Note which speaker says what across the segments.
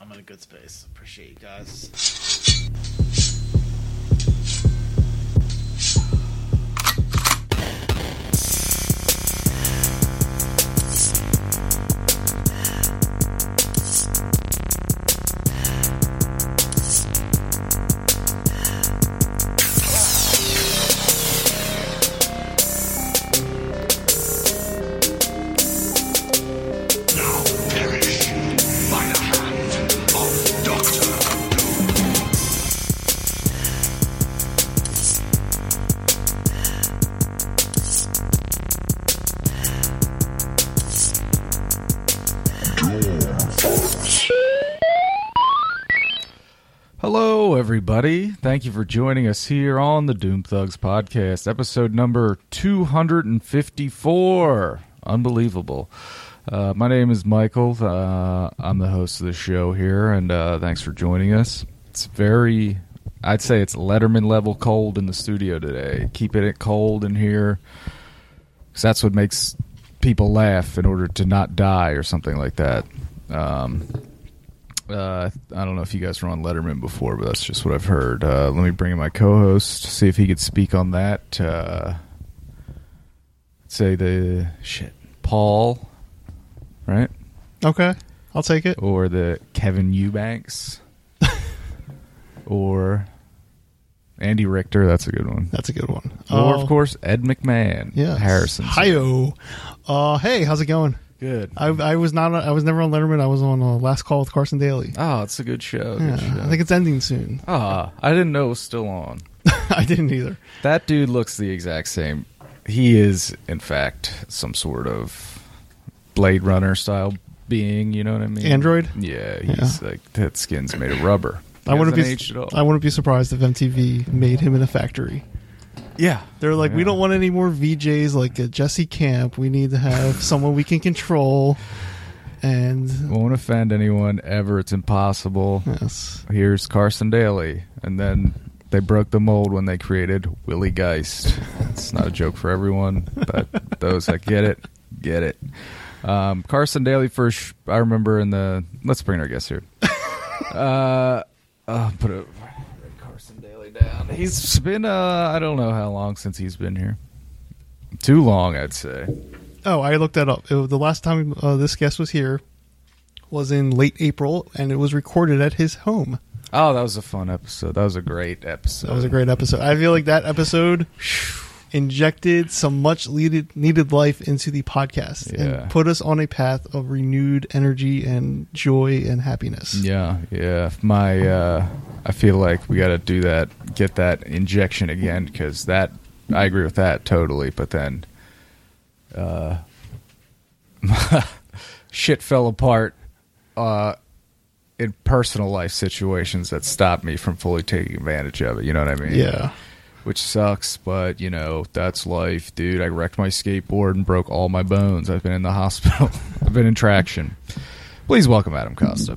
Speaker 1: I'm in a good space. Appreciate you guys.
Speaker 2: Now perish by the hand of Doctor Doom.
Speaker 3: Hello, everybody. Thank you for joining us here on the Doom Thugs podcast, episode number 254. Unbelievable. Uh, my name is Michael. Uh, I'm the host of the show here, and uh, thanks for joining us. It's very, I'd say it's Letterman level cold in the studio today. Keeping it cold in here because that's what makes people laugh in order to not die or something like that. Um, uh, I don't know if you guys were on Letterman before, but that's just what I've heard. Uh, let me bring in my co-host, see if he could speak on that. Uh, say the shit, Paul, right,
Speaker 1: Okay, I'll take it.
Speaker 3: or the Kevin Eubanks, or Andy Richter. That's a good one.
Speaker 1: That's a good one.
Speaker 3: Or
Speaker 1: Uh,
Speaker 3: of course Ed McMahon,
Speaker 1: yes.
Speaker 3: Harrison.
Speaker 1: Hiyo. Uh, hey, how's it going?
Speaker 3: Good.
Speaker 1: I, I was not. I was never on Letterman. I was on uh, Last Call with Carson Daly.
Speaker 3: Oh, it's a good show.
Speaker 1: Yeah,
Speaker 3: Good show.
Speaker 1: I think it's ending soon.
Speaker 3: Ah, I didn't know it was still on.
Speaker 1: I didn't either.
Speaker 3: That dude looks the exact same. He is, in fact, some sort of Blade Runner style being. You know what I mean?
Speaker 1: Android?
Speaker 3: Yeah, he's like that skin's made of rubber.
Speaker 1: I wouldn't be.
Speaker 3: aged at all.
Speaker 1: I wouldn't be surprised if MTV made him in a factory.
Speaker 3: yeah,
Speaker 1: They're like, we
Speaker 3: Yeah.
Speaker 1: don't want any more VJs like a Jesse Camp. We need to have someone we can control. And
Speaker 3: won't offend anyone ever. It's impossible.
Speaker 1: yes,
Speaker 3: Here's Carson Daly, and then they broke the mold when they created Willie Geist. It's not a joke for everyone, but those that get it, get it. Um, Carson Daly first. I remember in the. Let's bring our guest here. Uh, uh put a Carson Daly down. He's been. Uh, I don't know how long since he's been here. Too long, I'd say.
Speaker 1: oh, I looked that up. It was- the last time uh, this guest was here was in late April, and it was recorded at his home.
Speaker 3: Oh, that was a fun episode. That was a great episode.
Speaker 1: That was a great episode. I feel like that episode injected some much needed needed life into the podcast
Speaker 3: Yeah.
Speaker 1: and put us on a path of renewed energy and joy and happiness.
Speaker 3: Yeah, yeah. My, uh, I feel like we got to do that, get that injection again, because that, I agree with that totally. But then, uh, shit fell apart, uh, in personal life situations that stopped me from fully taking advantage of it. You know what I mean?
Speaker 1: Yeah.
Speaker 3: Which sucks, but you know that's life, dude. I wrecked my skateboard and broke all my bones. I've been in the hospital. I've been in traction. Please welcome Adam Costa.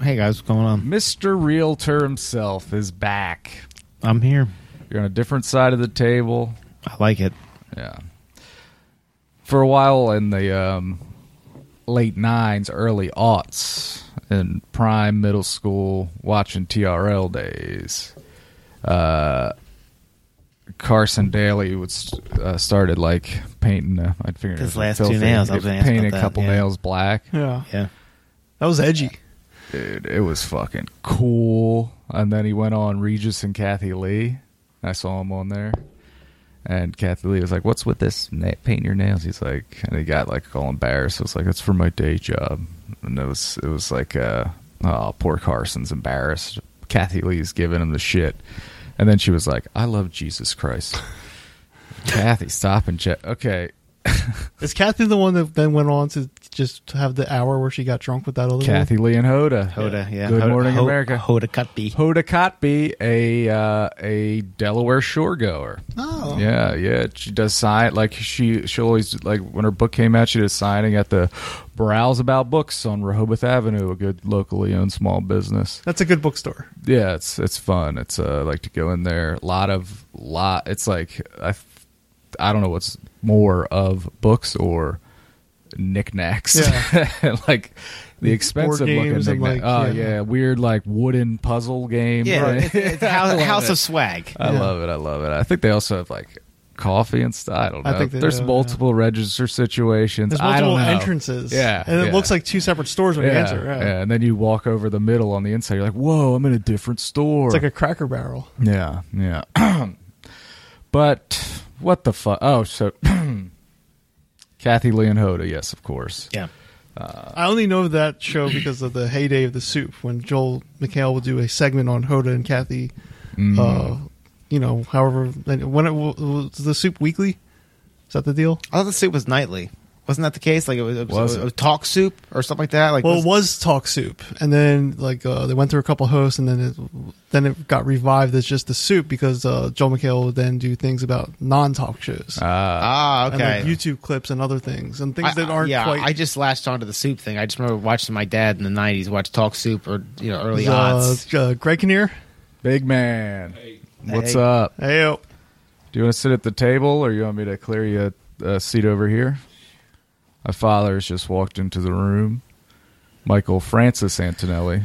Speaker 4: Hey guys, what's going on?
Speaker 3: Mr. Realtor himself is back.
Speaker 4: I'm here.
Speaker 3: You're on a different side of the table.
Speaker 4: I like it.
Speaker 3: Yeah. For a while in the um, late nines, early aughts, in prime middle school, watching TRL days, uh, Carson Daly would st- uh, started like painting. Uh, I'd figure
Speaker 4: His
Speaker 3: it was
Speaker 4: last two
Speaker 3: filthy.
Speaker 4: nails, I was gonna ask
Speaker 3: painting
Speaker 4: about
Speaker 3: a
Speaker 4: that,
Speaker 3: couple
Speaker 4: yeah.
Speaker 3: nails black.
Speaker 1: Yeah.
Speaker 4: Yeah.
Speaker 1: That was edgy.
Speaker 3: dude, it was fucking cool. And then he went on Regis and Kathy Lee. I saw him on there. And Kathy Lee was like, "What's with this na- painting your nails?" He's like, and he got like all embarrassed. I was like, "That's for my day job." And it was it was like, uh, "Oh, poor Carson's embarrassed." Kathy Lee's giving him the shit, and then she was like, "I love Jesus Christ." Kathy, stop and check. Okay,
Speaker 1: Is Kathy the one that then went on to just have the hour where she got drunk with that other
Speaker 3: Kathy Lee and Hoda.
Speaker 4: Mm-hmm. Hoda, yeah.
Speaker 3: Good
Speaker 4: Hoda-
Speaker 3: morning,
Speaker 4: Ho-
Speaker 3: America.
Speaker 4: Hoda Kotb.
Speaker 3: Hoda Kotb, a uh, a Delaware shore goer.
Speaker 1: one? Oh.
Speaker 3: Yeah, yeah. She does sign like she she always like when her book came out, she did signing at the Browse About Books on Rehoboth Avenue, a good locally owned small business.
Speaker 1: That's a good bookstore.
Speaker 3: Yeah, it's it's fun. It's uh like to go in there. A lot of lot. It's like I I don't know what's more of books or knickknacks,
Speaker 1: Yeah.
Speaker 3: like the expensive looking
Speaker 1: games
Speaker 3: knickknacks.
Speaker 1: and, like,
Speaker 3: oh
Speaker 1: yeah.
Speaker 3: yeah. weird like wooden puzzle game.
Speaker 4: Yeah,
Speaker 3: Right.
Speaker 4: it's, it's house, house
Speaker 3: it.
Speaker 4: of swag.
Speaker 3: I
Speaker 1: Yeah.
Speaker 3: love it. I love it. I think they also have like coffee and stuff. I don't know.
Speaker 1: I think they
Speaker 3: There's
Speaker 1: do, yeah.
Speaker 3: multiple register situations.
Speaker 1: There's
Speaker 3: I don't
Speaker 1: multiple
Speaker 3: know.
Speaker 1: entrances.
Speaker 3: Yeah,
Speaker 1: And it
Speaker 3: yeah.
Speaker 1: looks like two separate stores when
Speaker 3: Yeah,
Speaker 1: you enter. Yeah.
Speaker 3: yeah, and then you walk over the middle on the inside. You're like, "Whoa, I'm in a different store."
Speaker 1: It's like a cracker barrel.
Speaker 3: Yeah, yeah. but what the fuck? Oh, so Kathy Lee and Hoda, yes, of course.
Speaker 4: Yeah.
Speaker 1: I only know that show because of the heyday of the soup when Joel McHale would do a segment on Hoda and Kathy.
Speaker 4: Mm.
Speaker 1: Uh, you know, however, when it was was the soup weekly, is that the deal?
Speaker 4: I thought the soup was nightly. Wasn't that the case? Like it was, it was,
Speaker 3: Was
Speaker 4: it
Speaker 3: it?
Speaker 4: was talk soup or something like that. Like
Speaker 1: Well,
Speaker 4: was-
Speaker 1: it was Talk Soup, and then like uh, they went through a couple hosts, and then it then it got revived as just the soup because uh, Joel McHale would then do things about non-talk shows,
Speaker 4: ah
Speaker 1: and, like,
Speaker 4: okay.
Speaker 1: YouTube clips and other things, and things
Speaker 4: I-
Speaker 1: that aren't
Speaker 4: yeah,
Speaker 1: quite.
Speaker 4: I just latched onto the soup thing. I just remember watching my dad in the '90s watch Talk Soup or you know early
Speaker 1: uh,
Speaker 4: odds.
Speaker 1: uh, Greg Kinnear.
Speaker 3: Big man, what's
Speaker 4: Hey.
Speaker 3: up?
Speaker 1: Hey, yo.
Speaker 3: Do you want to sit at the table, or you want me to clear you a, a seat over here? My father has just walked into the room. Michael Francis Antonelli,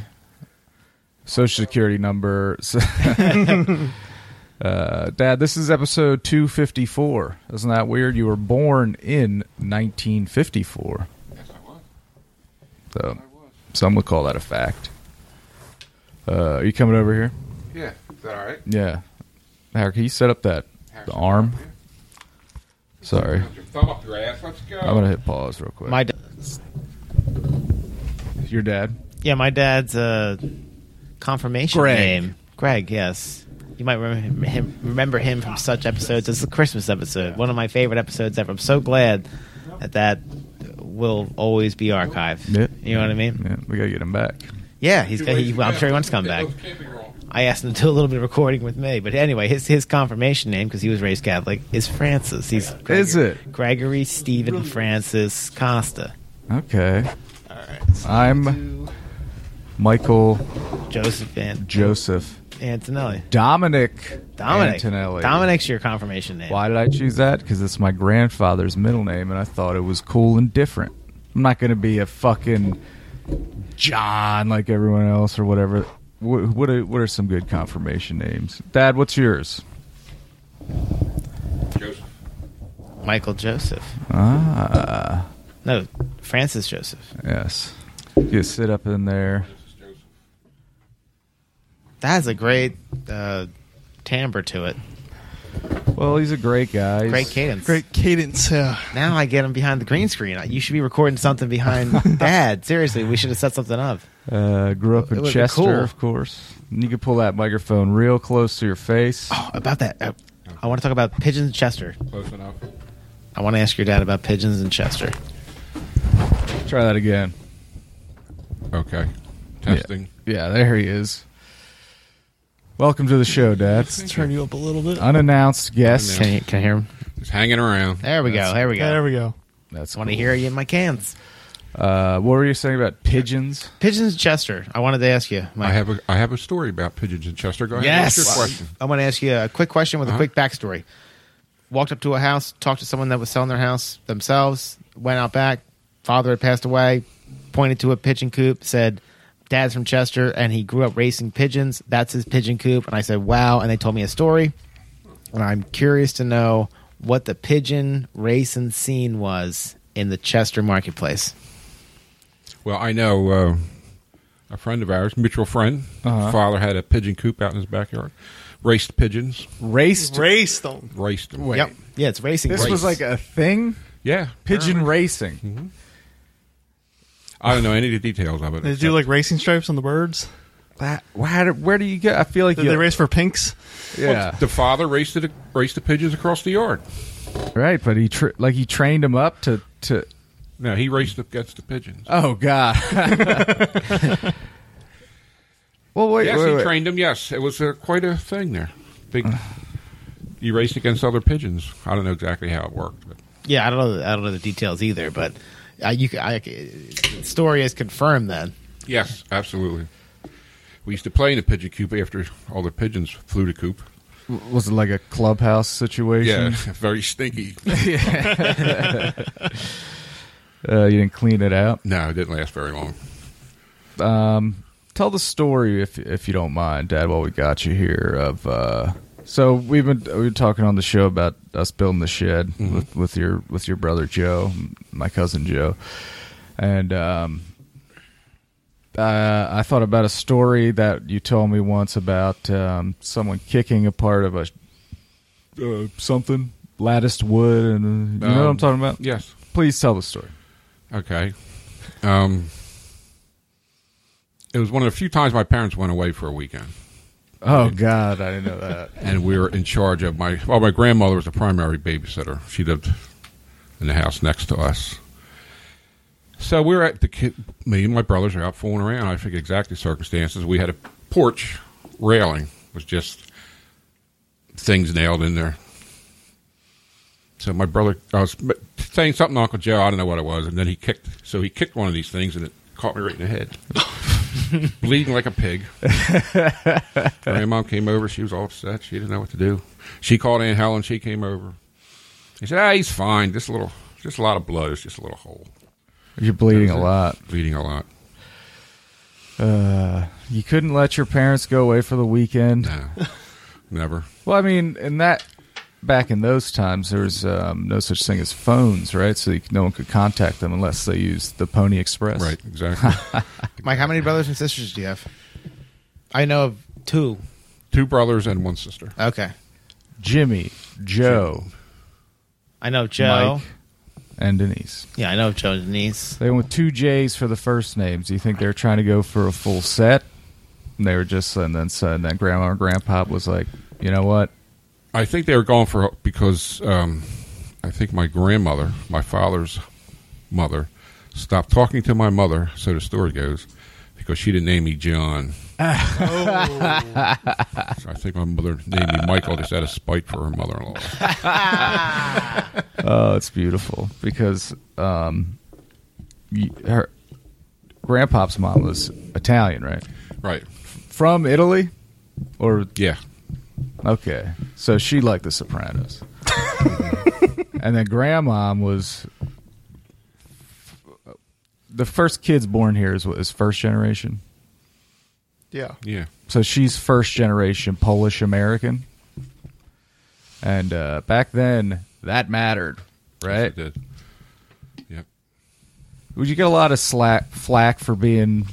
Speaker 3: Social Security number. uh, Dad, this is episode two fifty four. Isn't that weird? You were born in nineteen fifty four. So, some would call that a fact. Uh, are you coming over here?
Speaker 5: Yeah, is that all right?
Speaker 3: Yeah. How can you set up that the arm? Sorry.
Speaker 5: Put your thumb up your ass. Let's go.
Speaker 3: I'm gonna hit pause real quick.
Speaker 4: My da-
Speaker 3: your dad.
Speaker 4: yeah, my dad's uh, confirmation
Speaker 3: Greg.
Speaker 4: name, Greg. Yes, you might remember him, remember him from such episodes as the Christmas episode, one of my favorite episodes ever. I'm so glad that that will always be archived.
Speaker 3: Yeah.
Speaker 4: You know what I mean?
Speaker 3: Yeah, we gotta get him back.
Speaker 4: Yeah, he's.
Speaker 5: Two
Speaker 4: Got,
Speaker 5: ways
Speaker 4: he,
Speaker 5: to
Speaker 4: well, I'm
Speaker 5: go.
Speaker 4: sure he wants to come
Speaker 5: They
Speaker 4: back.
Speaker 5: both can't be wrong.
Speaker 4: I asked him to do a little bit of recording with me, but anyway, his his confirmation name because he was raised Catholic is Francis. He's
Speaker 3: Is
Speaker 4: Gregory-
Speaker 3: it?
Speaker 4: Gregory Stephen Francis Costa?
Speaker 3: Okay. I'm Michael
Speaker 4: Joseph and
Speaker 3: Joseph
Speaker 4: Antonelli.
Speaker 3: Dominic
Speaker 4: Dominic.
Speaker 3: Antonelli.
Speaker 4: Dominic's your confirmation name.
Speaker 3: Why did I choose that? Because it's my grandfather's middle name, and I thought it was cool and different. I'm not gonna be a fucking John like everyone else or whatever. What what are, what are some good confirmation names? Dad, what's yours?
Speaker 5: Joseph.
Speaker 4: Michael Joseph.
Speaker 3: Ah.
Speaker 4: No, Francis Joseph.
Speaker 3: Yes. You could sit up in there.
Speaker 5: This is Joseph.
Speaker 4: That has a great uh, timbre to it.
Speaker 3: Well, he's a great guy. He's-
Speaker 4: Great cadence.
Speaker 1: Great cadence. Yeah.
Speaker 4: Now I get him behind the green screen. You should be recording something behind Dad. Seriously, we should have set something up.
Speaker 3: Uh, grew up
Speaker 4: It
Speaker 3: in
Speaker 4: would be
Speaker 3: Chester,
Speaker 4: cool.
Speaker 3: of course. And you could pull that microphone real close to your face.
Speaker 4: Oh, about that. Uh, I want to talk about pigeons in Chester.
Speaker 5: Close enough.
Speaker 4: I want to ask your dad about pigeons in Chester.
Speaker 3: Try that again.
Speaker 5: Okay. Testing.
Speaker 3: Yeah, there he is. Welcome to the show, Dad.
Speaker 1: Turn you up a little bit.
Speaker 3: Unannounced guest.
Speaker 4: Can you, can you hear him?
Speaker 5: Just hanging around.
Speaker 4: There we go. There we
Speaker 1: Yeah, there
Speaker 4: go.
Speaker 1: we go.
Speaker 3: That's
Speaker 4: I want to
Speaker 3: cool.
Speaker 4: hear you in my cans.
Speaker 3: Uh, what were you saying about pigeons?
Speaker 4: Pigeons in Chester. I wanted to ask you. Mike.
Speaker 5: I have a I have a story about pigeons in Chester. Go ahead.
Speaker 4: Yes.
Speaker 5: What's your question?
Speaker 4: I want to ask you a quick question with a
Speaker 5: Uh-huh.
Speaker 4: quick backstory. Walked up to a house, talked to someone that was selling their house themselves, went out back. Father had passed away, pointed to a pigeon coop, said, Dad's from Chester and he grew up racing pigeons. That's his pigeon coop. And I said, Wow. And they told me a story. And I'm curious to know what the pigeon racing scene was in the Chester marketplace.
Speaker 5: Well, I know uh, a friend of ours, mutual friend.
Speaker 3: Uh-huh.
Speaker 5: His father had a pigeon coop out in his backyard. Raced pigeons.
Speaker 3: Raced.
Speaker 1: Race them.
Speaker 5: Raced them.
Speaker 3: Wait.
Speaker 4: Yep. Yeah, it's racing.
Speaker 3: This
Speaker 4: race.
Speaker 3: was like a thing?
Speaker 5: Yeah.
Speaker 3: Pigeon
Speaker 4: Mm-hmm.
Speaker 3: racing.
Speaker 5: I don't know any of the details of it.
Speaker 1: They do
Speaker 5: except-
Speaker 1: like racing stripes on the birds.
Speaker 3: That, where, where do you get? I feel like
Speaker 1: Did
Speaker 3: you.
Speaker 1: they race for pinks?
Speaker 3: yeah.
Speaker 5: the father raced it raced the pigeons across the yard.
Speaker 3: Right, but he tra- like he trained him up to to.
Speaker 5: No, he raced against the pigeons.
Speaker 3: Oh God. well, wait,
Speaker 5: yes,
Speaker 3: wait,
Speaker 5: he
Speaker 3: wait.
Speaker 5: trained him. Yes, it was uh, quite a thing there. Big. you raced against other pigeons. I don't know exactly how it worked, but
Speaker 4: Yeah, I don't know. I don't know the details either, but I, you, c- I, the story is confirmed. Then
Speaker 5: yes, absolutely. We used to play in the pigeon coop after all the pigeons flew to coop.
Speaker 3: W- Was it like a clubhouse situation?
Speaker 5: very stinky.
Speaker 3: Uh, you didn't clean it out.
Speaker 5: No, it didn't last very long.
Speaker 3: Tell the story if if you don't mind, Dad. While we got you here, of uh, so we've been we were talking on the show about us building the shed with, with your with your brother Joe, my cousin Joe, and um, uh, I thought about a story that you told me once about um, someone kicking a part of a uh, something latticed wood, and uh, you know what I'm
Speaker 5: Um,
Speaker 3: talking about.
Speaker 5: Yes.
Speaker 3: Please tell the story.
Speaker 5: Okay. Um, it was one of the few times my parents went away for a weekend,
Speaker 3: Oh God, I didn't know that.
Speaker 5: and we were in charge of my. Well, my grandmother was the primary babysitter. She lived in the house next to us. So we were at the kid. Me and my brothers are out fooling around. I forget exactly circumstances. We had a porch railing was just things nailed in there. So my brother, I was m- saying something to Uncle Joe. I don't know what it was, and then he kicked. So he kicked one of these things, and it caught me right in the head, bleeding like a pig. Grandma came over. She was all upset. She didn't know what to do. She called Aunt Helen. She came over. He said, "Ah, he's fine. Just a little, just a lot of blood. It's just a little hole,
Speaker 3: You're bleeding a lot.
Speaker 5: bleeding a lot."
Speaker 3: Uh, you couldn't let your parents go away for the weekend.
Speaker 5: No, never.
Speaker 3: Well, I mean, in that back in those times, there was um, no such thing as phones, right? So you, no one could contact them unless they used the Pony Express.
Speaker 5: Right, exactly.
Speaker 4: Mike, how many brothers and sisters do you have? I know of two.
Speaker 5: Two brothers and one sister.
Speaker 4: Okay.
Speaker 3: Jimmy, Joe,
Speaker 4: I know of Joe.
Speaker 3: Mike, and Denise.
Speaker 4: Yeah, I know of Joe and Denise.
Speaker 3: They went two J's for the first names. Do you think they were trying to go for a full set? And they were just, and then so, and then Grandma and Grandpa was like, you know what?
Speaker 5: I think they were going for because um, I think my grandmother, my father's mother, stopped talking to my mother. So the story goes because she didn't name me John. so I think my mother named me Michael just out of spite for her mother-in-law.
Speaker 3: Oh, it's beautiful because um, y- her grandpop's mom was Italian, right?
Speaker 5: Right?
Speaker 3: From Italy, or
Speaker 5: Yeah.
Speaker 3: okay, so she liked The Sopranos, and then grandma was the first kids born here is is first generation,
Speaker 1: Yeah.
Speaker 5: Yeah.
Speaker 3: so she's first generation Polish American, and uh, back then that mattered, right?
Speaker 5: Yes, it did. Yep.
Speaker 3: Would you get a lot of slack flack for being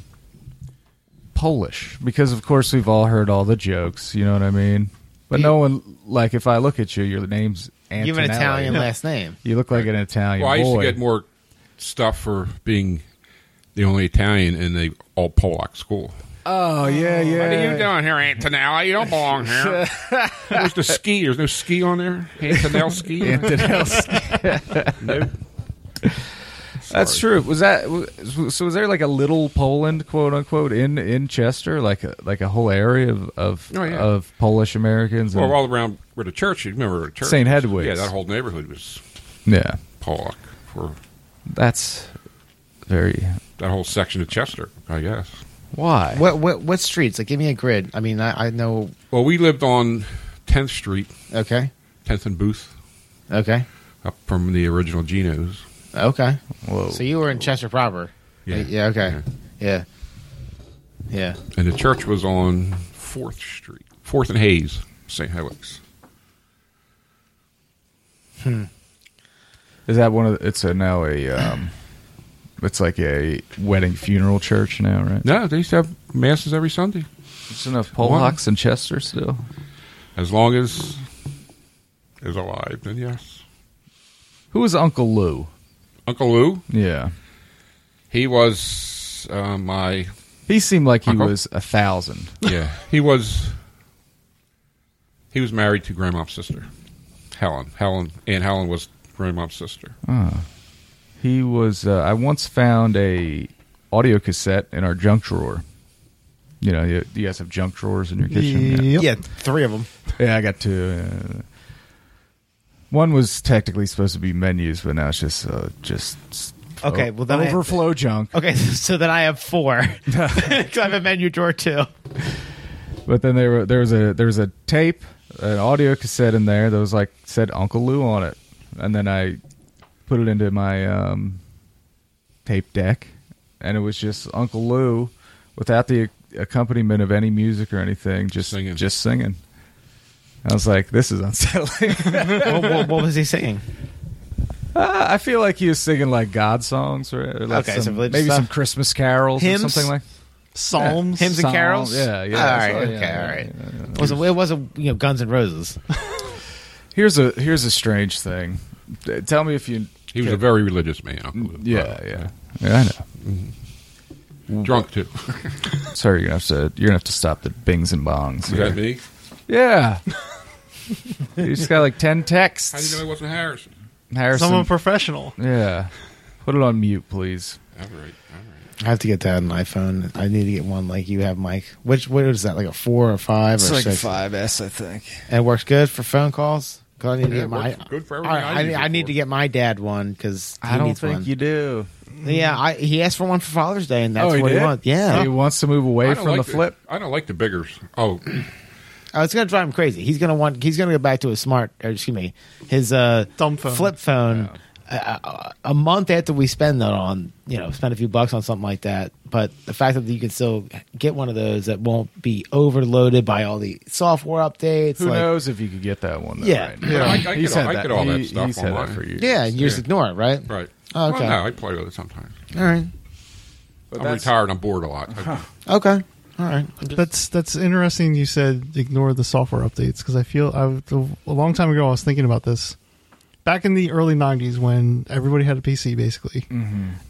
Speaker 3: Polish? Because of course we've all heard all the jokes. You know what I mean? But no one like if I look at you, your name's Antonelli.
Speaker 4: You have an Italian last name.
Speaker 3: You look like an Italian
Speaker 5: Well, I used
Speaker 3: boy.
Speaker 5: to get more stuff for being the only Italian in the all Polak school.
Speaker 3: oh yeah, yeah.
Speaker 5: What are you doing here, Antonella? You don't belong here. Where's the ski? There's no ski on there. Antonella ski.
Speaker 3: Antonelli.
Speaker 5: Nope.
Speaker 3: That's true. Was that was- so? Was there like a little Poland, quote unquote, in in Chester, like a, like a whole area of of,
Speaker 5: Oh, yeah.
Speaker 3: of Polish Americans?
Speaker 5: Well,
Speaker 3: and-
Speaker 5: all around where the church. You remember the church?
Speaker 3: St. Hedwig's.
Speaker 5: Yeah, that whole neighborhood was
Speaker 3: yeah,
Speaker 5: Polak for
Speaker 3: that's very
Speaker 5: that whole section of Chester. I guess.
Speaker 3: why.
Speaker 4: What what what streets? Like, give me a grid. I mean, I, I know.
Speaker 5: Well, we lived on 10th Street,
Speaker 4: Okay,
Speaker 5: 10th and Booth,
Speaker 4: okay,
Speaker 5: up from the original Geno's.
Speaker 4: okay.
Speaker 3: Whoa.
Speaker 4: So you were in Chester proper.
Speaker 5: Yeah.
Speaker 4: Yeah. Okay. Yeah. Yeah.
Speaker 5: And the church was on Fourth Street, Fourth and Hayes, St. Helix.
Speaker 3: Is that one of the, it's a now a um it's like a wedding funeral church now, right?
Speaker 5: No, they used to have masses every Sunday,
Speaker 3: There's enough
Speaker 5: Polacks
Speaker 3: Polacks in Chester still.
Speaker 5: as long as is alive. Then yes,
Speaker 3: Who was Uncle Lou?
Speaker 5: Uncle Lou.
Speaker 3: Yeah.
Speaker 5: He was uh, my
Speaker 3: He seemed like he
Speaker 5: Uncle?
Speaker 3: was a thousand.
Speaker 5: yeah. He was he was married to Grandma's sister, Helen. Helen and Helen was Grandma's sister.
Speaker 3: He was uh, I once found a audio cassette in our junk drawer. You know, you, you guys have junk drawers in your kitchen.
Speaker 1: Yep.
Speaker 4: Yeah. Three of them.
Speaker 3: Yeah, I got two. Uh, one was technically supposed to be menus, but now it's just uh, just s-
Speaker 4: Okay, well, then I-
Speaker 3: overflow junk.
Speaker 4: Okay. So then I have four. 'Cause I have a menu drawer too.
Speaker 3: But then there were, there was a there was a tape, an audio cassette in there that was like said Uncle Lou on it, and then I put it into my um, tape deck, and it was just Uncle Lou without the accompaniment of any music or anything, just
Speaker 5: Singing.
Speaker 3: just singing. I was like, this is unsettling.
Speaker 4: what, what, what was he saying?
Speaker 3: Uh, I feel like he was singing like God songs or, or like
Speaker 4: Okay,
Speaker 3: some-
Speaker 4: so religious
Speaker 3: maybe
Speaker 4: stuff.
Speaker 3: some Christmas carols
Speaker 4: Hymns?
Speaker 3: or something like
Speaker 1: Psalms.
Speaker 4: Hymns and
Speaker 3: Psalms,
Speaker 4: carols.
Speaker 3: yeah, yeah,
Speaker 4: All
Speaker 3: that's
Speaker 4: right.
Speaker 3: right,
Speaker 4: Okay.
Speaker 3: yeah,
Speaker 4: all right.
Speaker 3: yeah,
Speaker 4: It wasn't. It wasn't. You know, Guns and Roses.
Speaker 3: Here's a here's a strange thing. D- Tell me if you
Speaker 5: He was a very religious man. Uncle Lou.
Speaker 3: yeah yeah yeah I know.
Speaker 5: drunk too.
Speaker 3: Sorry, you're gonna have to you're gonna have to stop the bings and bongs.
Speaker 5: Is
Speaker 3: here.
Speaker 5: that me?
Speaker 3: Yeah. you just got like ten
Speaker 5: How do you
Speaker 3: texts.
Speaker 5: know it wasn't Harrison?
Speaker 3: Harrison.
Speaker 1: Someone professional.
Speaker 3: yeah. Put it on mute, please.
Speaker 5: All right, all right.
Speaker 4: I have to get that on my phone. I need to get one like you have, Mike. Which what is that? Like a four or five or six?
Speaker 3: five S, I think.
Speaker 4: And it works good for phone calls. 'Cause I need to
Speaker 5: Yeah,
Speaker 4: get
Speaker 5: it
Speaker 4: my.
Speaker 5: works good for
Speaker 4: All
Speaker 5: everything
Speaker 4: right,
Speaker 5: I
Speaker 4: I,
Speaker 5: use it
Speaker 4: I need
Speaker 5: for.
Speaker 4: to get my dad one because
Speaker 3: I don't think you do.
Speaker 4: Yeah, I, he asked for one for Father's Day, and that's what he wants. Yeah,
Speaker 3: Oh, He wants to move away
Speaker 5: Oh, I
Speaker 3: from
Speaker 5: don't like
Speaker 3: the flip.
Speaker 5: I don't like the biggers. Oh,
Speaker 4: oh, it's gonna drive him crazy. He's gonna want. He's gonna go back to his smart. Or excuse me, his uh,
Speaker 1: Dumb phone.
Speaker 4: flip phone. A, a month after we spend that on, you know, spend a few bucks on something like that. But the fact that you can still get one of those that won't be overloaded by all the software updates.
Speaker 3: Who
Speaker 4: like-
Speaker 3: knows if you could get that one? Though,
Speaker 4: Yeah.
Speaker 3: right?
Speaker 5: Yeah, I- I
Speaker 3: He's
Speaker 5: get all-
Speaker 3: had
Speaker 5: I get all that
Speaker 3: he-
Speaker 5: stuff
Speaker 3: He's had that
Speaker 5: online.
Speaker 3: for years.
Speaker 4: Yeah, you just
Speaker 5: Yeah.
Speaker 4: ignore it, right?
Speaker 5: right.
Speaker 4: Oh, okay.
Speaker 5: Well, no, I play with it sometimes.
Speaker 4: All right.
Speaker 3: But
Speaker 5: I'm
Speaker 3: that's-
Speaker 5: retired. I'm bored a lot.
Speaker 4: Okay. All right.
Speaker 1: That's that's interesting. You said ignore the software updates because I feel I was- a long time ago I was thinking about this. Back in the early '90s, when everybody had a PC, basically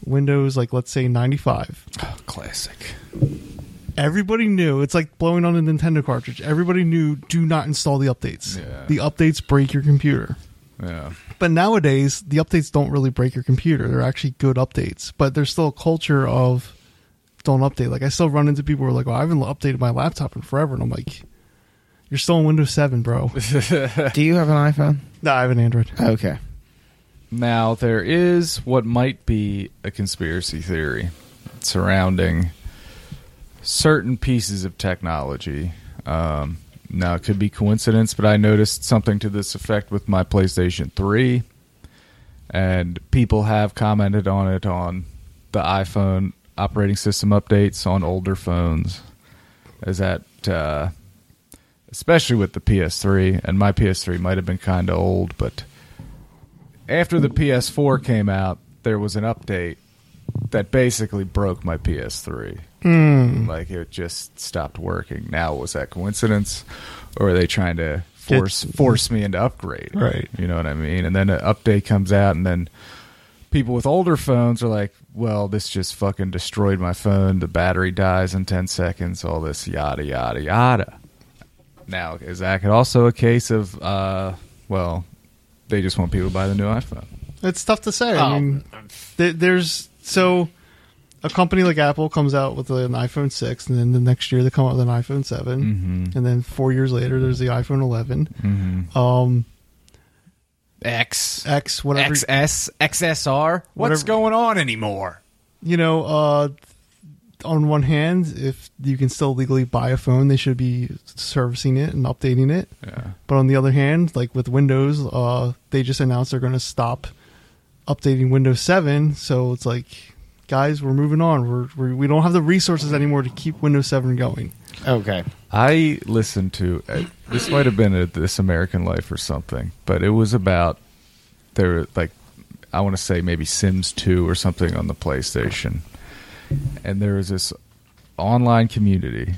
Speaker 1: Windows, like let's say '95,
Speaker 3: Oh, classic.
Speaker 1: everybody knew it's like blowing on a Nintendo cartridge. Everybody knew do not install the updates.
Speaker 3: Yeah.
Speaker 1: The updates break your computer.
Speaker 3: Yeah.
Speaker 1: But nowadays, the updates don't really break your computer. They're actually good updates. But there's still a culture of don't update. Like I still run into people who are like, "Well, I haven't updated my laptop in forever," and I'm like, "You're still on Windows 7, bro."
Speaker 4: Do you have an iPhone?
Speaker 1: no, I have an Android.
Speaker 4: Okay.
Speaker 3: Now, there is what might be a conspiracy theory surrounding certain pieces of technology. Um, now, it could be coincidence, but I noticed something to this effect with my PlayStation 3, and people have commented on it on the iPhone operating system updates on older phones. Is that. Uh, Especially with the PS3, and my PS3 might have been kind of old, but after the PS4 came out, there was an update that basically broke my PS3. Like it just stopped working. Now was that coincidence, or are they trying to force force me into upgrade?
Speaker 1: Right.
Speaker 3: You know what I mean? And then an update comes out, and then people with older phones are like, "Well, this just fucking destroyed my phone. The battery dies in ten seconds. All this yada yada yada." Now is that also a case of uh, well, they just want people to buy the new iPhone.
Speaker 1: It's tough to say.
Speaker 4: Oh.
Speaker 1: I mean, th- there's so a company like Apple comes out with an iPhone 6, and then the next year they come out with an iPhone 7, and then four years later there's the iPhone 11, um,
Speaker 3: X,
Speaker 1: X, whatever.
Speaker 3: XS, XSR. What's
Speaker 1: Whatever-
Speaker 3: going on anymore?
Speaker 1: you know, uh, on one hand, if you can still legally buy a phone, they should be servicing it and updating it.
Speaker 3: Yeah.
Speaker 1: But on the other hand, like with Windows, uh, they just announced they're going to stop updating Windows 7. So it's like, guys, we're moving on. We're, we're we don't have the resources anymore to keep Windows 7 going.
Speaker 4: Okay.
Speaker 3: I listened to uh, this might have been a This American Life or something, but it was about there were, like I want to say maybe Sims 2 or something on the PlayStation. And there was this online community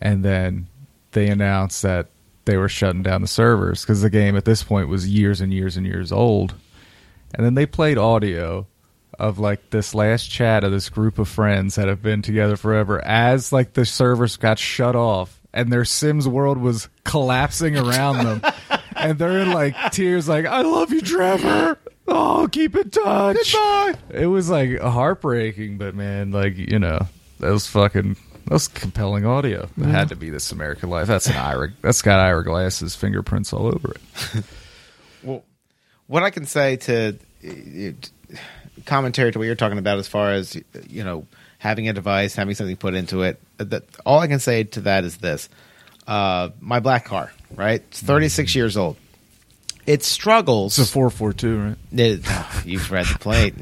Speaker 3: and then they announced that they were shutting down the servers because the game at this point was years and years and years old. And then they played audio of like this last chat of this group of friends that have been together forever as like the servers got shut off and their Sims world was collapsing around them. and they're in like tears, like, I love you, Trevor. Oh, keep in touch. Goodbye. It was like heartbreaking, but man, like, you know, that was fucking. That was compelling audio. It had to be this American Life. That's an Ira. That's got Ira Glass's fingerprints all over it.
Speaker 4: Well, what I can say to uh, uh, commentary to what you're talking about, as far as you know, having a device, having something put into it, uh, that all I can say to that is this: uh, my black car, right? It's 36 years old. It struggles.
Speaker 3: It's a four four two, right?
Speaker 4: It- you've read the plate.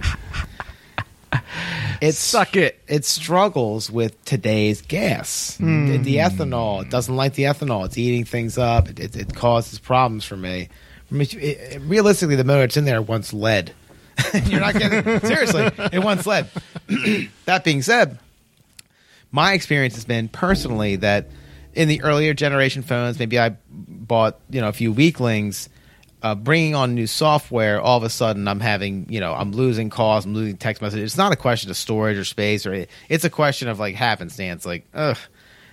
Speaker 4: it
Speaker 3: Suck it.
Speaker 4: It struggles with today's gas,
Speaker 3: Hmm.
Speaker 4: the, the ethanol. It doesn't like the ethanol. It's eating things up. It, it, it causes problems for me. I mean, it- it- realistically, the motor that's in there wants lead. You're not getting seriously. It wants lead. that being said, my experience has been personally that in the earlier generation phones, maybe I bought you know a few weaklings. Uh, bringing on new software, all of a sudden I'm having you know I'm losing calls, I'm losing text messages. It's not a question of storage or space, or it's a question of like happenstance. Like, ugh,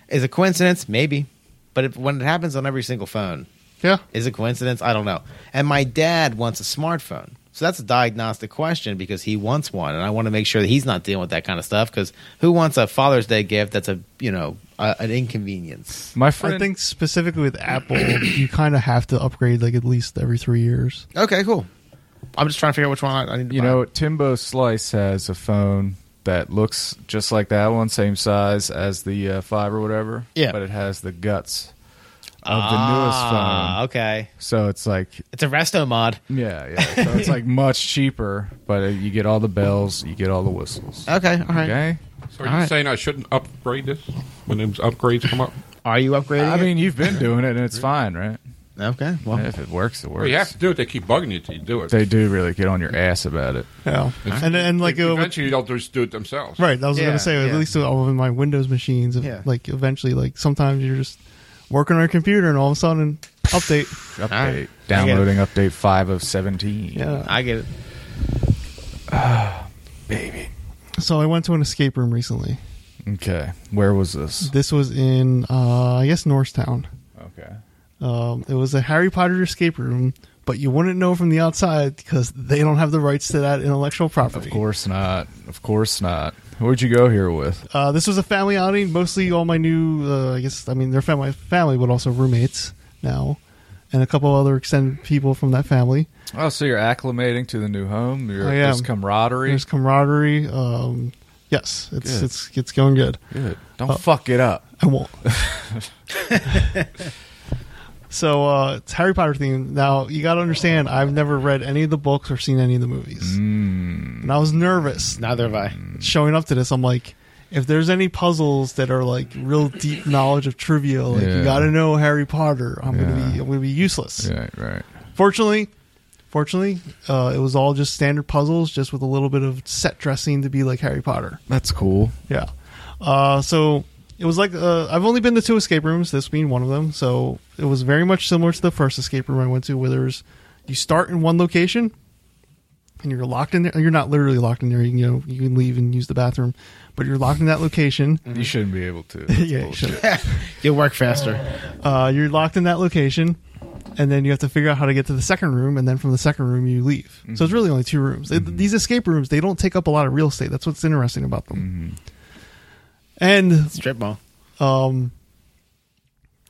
Speaker 4: is a coincidence? Maybe, but if, when it happens on every single phone,
Speaker 1: Yeah.
Speaker 4: is it coincidence? I don't know. And my dad wants a smartphone. So that's a diagnostic question because he wants one and I want to make sure that he's not dealing with that kind of stuff cuz who wants a Father's Day gift that's a, you know, a, an inconvenience.
Speaker 3: My friend.
Speaker 1: I think specifically with Apple, you kind of have to upgrade like at least every three years.
Speaker 4: Okay, cool. I'm just trying to figure out which one I, I need to
Speaker 3: you
Speaker 4: buy.
Speaker 3: know timbo slice has a phone that looks just like that one same size as the uh, five or whatever
Speaker 4: Yeah.
Speaker 3: but it has the guts of the newest
Speaker 4: ah,
Speaker 3: phone
Speaker 4: okay.
Speaker 3: so it's like
Speaker 4: It's a resto mod.
Speaker 3: yeah yeah so it's like much cheaper but uh, you get all the bells you get all the whistles
Speaker 4: Okay, all right.
Speaker 3: okay
Speaker 5: So are you
Speaker 4: All right.
Speaker 5: saying I shouldn't upgrade this when those upgrades come up?
Speaker 4: Are you upgrading?
Speaker 3: i
Speaker 4: it?
Speaker 3: mean you've been doing it and it's fine right
Speaker 4: okay. Well,
Speaker 3: if it works it
Speaker 4: Oh,
Speaker 5: Well, you have
Speaker 3: works
Speaker 5: to do it. They keep bugging you to do it.
Speaker 3: they do really get on your ass about it
Speaker 1: Yeah. And and like uh, with-
Speaker 5: eventually they'll just do it themselves.
Speaker 1: right, that was
Speaker 4: Yeah,
Speaker 1: gonna say
Speaker 4: yeah.
Speaker 1: at least all of my Windows machines. if-
Speaker 4: Yeah.
Speaker 1: Like eventually, like sometimes you're just working on a computer and all of a sudden update.
Speaker 3: update
Speaker 4: right.
Speaker 3: downloading update 5 of 17
Speaker 1: Yeah.
Speaker 4: I get it.
Speaker 3: baby
Speaker 1: So I went to an escape room recently.
Speaker 3: okay where was this
Speaker 1: This was in uh, I guess Norristown.
Speaker 3: okay
Speaker 1: Um, it was a Harry Potter escape room, but you wouldn't know from the outside because they don't have the rights to that intellectual property.
Speaker 3: Of course not. Of course not. Who'd you go here with?
Speaker 1: Uh, this was a family outing. Mostly all my new, uh, I guess, I mean, their family, family, but also roommates now, and a couple other extended people from that family.
Speaker 3: Oh, so you're acclimating to the new home. Your
Speaker 1: I am.
Speaker 3: There's camaraderie.
Speaker 1: There's camaraderie. Um, yes, it's
Speaker 3: Good.
Speaker 1: it's it's going good. Uh,
Speaker 3: Good. Don't fuck it up.
Speaker 1: I won't. so uh, it's Harry Potter themed. Now you got to understand, I've never read any of the books or seen any of the movies,
Speaker 3: Hmm.
Speaker 1: and I was nervous
Speaker 4: Neither have I.
Speaker 1: showing up to this, I'm like, if there's any puzzles that are like real deep knowledge of trivia, like
Speaker 3: Yeah.
Speaker 1: you got to know Harry Potter, I'm gonna be
Speaker 3: Yeah.
Speaker 1: I'm gonna be useless.
Speaker 3: Right. Right.
Speaker 1: Fortunately, fortunately, uh, it was all just standard puzzles, just with a little bit of set dressing to be like Harry Potter.
Speaker 3: That's cool.
Speaker 1: Yeah. Uh, so it was like uh, I've only been to two escape rooms, this being one of them. So it was very much similar to the first escape room I went to, where there's you start in one location and you're locked in there. You're not literally locked in there. You, know, you can leave and use the bathroom, but you're locked in that location.
Speaker 3: You shouldn't be able to.
Speaker 1: yeah, you should.
Speaker 4: You'll work faster.
Speaker 1: Uh, you're locked in that location, and then you have to figure out how to get to the second room, and then from the second room you leave. So it's really only two rooms. They- These escape rooms they don't take up a lot of real estate. That's what's interesting about them. And
Speaker 4: Strip mall.
Speaker 1: um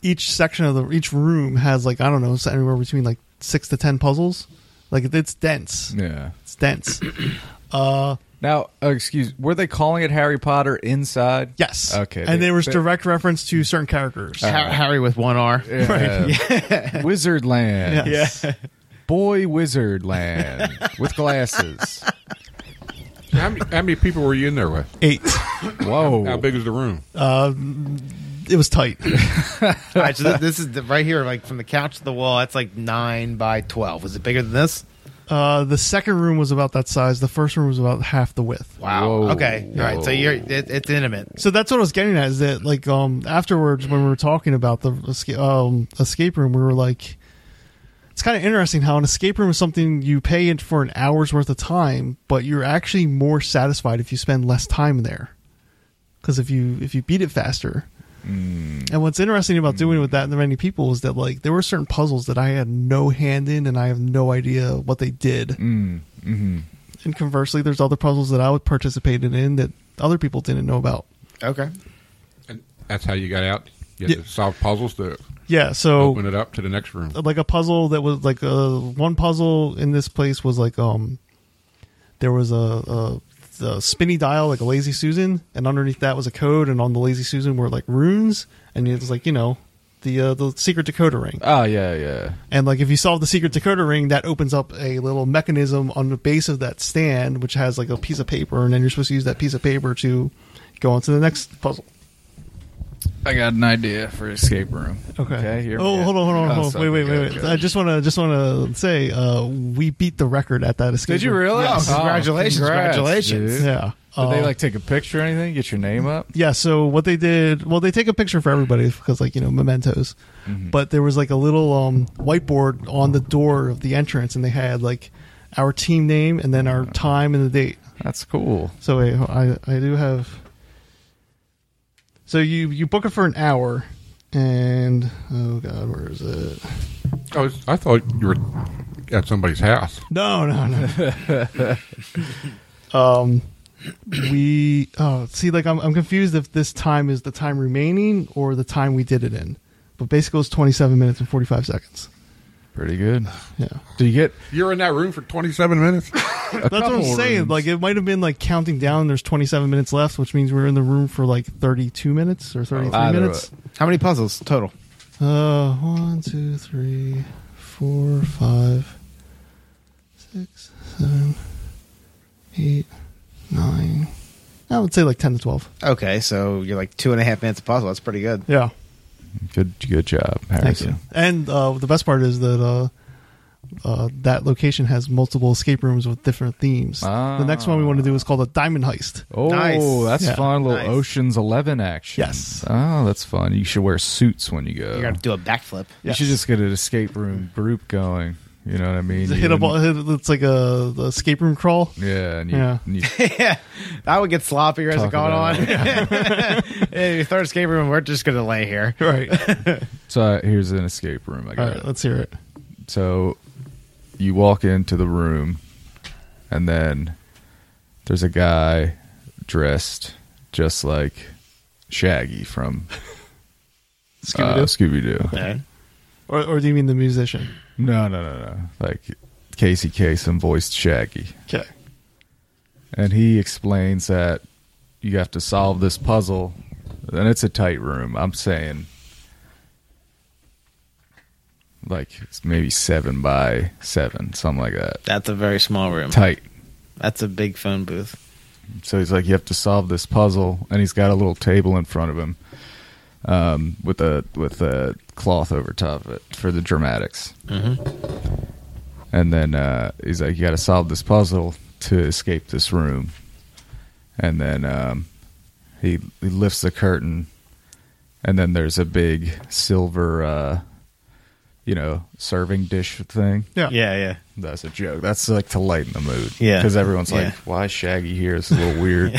Speaker 1: each section of the each room has like i don't know so anywhere between like six to ten puzzles like it- it's dense
Speaker 3: Yeah.
Speaker 1: it's dense
Speaker 3: Now, uh, excuse. Were they calling it Harry Potter inside?
Speaker 1: yes
Speaker 3: Okay.
Speaker 1: and there was
Speaker 3: they- Uh,
Speaker 1: direct reference to certain characters
Speaker 4: Ha- Harry with one R.
Speaker 3: Yeah. Wizard Land.
Speaker 1: yes
Speaker 3: Boy Wizard Land with glasses.
Speaker 5: So How many, how many people were you in there with?
Speaker 1: eight
Speaker 3: Whoa.
Speaker 5: How big is the room?
Speaker 1: it was tight
Speaker 4: All right, so th- this is the, right here, like from the couch to the wall. That's like nine by twelve. Was it bigger than this?
Speaker 1: uh the second room was about that size the first room was about half the width
Speaker 4: Wow.
Speaker 3: Whoa.
Speaker 4: Okay. All right. So you're it, it's intimate.
Speaker 1: so that's what I was getting at is that like um afterwards when we were talking about the esca- um, escape room we were like it's kind of interesting how an escape room is something you pay in for an hour's worth of time but you're actually more satisfied if you spend less time there because if you if you beat it faster and what's interesting about doing it with that many people is that like there were certain puzzles that I had no hand in and I have no idea what they did and conversely there's other puzzles that I would participated in that other people didn't know about
Speaker 4: Okay.
Speaker 5: And that's how you got out. You had
Speaker 1: Yeah.
Speaker 5: to solve puzzles to
Speaker 1: Yeah,
Speaker 5: open
Speaker 1: so
Speaker 5: it up to the next room.
Speaker 1: like a puzzle that was like uh, one puzzle in this place was like um there was a, a the spinny dial like a lazy susan and underneath that was a code and on the lazy susan were like runes and it was like you know the uh, the secret decoder ring.
Speaker 3: Oh yeah, yeah.
Speaker 1: And like if you solve the secret decoder ring, that opens up a little mechanism on the base of that stand, which has like a piece of paper, and then you're supposed to use that piece of paper to go on to the next puzzle.
Speaker 3: I got an idea for escape room. here.
Speaker 1: oh, hold on, hold on,
Speaker 3: Oh,
Speaker 1: hold on.
Speaker 3: sorry,
Speaker 1: Wait, wait,
Speaker 3: go,
Speaker 1: wait, wait.
Speaker 3: go.
Speaker 1: I just want to just want to say uh, we beat the record at that escape.
Speaker 3: Did you
Speaker 1: room.
Speaker 3: really? Oh,
Speaker 4: Yes. Congratulations, congratulations.
Speaker 3: dude.
Speaker 1: Yeah.
Speaker 3: Did they
Speaker 1: Uh,
Speaker 3: like take a picture or anything? Get your name up?
Speaker 1: yeah so what they did well they take a picture for everybody because like you know mementos
Speaker 3: Mm-hmm.
Speaker 1: but there was like a little um whiteboard on the door of the entrance and they had like our team name and then our time and the date
Speaker 3: That's cool.
Speaker 1: so wait, i i do have so you you book it for an hour and oh god where is it
Speaker 5: I, was, I thought you were at somebody's house.
Speaker 1: no no no um we oh see like I'm, I'm confused if this time is the time remaining or the time we did it in but basically it's 27 minutes and 45 seconds
Speaker 3: Pretty good.
Speaker 1: yeah
Speaker 3: Do you get
Speaker 5: You're in that room for 27 minutes.
Speaker 3: a
Speaker 1: that's what i'm
Speaker 3: couple
Speaker 1: saying
Speaker 3: rooms?
Speaker 1: like it might have been like counting down there's 27 minutes left which means we're in the room for like 32 minutes or 33
Speaker 3: Either
Speaker 1: minutes
Speaker 3: way.
Speaker 4: How many puzzles total?
Speaker 1: uh one two three four five six seven eight nine i would say like 10 to 12
Speaker 4: Okay, so you're like two and a half minutes a puzzle. That's pretty good.
Speaker 1: yeah
Speaker 3: Good, good job,
Speaker 1: Thank
Speaker 3: Harrison.
Speaker 1: you. And uh, the best part is that uh, uh, that location has multiple escape rooms with different themes. The next one we want to do is called a diamond heist.
Speaker 3: Oh,
Speaker 4: Nice.
Speaker 3: that's
Speaker 1: Yeah.
Speaker 3: fun. Little
Speaker 4: Nice.
Speaker 3: Ocean's Eleven action.
Speaker 1: Yes.
Speaker 3: Oh, that's fun. You should wear suits when you go.
Speaker 4: You're gonna do a backflip.
Speaker 3: You should just get an escape room group going. You know what I mean?
Speaker 1: It's a hit up.
Speaker 3: You-
Speaker 1: It's like a the escape room crawl.
Speaker 3: Yeah, and you,
Speaker 1: Yeah.
Speaker 3: and you
Speaker 4: I would get sloppier as it
Speaker 3: Talk
Speaker 4: gone on.
Speaker 3: about
Speaker 4: hey, your third escape room, we're just gonna lay here.
Speaker 1: Right.
Speaker 3: So uh, here's an escape room. I
Speaker 1: All
Speaker 3: got.
Speaker 1: right. Let's hear it.
Speaker 3: so you walk into the room, and then there's a guy dressed just like Shaggy from
Speaker 1: Scooby Doo.
Speaker 3: uh, Scooby Doo.
Speaker 4: Okay.
Speaker 1: Uh, or, or do you mean the musician?
Speaker 3: No, no, no, no. Like Casey Kasem voiced Shaggy,
Speaker 1: Okay.
Speaker 3: and he explains that you have to solve this puzzle, and it's a tight room. I'm saying. Like it's maybe seven by seven, something like that.
Speaker 4: That's a very small room.
Speaker 3: Tight.
Speaker 4: That's a big phone booth.
Speaker 3: So he's like, you have to solve this puzzle, and he's got a little table in front of him um, with a with a cloth over top of it for the dramatics. Mm-hmm. And then uh, he's like, you got to solve this puzzle to escape this room. And then um, he, he lifts the curtain, and then there's a big silver, uh, you know, serving dish thing.
Speaker 1: Yeah.
Speaker 4: Yeah, yeah.
Speaker 3: That's a joke. That's like to lighten the mood.
Speaker 4: Yeah.
Speaker 3: Because everyone's
Speaker 4: Yeah.
Speaker 3: like, why is Shaggy here? It's a little weird.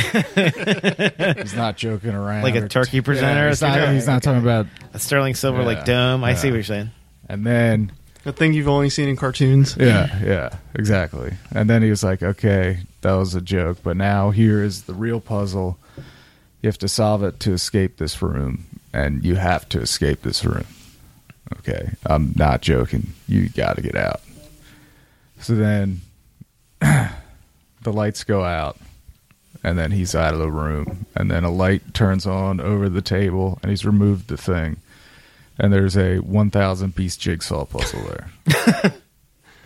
Speaker 3: he's not joking around.
Speaker 4: Like a
Speaker 3: or-
Speaker 4: turkey presenter or
Speaker 3: he's not,
Speaker 4: something?
Speaker 3: he's not talking about.
Speaker 4: A sterling silver like
Speaker 3: Yeah,
Speaker 4: dome. I see
Speaker 3: yeah.
Speaker 4: what you're saying.
Speaker 3: And then,
Speaker 1: The thing you've only seen in cartoons.
Speaker 3: yeah, yeah, exactly. And then he was like, okay, that was a joke, but now here is the real puzzle. You have to solve it to escape this room, and you have to escape this room. Okay, I'm not joking. You got to get out. So then the lights go out, and then he's out of the room. And then a light turns on over the table, and he's removed the thing. And there's a 1,000 piece jigsaw puzzle there.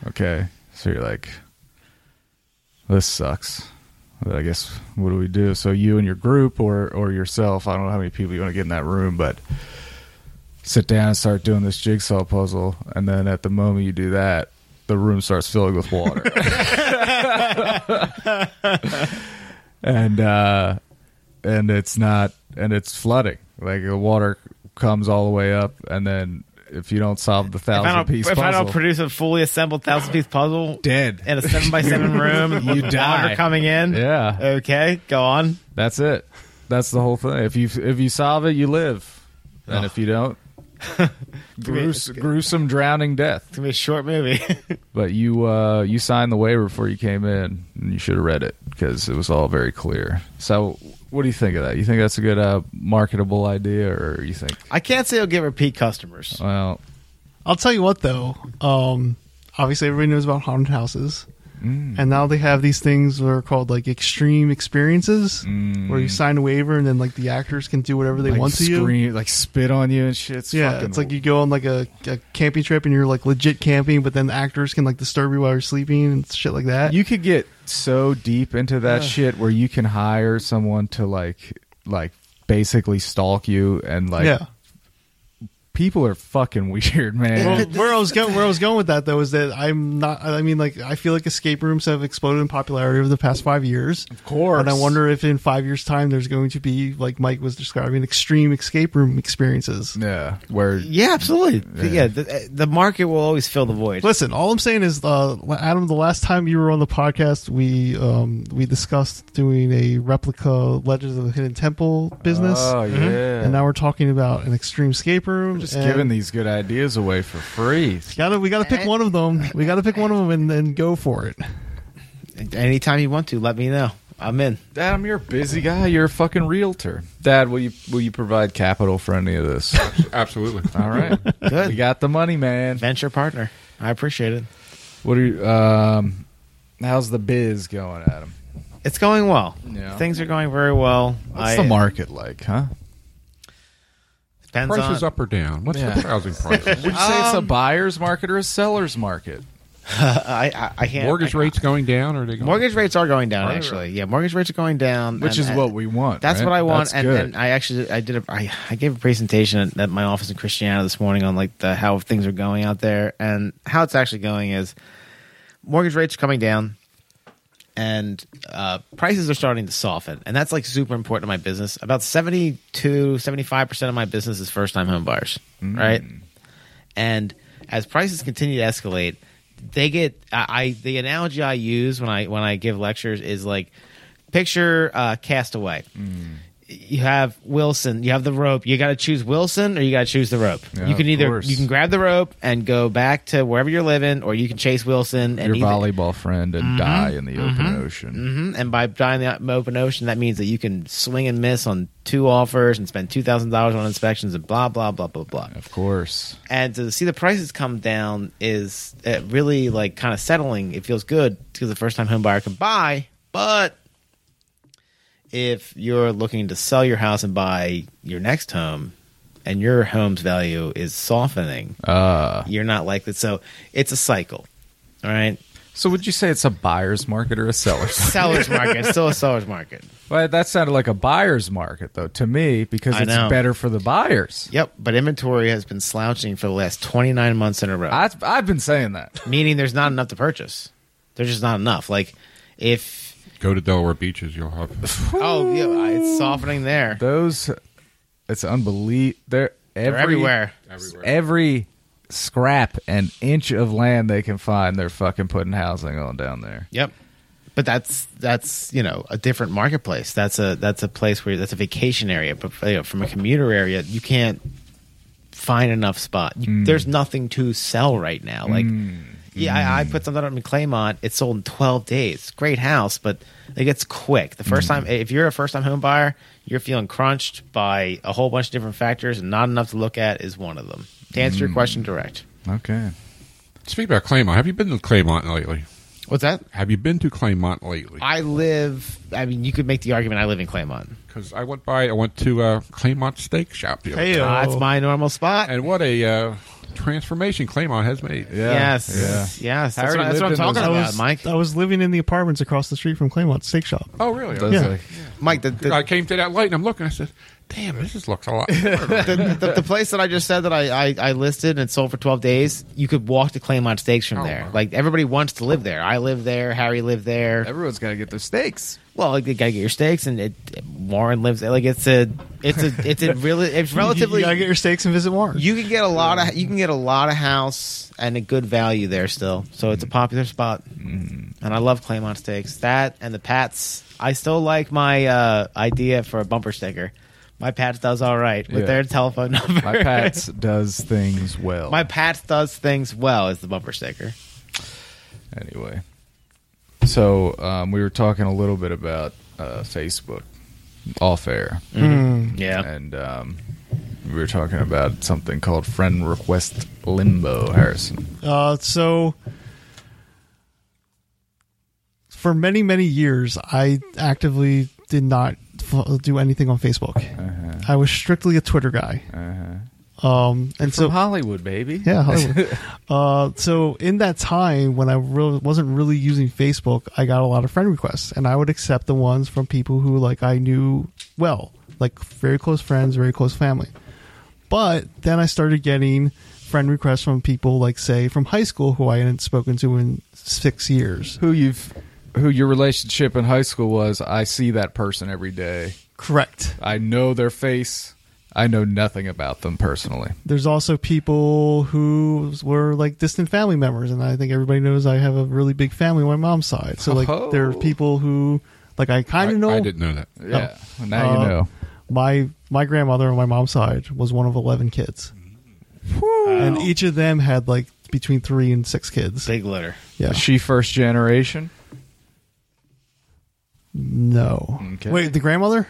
Speaker 3: okay, so you're like, this sucks. But I guess what do we do? So you and your group, or or yourself, I don't know how many people you want to get in that room, but sit down and start doing this jigsaw puzzle, and then at the moment you do that, the room starts filling with water. and uh and it's not and it's flooding. Like the water comes all the way up and then if you don't solve the
Speaker 4: If I
Speaker 3: thousand
Speaker 4: don't,
Speaker 3: piece
Speaker 4: if I don't
Speaker 3: puzzle,
Speaker 4: produce a fully assembled thousand piece puzzle
Speaker 3: dead.
Speaker 4: in a seven by seven room,
Speaker 3: You
Speaker 4: with
Speaker 3: die.
Speaker 4: water coming in.
Speaker 3: Yeah.
Speaker 4: Okay, go on.
Speaker 3: That's it. That's the whole thing. If you if you solve it, you live. And if you don't, grues- gruesome drowning
Speaker 4: It's
Speaker 3: death.
Speaker 4: gonna be a short movie.
Speaker 3: But you uh, you signed the waiver before you came in, and you should have read it because it was all very clear. So, what do you think of that? You think that's a good uh, marketable idea, or you think,
Speaker 4: I can't say it'll get repeat customers.
Speaker 3: well,
Speaker 1: I'll tell you what though. Um, obviously everybody knows about haunted houses.
Speaker 3: mm, Hmm.
Speaker 1: And now they have these things that are called like extreme experiences,
Speaker 3: Mm.
Speaker 1: where you sign a waiver and then like the actors can do whatever they
Speaker 3: like
Speaker 1: want to you.
Speaker 3: scream, like spit on you and shit. It's
Speaker 1: yeah,
Speaker 3: fucking-
Speaker 1: it's like you go on like a, a camping trip and you're like legit camping, but then the actors can like disturb you while you're sleeping and shit like that.
Speaker 3: you could get so deep into that shit where you can hire someone to like like basically stalk you and like
Speaker 1: yeah.
Speaker 3: people are fucking weird, man.
Speaker 1: Well, where I was going, where I was going with that though, is that I'm not. I mean, like I feel like escape rooms have exploded in popularity over the past five years. Of
Speaker 3: course.
Speaker 1: and I wonder if in five years' time there's going to be like Mike was describing extreme escape room experiences.
Speaker 3: yeah, where
Speaker 4: Yeah, absolutely. Yeah, the, eh, the market will always fill the void.
Speaker 1: Listen, all I'm saying is, uh, Adam, the last time you were on the podcast, we um, we discussed doing a replica Legends of the Hidden Temple business, Mm-hmm.
Speaker 3: Oh yeah.
Speaker 1: and now we're talking about an extreme escape room.
Speaker 3: just
Speaker 1: and-
Speaker 3: giving these good ideas away for free.
Speaker 1: Gotta, we gotta pick one of them. We gotta pick one of them and, and go for it.
Speaker 4: Anytime you want to, let me know. I'm in.
Speaker 3: Adam, you're a busy guy. You're a fucking realtor. Dad, will you will you provide capital for any of this?
Speaker 5: Absolutely.
Speaker 3: All right,
Speaker 4: Good.
Speaker 3: We got the money, man.
Speaker 4: Venture partner. I appreciate it.
Speaker 3: What are you? Um, how's the biz going, Adam?
Speaker 4: It's going well.
Speaker 3: Yeah.
Speaker 4: Things are going very well.
Speaker 3: What's
Speaker 4: I-
Speaker 3: the market like, huh?
Speaker 4: Depends
Speaker 5: Prices
Speaker 4: on-
Speaker 5: up or down? What's
Speaker 3: Yeah.
Speaker 5: the housing prices?
Speaker 3: Would you say
Speaker 4: Um,
Speaker 3: it's a buyer's market or a seller's market?
Speaker 4: I, I, I can't.
Speaker 5: mortgage
Speaker 4: I-
Speaker 5: rates going down or are they going
Speaker 4: Mortgage rates are going down,
Speaker 5: Are they
Speaker 4: actually.
Speaker 5: really?
Speaker 4: Yeah, mortgage rates are going down,
Speaker 3: Which
Speaker 4: and-
Speaker 3: is
Speaker 4: and-
Speaker 3: what we want.
Speaker 4: That's
Speaker 3: right?
Speaker 4: what I want.
Speaker 3: That's
Speaker 4: and,
Speaker 3: good.
Speaker 4: and I actually I did a I, I gave a presentation at, at my office in Christiana this morning on like the how things are going out there and how it's actually going is mortgage rates are coming down and uh, prices are starting to soften and that's like super important to my business. About 72 75% of my business is first time home buyers,
Speaker 3: Mm.
Speaker 4: right? And as prices continue to escalate, they get I, I the analogy I use when I when I give lectures is like picture uh, Castaway. You have Wilson, you have the rope. You got to choose Wilson or you got to choose the rope.
Speaker 3: Yeah,
Speaker 4: you can
Speaker 3: of
Speaker 4: either
Speaker 3: course.
Speaker 4: you can grab the rope and go back to wherever you're living, or you can chase Wilson and
Speaker 3: your
Speaker 4: Mm-hmm, either-
Speaker 3: volleyball friend and die in the open ocean.
Speaker 4: Mhm. And by dying the open ocean, that means that you can swing and miss on two offers and spend two thousand dollars on inspections and blah blah blah blah blah
Speaker 3: Of course.
Speaker 4: and to see the prices come down is uh, really like kind of settling. It feels good because the first time home buyer can buy, but if you're looking to sell your house and buy your next home, and your home's value is softening,
Speaker 3: Uh,
Speaker 4: you're not likely. So it's a cycle. All right,
Speaker 3: so would you say it's a buyer's market or a seller's? market?
Speaker 4: seller's market, it's still a seller's market.
Speaker 3: well, that sounded like a buyer's market though to me because
Speaker 4: I
Speaker 3: it's
Speaker 4: know.
Speaker 3: better for the buyers.
Speaker 4: Yep, but inventory has been slouching for the last 29 months in a row.
Speaker 3: I, I've been saying that.
Speaker 4: meaning there's not enough to purchase. There's just not enough. Like if
Speaker 5: Go to Delaware beaches. You'll have.
Speaker 4: Oh, yeah, it's softening there.
Speaker 3: Those, it's unbelievable. They're,
Speaker 4: They're
Speaker 3: every-
Speaker 4: everywhere.
Speaker 5: Everywhere.
Speaker 3: Every scrap and inch of land they can find, they're fucking putting housing on down there.
Speaker 4: Yep. But that's that's you know a different marketplace. That's a that's a place where that's a vacation area. But you know, from a commuter area, you can't find enough spot. You, There's nothing to sell right now. Like, yeah, I, I put something up in Claymont. It sold in 12 days. Great house, but like it's quick. The first time, if you're a first time home buyer, you're feeling crunched by a whole bunch of different factors, and not enough to look at is one of them. To answer your question direct,
Speaker 3: Okay.
Speaker 5: Speaking about Claymont, have you been to Claymont lately?
Speaker 4: what's that?
Speaker 5: Have you been to Claymont lately?
Speaker 4: I live. I mean, you could make the argument I live in Claymont.
Speaker 5: Because I went by, I went to uh, Claymont Steak Shop the other
Speaker 1: Hey,
Speaker 5: day.
Speaker 1: uh,
Speaker 4: That's Ah, my normal spot.
Speaker 5: and what a uh, transformation Claymont has made.
Speaker 3: Yeah.
Speaker 4: yes,
Speaker 3: Yeah.
Speaker 4: yes.
Speaker 3: I already
Speaker 4: That's what, that's what I'm
Speaker 3: lived in
Speaker 4: talking
Speaker 3: those-
Speaker 1: I
Speaker 4: about,
Speaker 1: was,
Speaker 4: Mike.
Speaker 1: I was living in the apartments across the street from Claymont Steak Shop.
Speaker 5: Oh, really?
Speaker 3: Those
Speaker 1: Yeah.
Speaker 3: are-
Speaker 4: Mike, the,
Speaker 5: I
Speaker 4: the,
Speaker 5: came to that light and I'm looking. I said, "Damn, this just looks a lot."
Speaker 4: the, the, the place that I just said that I, I, I listed and sold for 12 days, you could walk to Claymont Steaks from
Speaker 5: Oh,
Speaker 4: there.
Speaker 5: wow.
Speaker 4: Like everybody wants to live there. I live there. Harry lived there.
Speaker 3: Everyone's got to get their steaks.
Speaker 4: Well, like, you gotta get your steaks, and it, Warren lives there. Like it's a, it's a, it's a really, it's relatively.
Speaker 1: you gotta get your steaks and visit Warren.
Speaker 4: you can get a lot of you can get a lot of house and a good value there still. So it's a popular spot, and I love Claymont steaks. That and the Pats. I still like my uh, idea for a bumper sticker. My Pats does all right with
Speaker 3: Yeah.
Speaker 4: their telephone number.
Speaker 3: My Pats does things well.
Speaker 4: my Pats does things well is the bumper sticker.
Speaker 3: anyway. So um, we were talking a little bit about uh, Facebook off air,
Speaker 4: Mm-hmm. Yeah,
Speaker 3: and um, we were talking about something called friend request limbo. Harrison,
Speaker 1: Uh, so for many many years, I actively did not fo- do anything on Facebook. I was strictly a Twitter guy. Um, and so
Speaker 3: Hollywood, baby.
Speaker 1: yeah, Hollywood. uh, so in that time when I really wasn't really using Facebook, I got a lot of friend requests, and I would accept the ones from people who like I knew well, like very close friends, very close family. But then I started getting friend requests from people like say from high school who I hadn't spoken to in six years.
Speaker 3: Who you've, who your relationship in high school was? I see that person every day.
Speaker 1: Correct.
Speaker 3: I know their face. I know nothing about them personally.
Speaker 1: There's also people who were like distant family members, and I think everybody knows I have a really big family on my mom's side. So like
Speaker 3: Oh.
Speaker 1: there are people who like I
Speaker 5: I,
Speaker 1: kind of know.
Speaker 5: I didn't know that.
Speaker 3: Yeah. Now
Speaker 1: Uh,
Speaker 3: you know.
Speaker 1: My my grandmother on my mom's side was one of eleven kids, and each of them had like between three and six kids.
Speaker 4: Big litter.
Speaker 1: Yeah.
Speaker 3: Is she first generation?
Speaker 1: No.
Speaker 3: Okay.
Speaker 1: Wait, the grandmother?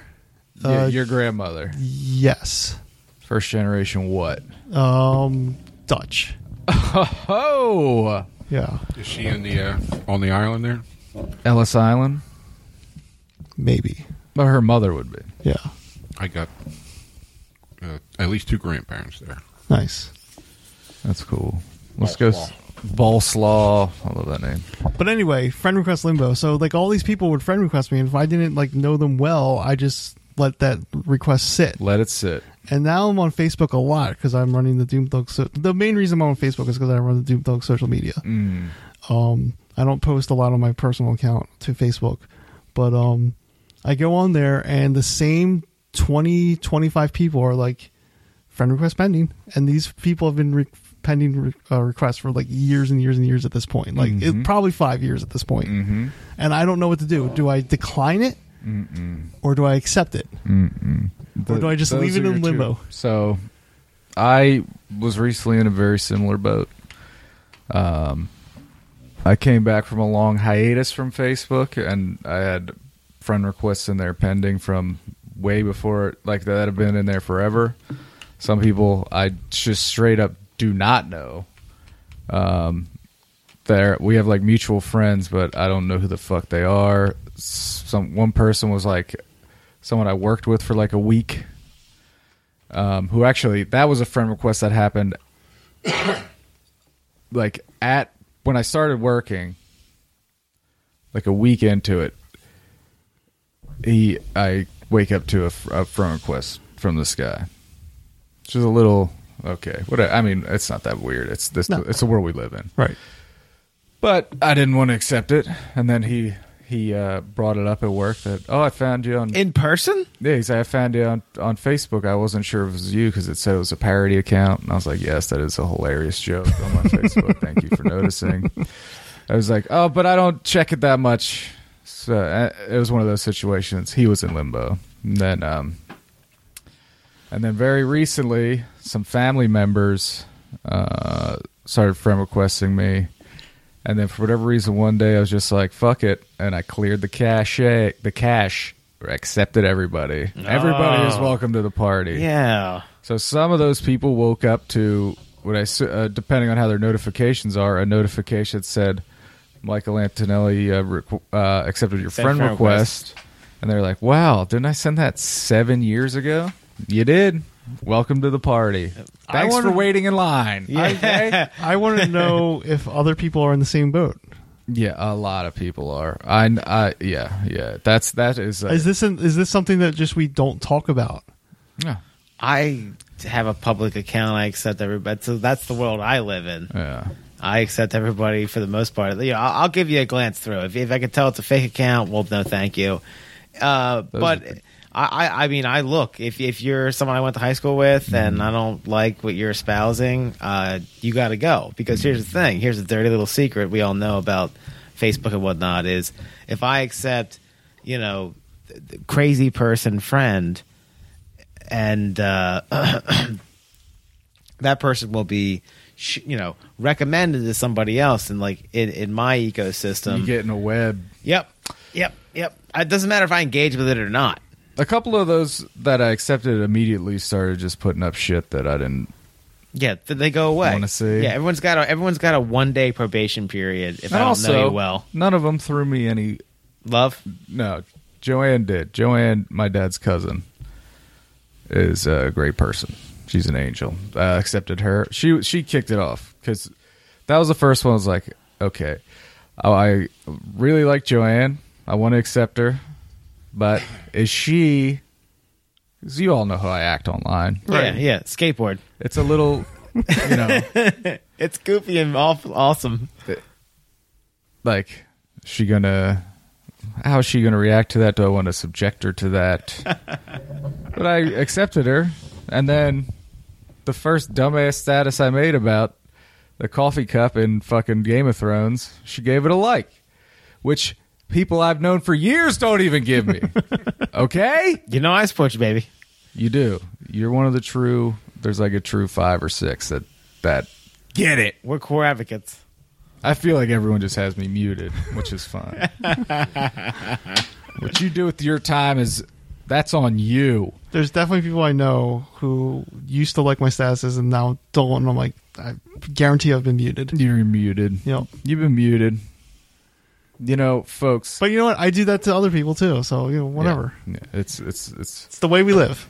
Speaker 3: yeah,
Speaker 1: Uh,
Speaker 3: your grandmother.
Speaker 1: Yes.
Speaker 3: First generation what?
Speaker 1: Um, Dutch.
Speaker 3: Oh,
Speaker 1: Yeah.
Speaker 5: Is she in the uh, on the island there?
Speaker 3: Ellis Island.
Speaker 1: Maybe.
Speaker 3: But her mother would be.
Speaker 1: Yeah.
Speaker 5: I got uh, at least two grandparents there.
Speaker 1: Nice.
Speaker 3: That's cool. Let's go. s- Bolslaw. I love that name.
Speaker 1: But anyway, friend request limbo. So like all these people would friend request me, and if I didn't like know them well, I just let that request sit.
Speaker 3: Let it sit.
Speaker 1: And now I'm on Facebook a lot because I'm running the Doom Thug. So- the main reason I'm on Facebook is because I run the Doom Thug social media.
Speaker 3: Hmm.
Speaker 1: Um, I don't post a lot on my personal account to Facebook, but um, I go on there and the same 20, 25 people are like friend request pending, and these people have been re- pending re- uh, requests for like years and years and years at this point, like
Speaker 3: Mm-hmm.
Speaker 1: it, probably five years at this point. And I don't know what to do. Do I decline it, or do I accept it? Or do I just
Speaker 3: Those
Speaker 1: leave it
Speaker 3: are
Speaker 1: in
Speaker 3: your two-
Speaker 1: limbo?
Speaker 3: So, I was recently in a very similar boat. Um, I came back from a long hiatus from Facebook, and I had friend requests in there pending from way before, like that have been in there forever. Some people I just straight up do not know. Um, there we have like mutual friends, but I don't know who the fuck they are. Some one person was like someone I worked with for like a week, um, who actually that was a friend request that happened like at when I started working, like a week into it. He, I wake up to a, f- a friend request from this guy, which is a little okay. What I mean, it's not that weird. It's this.
Speaker 1: No.
Speaker 3: It's the world we live in
Speaker 1: Right.
Speaker 3: but I didn't want to accept it. And then he he uh, brought it up at work that oh I found you on
Speaker 4: In person?
Speaker 3: yeah he said I found you on on Facebook. I wasn't sure if it was you because it said it was a parody account, and I was like yes that is a hilarious joke on my Facebook. Thank you for noticing. I was like oh but I don't check it that much. So uh, it was one of those situations. He was in limbo. And then um, and then very recently some family members uh, started friend requesting me. And then for whatever reason, one day I was just like, "Fuck it," and I cleared the cache, the cache, accepted everybody. Everybody is welcome to the party.
Speaker 4: Yeah.
Speaker 3: So some of those people woke up to what I, s- uh, depending on how their notifications are, a notification said, "Michael Antonelli uh, requ- uh, accepted your
Speaker 4: Send
Speaker 3: friend,
Speaker 4: friend
Speaker 3: request. and they're like, "Wow, didn't I send that seven years ago? You did. Welcome to the party.
Speaker 1: I
Speaker 3: Thanks
Speaker 1: wanna-
Speaker 3: for waiting in line." Okay?
Speaker 1: I want to know if other people are in the same boat.
Speaker 3: Yeah, a lot of people are. I, I yeah, yeah. That's that is. Uh,
Speaker 1: Is this an, is this something that just we don't talk about?
Speaker 3: yeah,
Speaker 4: I have a public account. I accept everybody. So that's the world I live in.
Speaker 3: yeah. I
Speaker 4: I accept everybody for the most part. You know, I'll, I'll give you a glance through. If, if I can tell it's a fake account, well, no, thank you. Uh,
Speaker 3: Those
Speaker 4: but
Speaker 3: are the-
Speaker 4: I, I, I mean, I look. If if you're someone I went to high school with,
Speaker 3: Mm-hmm.
Speaker 4: and I don't like what you're espousing, uh, you got to go. Because here's the thing. Here's the dirty little secret we all know about Facebook and whatnot is if I accept, you know, th- th- crazy person friend, and uh, that person will be sh- you know recommended to somebody else and like in, in my ecosystem
Speaker 3: you get in a web.
Speaker 4: yep yep yep Uh, it doesn't matter if i engage with it or not
Speaker 3: A couple of those that I accepted immediately started just putting up shit that I didn't
Speaker 4: Yeah, th- they go away.
Speaker 3: Wanna see?
Speaker 4: Yeah, everyone's got a everyone's got a one day probation period. If I don't know you well,
Speaker 3: none of them threw me any.
Speaker 4: love.
Speaker 3: No, Joanne did. Joanne, my dad's cousin, is a great person. She's an angel. I accepted her. She she kicked it off because that was the first one. I was like, okay, I- I really like Joanne. I want to accept her, but is she? 'cause you all know how I act online.
Speaker 4: Yeah, yeah, skateboard.
Speaker 3: It's a little, you know.
Speaker 4: It's goofy and awful, awesome.
Speaker 3: like is she gonna how is she gonna react to that do i want to subject her to that but i accepted her and then the first dumbass status i made about the coffee cup in fucking game of thrones she gave it a like which people i've known for years don't even give me okay
Speaker 4: You know, I support you, baby.
Speaker 3: you do you're one of the true there's like a true five or six that that get it
Speaker 4: We're core advocates.
Speaker 3: I feel like everyone just has me muted, which is fine. what you do with your time is that's on you.
Speaker 1: There's definitely people I know who used to like my statuses and now don't. And I'm like, I guarantee I've been muted.
Speaker 3: You're muted.
Speaker 1: Yep.
Speaker 3: You've been muted. You know, folks.
Speaker 1: But you know what? I do that to other people too. So you know, whatever.
Speaker 3: Yeah, yeah, it's it's it's.
Speaker 1: It's the way we live.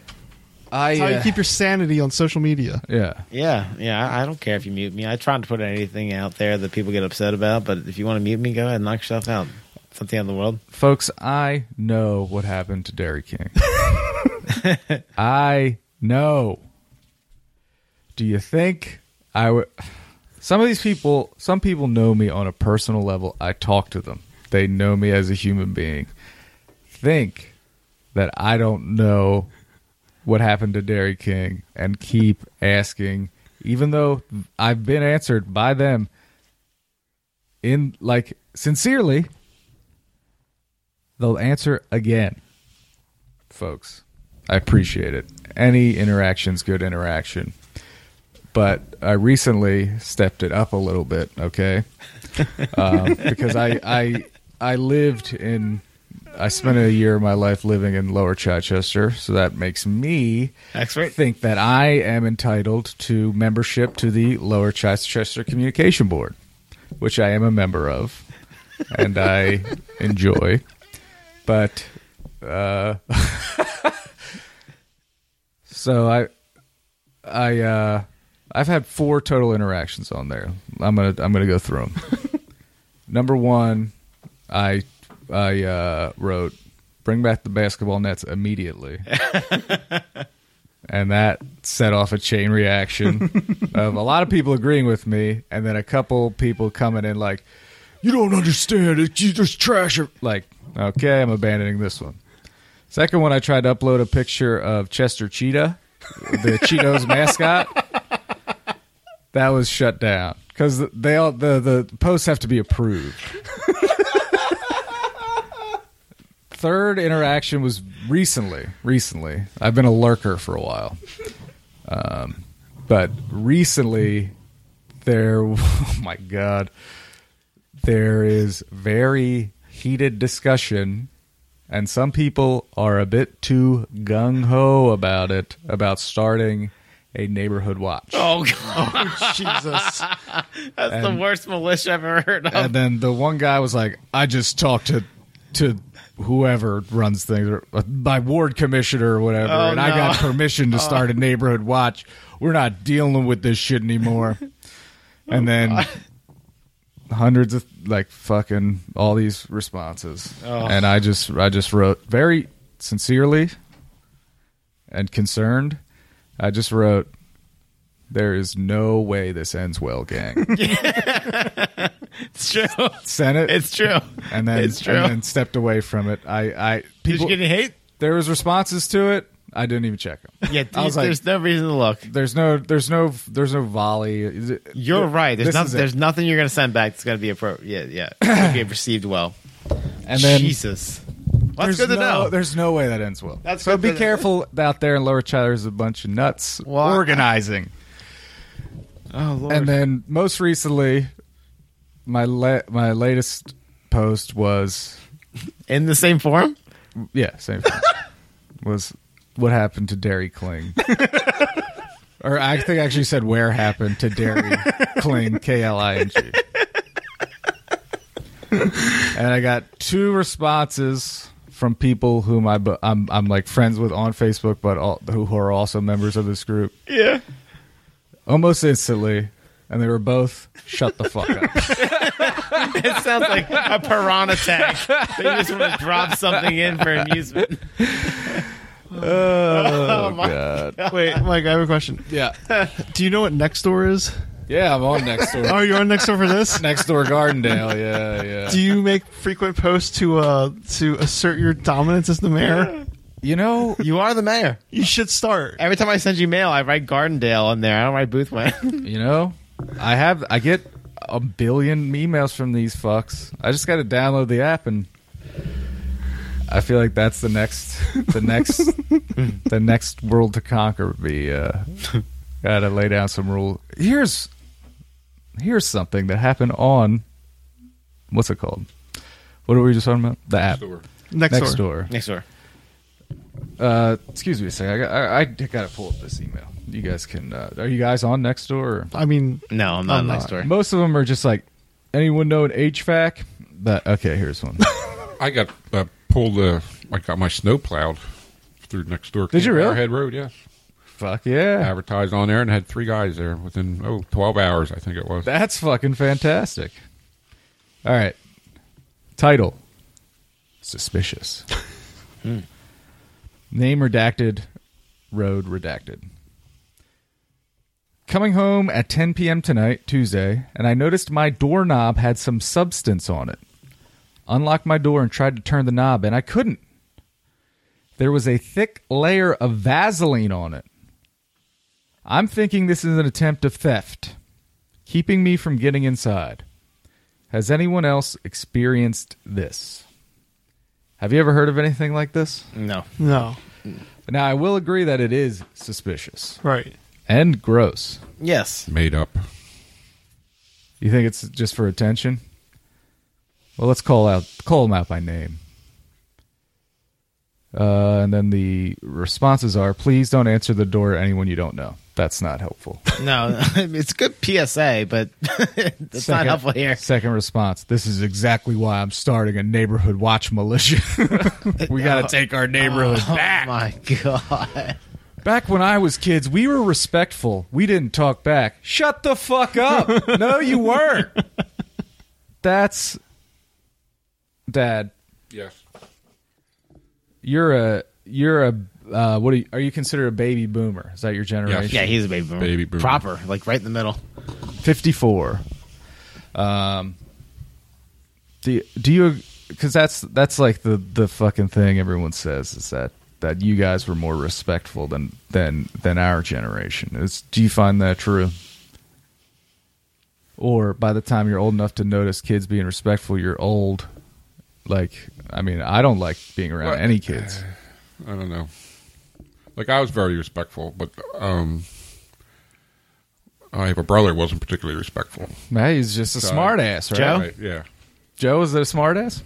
Speaker 3: I
Speaker 1: It's how you keep your sanity on social media.
Speaker 3: yeah.
Speaker 4: Yeah, yeah. I, I don't care if you mute me. I try not to put anything out there that people get upset about. But if you want to mute me, go ahead and knock yourself out. Something out of the world.
Speaker 3: Folks, I know what happened to Dairy King. I know. Do you think I would? Some of these people, some people know me on a personal level. I talk to them, they know me as a human being. Think that I don't know what happened to Dairy King and keep asking, even though I've been answered by them in like sincerely they'll answer again. Folks, I appreciate it. Any interaction's good interaction. But I recently stepped it up a little bit, okay? um, because I, I I lived in I spent a year of my life living in Lower Chichester, so that makes me
Speaker 4: Expert.
Speaker 3: think that I am entitled to membership to the Lower Chichester Communication Board, which I am a member of, and I enjoy. But uh, so I I uh, I've had four total interactions on there. I'm gonna I'm gonna go through them. Number one, I I uh, wrote, "Bring back the basketball nets immediately," and that set off a chain reaction of a lot of people agreeing with me, and then a couple people coming in like, "You don't understand it. You- There's trash." ev-" Like, okay, I'm abandoning this one. Second one, I tried to upload a picture of Chester Cheetah, the Cheetos mascot that was shut down because they all the the posts have to be approved. Third interaction was recently. Recently, I've been a lurker for a while, um, but recently there. Oh my god, there is very heated discussion. And some people are a bit too gung ho about it, about starting a neighborhood watch.
Speaker 4: Oh, God,
Speaker 1: Jesus.
Speaker 4: that's the worst militia I've ever heard of.
Speaker 3: and then the one guy was like, "I just talked to to whoever runs things, or uh, my ward commissioner or whatever, and I got permission to start a neighborhood watch. We're not dealing with this shit anymore."
Speaker 4: Oh,
Speaker 3: and then hundreds of like fucking all these responses,
Speaker 4: Oh.
Speaker 3: and I just I just wrote very sincerely and concerned. I just wrote. There is no way this ends well, gang.
Speaker 4: It's true.
Speaker 3: Sent it.
Speaker 4: It's true.
Speaker 3: and then,
Speaker 4: it's true.
Speaker 3: and then stepped away from it. I, I
Speaker 4: Did
Speaker 3: people,
Speaker 4: you get any hate?
Speaker 3: there was responses to it. I didn't even check them.
Speaker 4: Yeah,
Speaker 3: I was like,
Speaker 4: there's no reason to look.
Speaker 3: there's no, there's no, there's no volley. Is it-
Speaker 4: You're right. There's
Speaker 3: This
Speaker 4: nothing.
Speaker 3: is it.
Speaker 4: There's nothing you're going to send back that's going to be appropriate. Yeah, yeah. It's gonna be received well.
Speaker 3: And then
Speaker 4: Jesus, well, that's
Speaker 3: there's
Speaker 4: good
Speaker 3: no,
Speaker 4: to know.
Speaker 3: There's no way that ends well.
Speaker 4: That's
Speaker 3: so
Speaker 4: good
Speaker 3: be
Speaker 4: to-
Speaker 3: careful out there in Lower Chatter. There's a bunch of nuts
Speaker 4: Well, I-
Speaker 3: organizing.
Speaker 4: oh Lord.
Speaker 3: And then most recently, my la- my latest post was
Speaker 4: in the same form.
Speaker 3: Yeah, same thing. was what happened to Dairy Kling. or I think I actually said where happened to Dairy Kling K L I N G. And I got two responses from people whom I bu- I'm I'm like friends with on Facebook, but all, who who are also members of this group.
Speaker 1: Yeah.
Speaker 3: Almost instantly, and they were both shut the fuck up.
Speaker 4: It sounds like a piranha tag. They just want to drop something in for amusement.
Speaker 3: Oh,
Speaker 4: my
Speaker 3: god.
Speaker 1: Wait, Mike, I have a question.
Speaker 3: Yeah,
Speaker 1: Do you know what next door is?
Speaker 3: yeah. I'm on next door.
Speaker 1: Oh, you're on next door for this?
Speaker 3: Next door Gardendale. Yeah, yeah.
Speaker 1: Do you make frequent posts to uh to assert your dominance as the mayor?
Speaker 3: you know,
Speaker 4: You are the mayor.
Speaker 1: You should start.
Speaker 4: Every time I send you mail, I write Gardendale on there. I don't write Boothway.
Speaker 3: You know, I have I get a billion emails from these fucks. I just got to download the app and I feel like that's the next the next the next world to conquer would be uh got to lay down some rules. Here's here's something that happened on what's it called? What were we just talking about? The app.
Speaker 5: Sure.
Speaker 1: Next,
Speaker 3: Next
Speaker 1: door.
Speaker 3: door.
Speaker 4: Next door.
Speaker 3: Uh, excuse me a second. I got, I, I got to pull up this email. You guys can. Uh, are you guys on next door? Or?
Speaker 1: I mean,
Speaker 4: No, I'm not
Speaker 1: I'm
Speaker 4: next
Speaker 1: not.
Speaker 4: door.
Speaker 3: Most of them are just like, anyone know an HVAC? That okay. Here's one.
Speaker 5: I got uh, pulled. Uh, I got my snow plowed through next door.
Speaker 3: Did you really?
Speaker 5: Head Road, yes.
Speaker 3: Fuck yeah,
Speaker 5: Advertised on there and had three guys there within oh 12 hours, I think it was.
Speaker 3: that's fucking fantastic. All right, title: Suspicious. Name redacted, road redacted. Coming home at 10 p.m. tonight, Tuesday, and I noticed my doorknob had some substance on it. Unlocked my door and tried to turn the knob, and I couldn't. There was a thick layer of Vaseline on it. I'm thinking this is an attempt of theft, keeping me from getting inside. Has anyone else experienced this? Have you ever heard of anything like this?
Speaker 4: No.
Speaker 1: no.
Speaker 3: Now, I will agree that it is suspicious
Speaker 1: Right.
Speaker 3: and gross.
Speaker 4: Yes.
Speaker 5: Made up.
Speaker 3: You think it's just for attention? Well, let's call out call them out by name. Uh, and then the responses are: Please don't answer the door to anyone you don't know. That's not helpful.
Speaker 4: No. it's a good PSA, but it's not
Speaker 3: Second-
Speaker 4: helpful here.
Speaker 3: Second response: This is exactly why I'm starting a neighborhood watch militia. we got to take our neighborhood
Speaker 4: Oh
Speaker 3: back.
Speaker 4: my god.
Speaker 3: Back when I was kids, we were respectful. We didn't talk back. Shut the fuck up. no, you weren't. That's dad.
Speaker 5: Yes.
Speaker 3: You're a you're a uh, what are you, are you considered a baby boomer? Is that your generation?
Speaker 4: Yeah, he's a baby boomer.
Speaker 5: Baby boomer.
Speaker 4: Proper, like right in the middle.
Speaker 3: 54 um do you, do you because that's that's like the the fucking thing everyone says is that that you guys were more respectful than than than our generation is do you find that true or by the time you're old enough to notice kids being respectful you're old like i mean i don't like being around
Speaker 5: Well,
Speaker 3: any kids
Speaker 5: I don't know. Like I was very respectful, but um, I have a brother who wasn't particularly respectful.
Speaker 3: hey, he's just a
Speaker 5: Sorry.
Speaker 3: smart ass right
Speaker 4: Joe?
Speaker 5: Right, yeah.
Speaker 3: joe is it a smart ass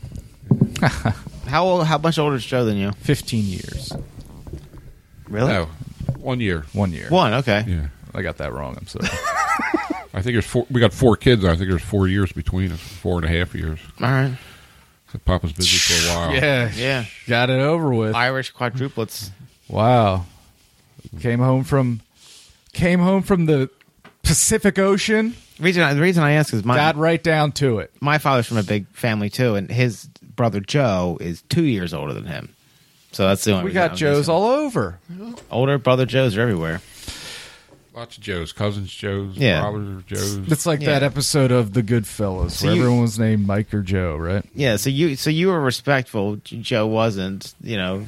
Speaker 4: How old? How much older is Joe than you?
Speaker 3: 15 years
Speaker 4: Really?
Speaker 3: Oh.
Speaker 5: No, one year.
Speaker 3: one year
Speaker 4: One. Okay.
Speaker 5: Yeah,
Speaker 3: i got that wrong i'm sorry
Speaker 5: I think there's four. We got four kids. I think there's four years between us, four and a half years.
Speaker 4: All right.
Speaker 5: So Papa's busy for a while.
Speaker 3: Oh. Yeah.
Speaker 4: Yeah.
Speaker 3: Got it over with.
Speaker 4: Irish quadruplets.
Speaker 3: wow. Came home from came home from the Pacific Ocean.
Speaker 4: Reason I, the reason I ask is my
Speaker 3: Got right down to it.
Speaker 4: my father's from a big family too, and his brother Joe is two years older than him. So that's the only
Speaker 3: We
Speaker 4: reason
Speaker 3: got
Speaker 4: I'm
Speaker 3: Joe's
Speaker 4: guessing.
Speaker 3: all over.
Speaker 4: older brother Joes are everywhere.
Speaker 5: Lots of Joes, cousins Joes,
Speaker 4: Yeah.
Speaker 5: brothers Joes.
Speaker 3: It's like that
Speaker 4: Yeah.
Speaker 3: episode of The Goodfellas
Speaker 4: So
Speaker 3: where
Speaker 4: you-
Speaker 3: everyone was named Mike or Joe, right?
Speaker 4: Yeah. So you so you were respectful. J- Joe wasn't. You know,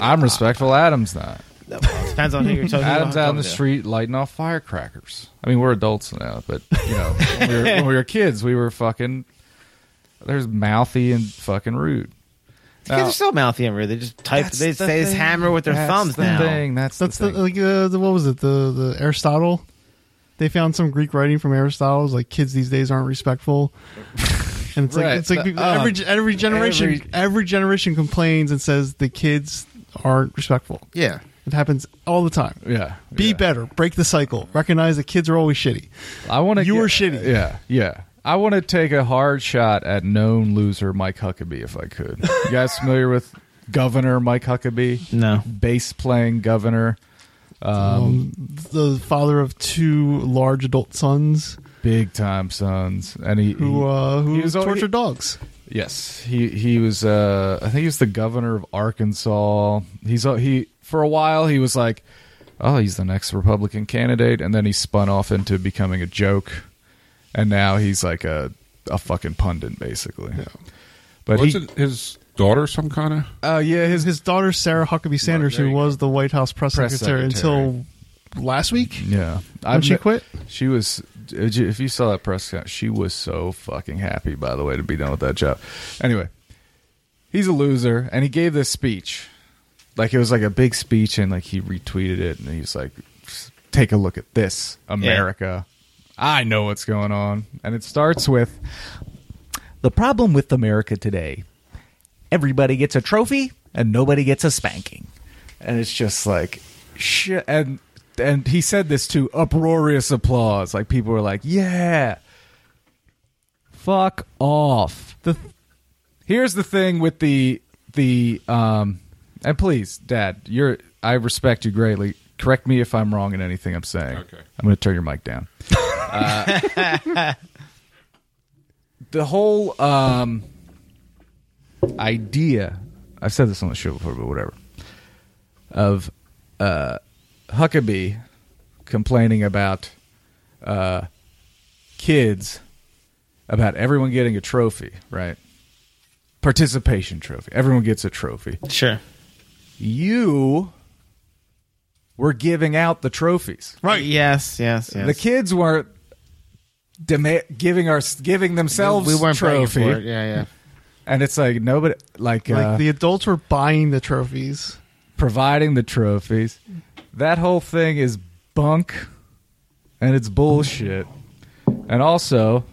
Speaker 3: I'm respectful. Adam's not.
Speaker 4: depends on who you're talking.
Speaker 3: Adam's
Speaker 4: who I'm
Speaker 3: out on the
Speaker 4: talking to.
Speaker 3: street lighting off firecrackers. I mean, we're adults now, but you know, when, we were, when we were kids, we were fucking. There's mouthy and fucking rude.
Speaker 4: The Kids
Speaker 3: Now-
Speaker 4: are so mouthy and rude. They just type.
Speaker 3: Oh. That's
Speaker 4: They
Speaker 3: the
Speaker 4: say
Speaker 3: thing.
Speaker 4: hammer with their
Speaker 3: That's
Speaker 4: thumbs
Speaker 3: the
Speaker 4: now.
Speaker 3: Thing. That's,
Speaker 1: That's
Speaker 3: the,
Speaker 1: the,
Speaker 3: thing.
Speaker 1: like uh, the what was it? The the Aristotle. They found some Greek writing from Aristotle. It was like kids these days aren't respectful. And it's
Speaker 3: Right.
Speaker 1: like it's like
Speaker 3: The-
Speaker 1: every
Speaker 3: um,
Speaker 1: every generation
Speaker 3: every-
Speaker 1: every generation complains and says the kids aren't respectful.
Speaker 4: Yeah.
Speaker 1: It happens all the time.
Speaker 3: Yeah.
Speaker 1: Be
Speaker 3: yeah.
Speaker 1: better. Break the cycle. Recognize that kids are always shitty.
Speaker 3: I want to.
Speaker 1: You were shitty.
Speaker 3: Yeah, yeah. I want to take a hard shot at known loser Mike Huckabee if I could. You guys familiar with Governor Mike Huckabee?
Speaker 4: No.
Speaker 3: Bass playing governor,
Speaker 1: The father of two large adult sons
Speaker 3: big time sons, and he,
Speaker 1: who
Speaker 3: he-
Speaker 1: uh, who
Speaker 3: He was al-
Speaker 1: torture dogs.
Speaker 3: Yes, he he was. Uh, I think he was the governor of Arkansas. He's uh, he for a while he was like, oh, he's the next Republican candidate, and then he spun off into becoming a joke, and now he's like a a fucking pundit basically. But he,
Speaker 5: Wasn't his daughter some kind of?
Speaker 3: uh, yeah, his
Speaker 1: His daughter Sarah Huckabee Sanders,
Speaker 3: there
Speaker 1: who
Speaker 3: you go.
Speaker 1: was the White House press,
Speaker 3: Press
Speaker 1: secretary,
Speaker 3: secretary.
Speaker 1: until last week.
Speaker 3: Yeah,
Speaker 1: When she
Speaker 3: kn-
Speaker 1: quit?
Speaker 3: she was. did you- If you saw that press con- she was so fucking happy. By the way, to be done with that job. Anyway, he's a loser, and he gave this speech. Like it was like a big speech, and like he retweeted it, and he's like, "Take a look at this, America." I know what's going on, and it starts with the problem with America today everybody gets a trophy and nobody gets a spanking. And it's just like shit and and he said this to uproarious applause. Like people were like, "Yeah. Fuck off." The Here's the thing with the the um and please, dad, you're I respect you greatly. Correct me if I'm wrong in anything I'm saying.
Speaker 5: Okay.
Speaker 3: I'm going to turn your mic down. uh, the whole um idea I've said this on the show before, but whatever of uh, Huckabee complaining about uh, kids about everyone getting a trophy, right? Participation trophy. Everyone gets a trophy.
Speaker 4: Sure.
Speaker 3: You were giving out the trophies.
Speaker 4: Right. Yes, yes, yes.
Speaker 3: The kids weren't dema- giving our giving themselves
Speaker 4: we weren't paying
Speaker 3: trophy,
Speaker 4: for it. Yeah, yeah.
Speaker 3: and it's like nobody like, uh,
Speaker 1: Like the adults were buying the trophies.
Speaker 3: providing the trophies. That whole thing is bunk and it's bullshit. And also,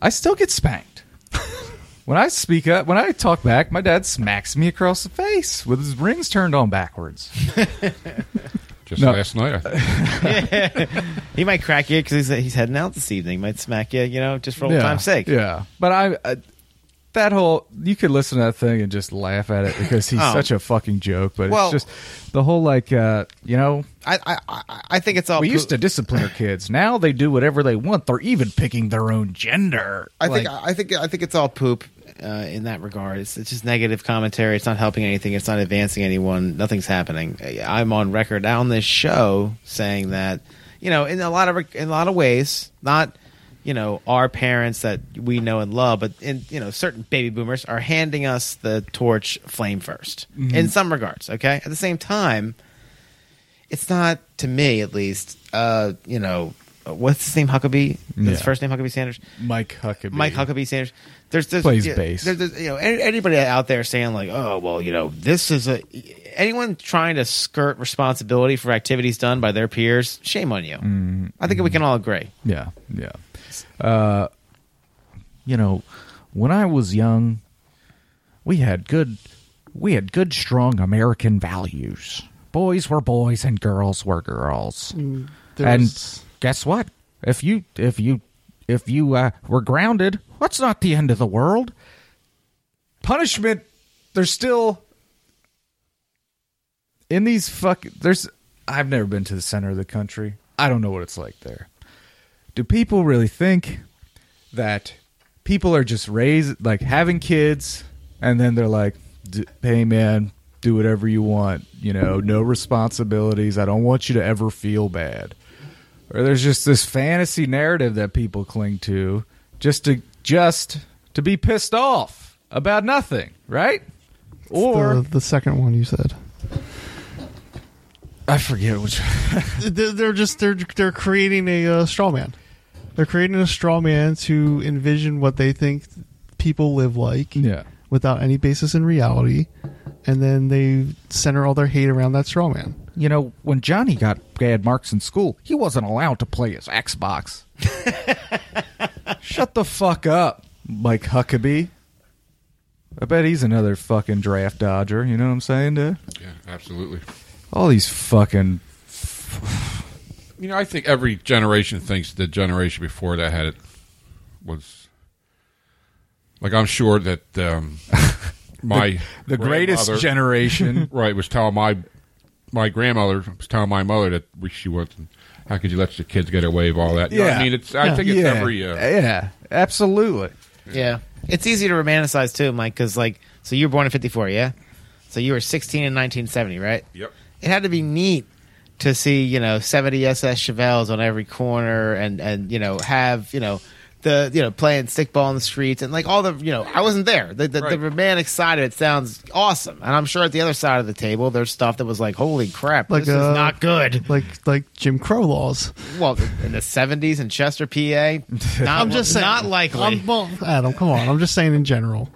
Speaker 3: I still get spanked. when I speak up, when I talk back, my dad smacks me across the face with his rings turned on backwards.
Speaker 5: Just
Speaker 3: No.
Speaker 5: last night, I think.
Speaker 4: He might crack you because he's, he's heading out this evening. He might smack you, you know, just for old time's sake.
Speaker 3: Yeah. But I. I that whole you could listen to that thing and just laugh at it because he's
Speaker 4: Oh.
Speaker 3: such a fucking joke but
Speaker 4: Well-
Speaker 3: it's just the whole like uh you know
Speaker 4: I, I, I, I think it's all.
Speaker 3: we
Speaker 4: poo-
Speaker 3: used to discipline our kids now they do whatever they want they're even picking their own gender
Speaker 4: I
Speaker 3: Like-
Speaker 4: think I think I think it's all poop uh, in that regard. It's, it's just negative commentary. It's not helping anything. It's not advancing anyone. Nothing's happening. I'm on record on this show saying that you know in a lot of in a lot of ways, not you know our parents that we know and love, but in you know certain baby boomers are handing us the torch flame 1st
Speaker 3: Mm-hmm.
Speaker 4: in some regards. Okay, at the same time it's not to me at least. Uh, you know, what's his name? Huckabee. His
Speaker 3: Yeah.
Speaker 4: first name Huckabee Sanders.
Speaker 3: Mike Huckabee.
Speaker 4: Mike Huckabee Sanders. There's, there's
Speaker 3: Plays
Speaker 4: yeah,
Speaker 3: bass.
Speaker 4: There's, there's, you know, any- anybody out there saying like, oh well, you know, this is a anyone trying to skirt responsibility for activities done by their peers. Shame on you. I think we can all agree.
Speaker 3: Yeah, yeah. Uh, you know, when I was young, we had good, we had good, strong American values. Boys were boys and girls were girls.
Speaker 1: There's-
Speaker 3: And guess what? If you if you if you uh, were grounded, that's not the end of the world. Punishment. There's still in these fuck. There's. I've never been to the center of the country. I don't know what it's like there. Do people really think that people are just raised like having kids and then they're like D- hey man do whatever you want you know no responsibilities i don't want you to ever feel bad or there's just this fantasy narrative that people cling to just to just to be pissed off about nothing right or
Speaker 1: the, the second one you said.
Speaker 3: i forget which
Speaker 1: They're they're just they're they're creating a uh, straw man. They're creating a straw man to envision what they think people live like,
Speaker 3: Yeah.
Speaker 1: without any basis in reality, and then they center all their hate around that straw man.
Speaker 3: you know, when Johnny got bad marks in school, he wasn't allowed to play his Xbox. Shut the fuck up, Mike Huckabee. I bet he's another fucking draft dodger. You know what I'm saying, dude?
Speaker 5: yeah, absolutely.
Speaker 3: All these fucking
Speaker 5: You know, I think every generation thinks the generation before that had it was like I'm sure that um, my
Speaker 3: the greatest
Speaker 5: grandmother-
Speaker 3: generation.
Speaker 5: right was telling my my grandmother was telling my mother that we- she wasn't. How could you let your kids get away with all that? You know what
Speaker 3: Yeah.
Speaker 5: I mean, it's I think it's every uh,
Speaker 3: yeah, absolutely.
Speaker 4: Yeah. It's easy to romanticize too, Mike, because like, so you were born in 54, yeah? So you were 16 in 1970, right?
Speaker 5: Yep.
Speaker 4: It had to be neat to see, you know, 70 SS Chevelles on every corner and, and, you know, have, you know, the, you know, playing stickball in the streets and like all the, you know, I wasn't there. The, the,
Speaker 5: Right.
Speaker 4: the romantic side of it sounds awesome. And I'm sure at the other side of the table, there's stuff that was like, holy crap,
Speaker 1: Like,
Speaker 4: this is
Speaker 1: uh,
Speaker 4: not good.
Speaker 1: like like Jim Crow laws.
Speaker 4: Well, in the 70s in Chester, PA, not,
Speaker 1: I'm just saying,
Speaker 4: not likely.
Speaker 1: I'm- well, Adam, come on. I'm just saying in general,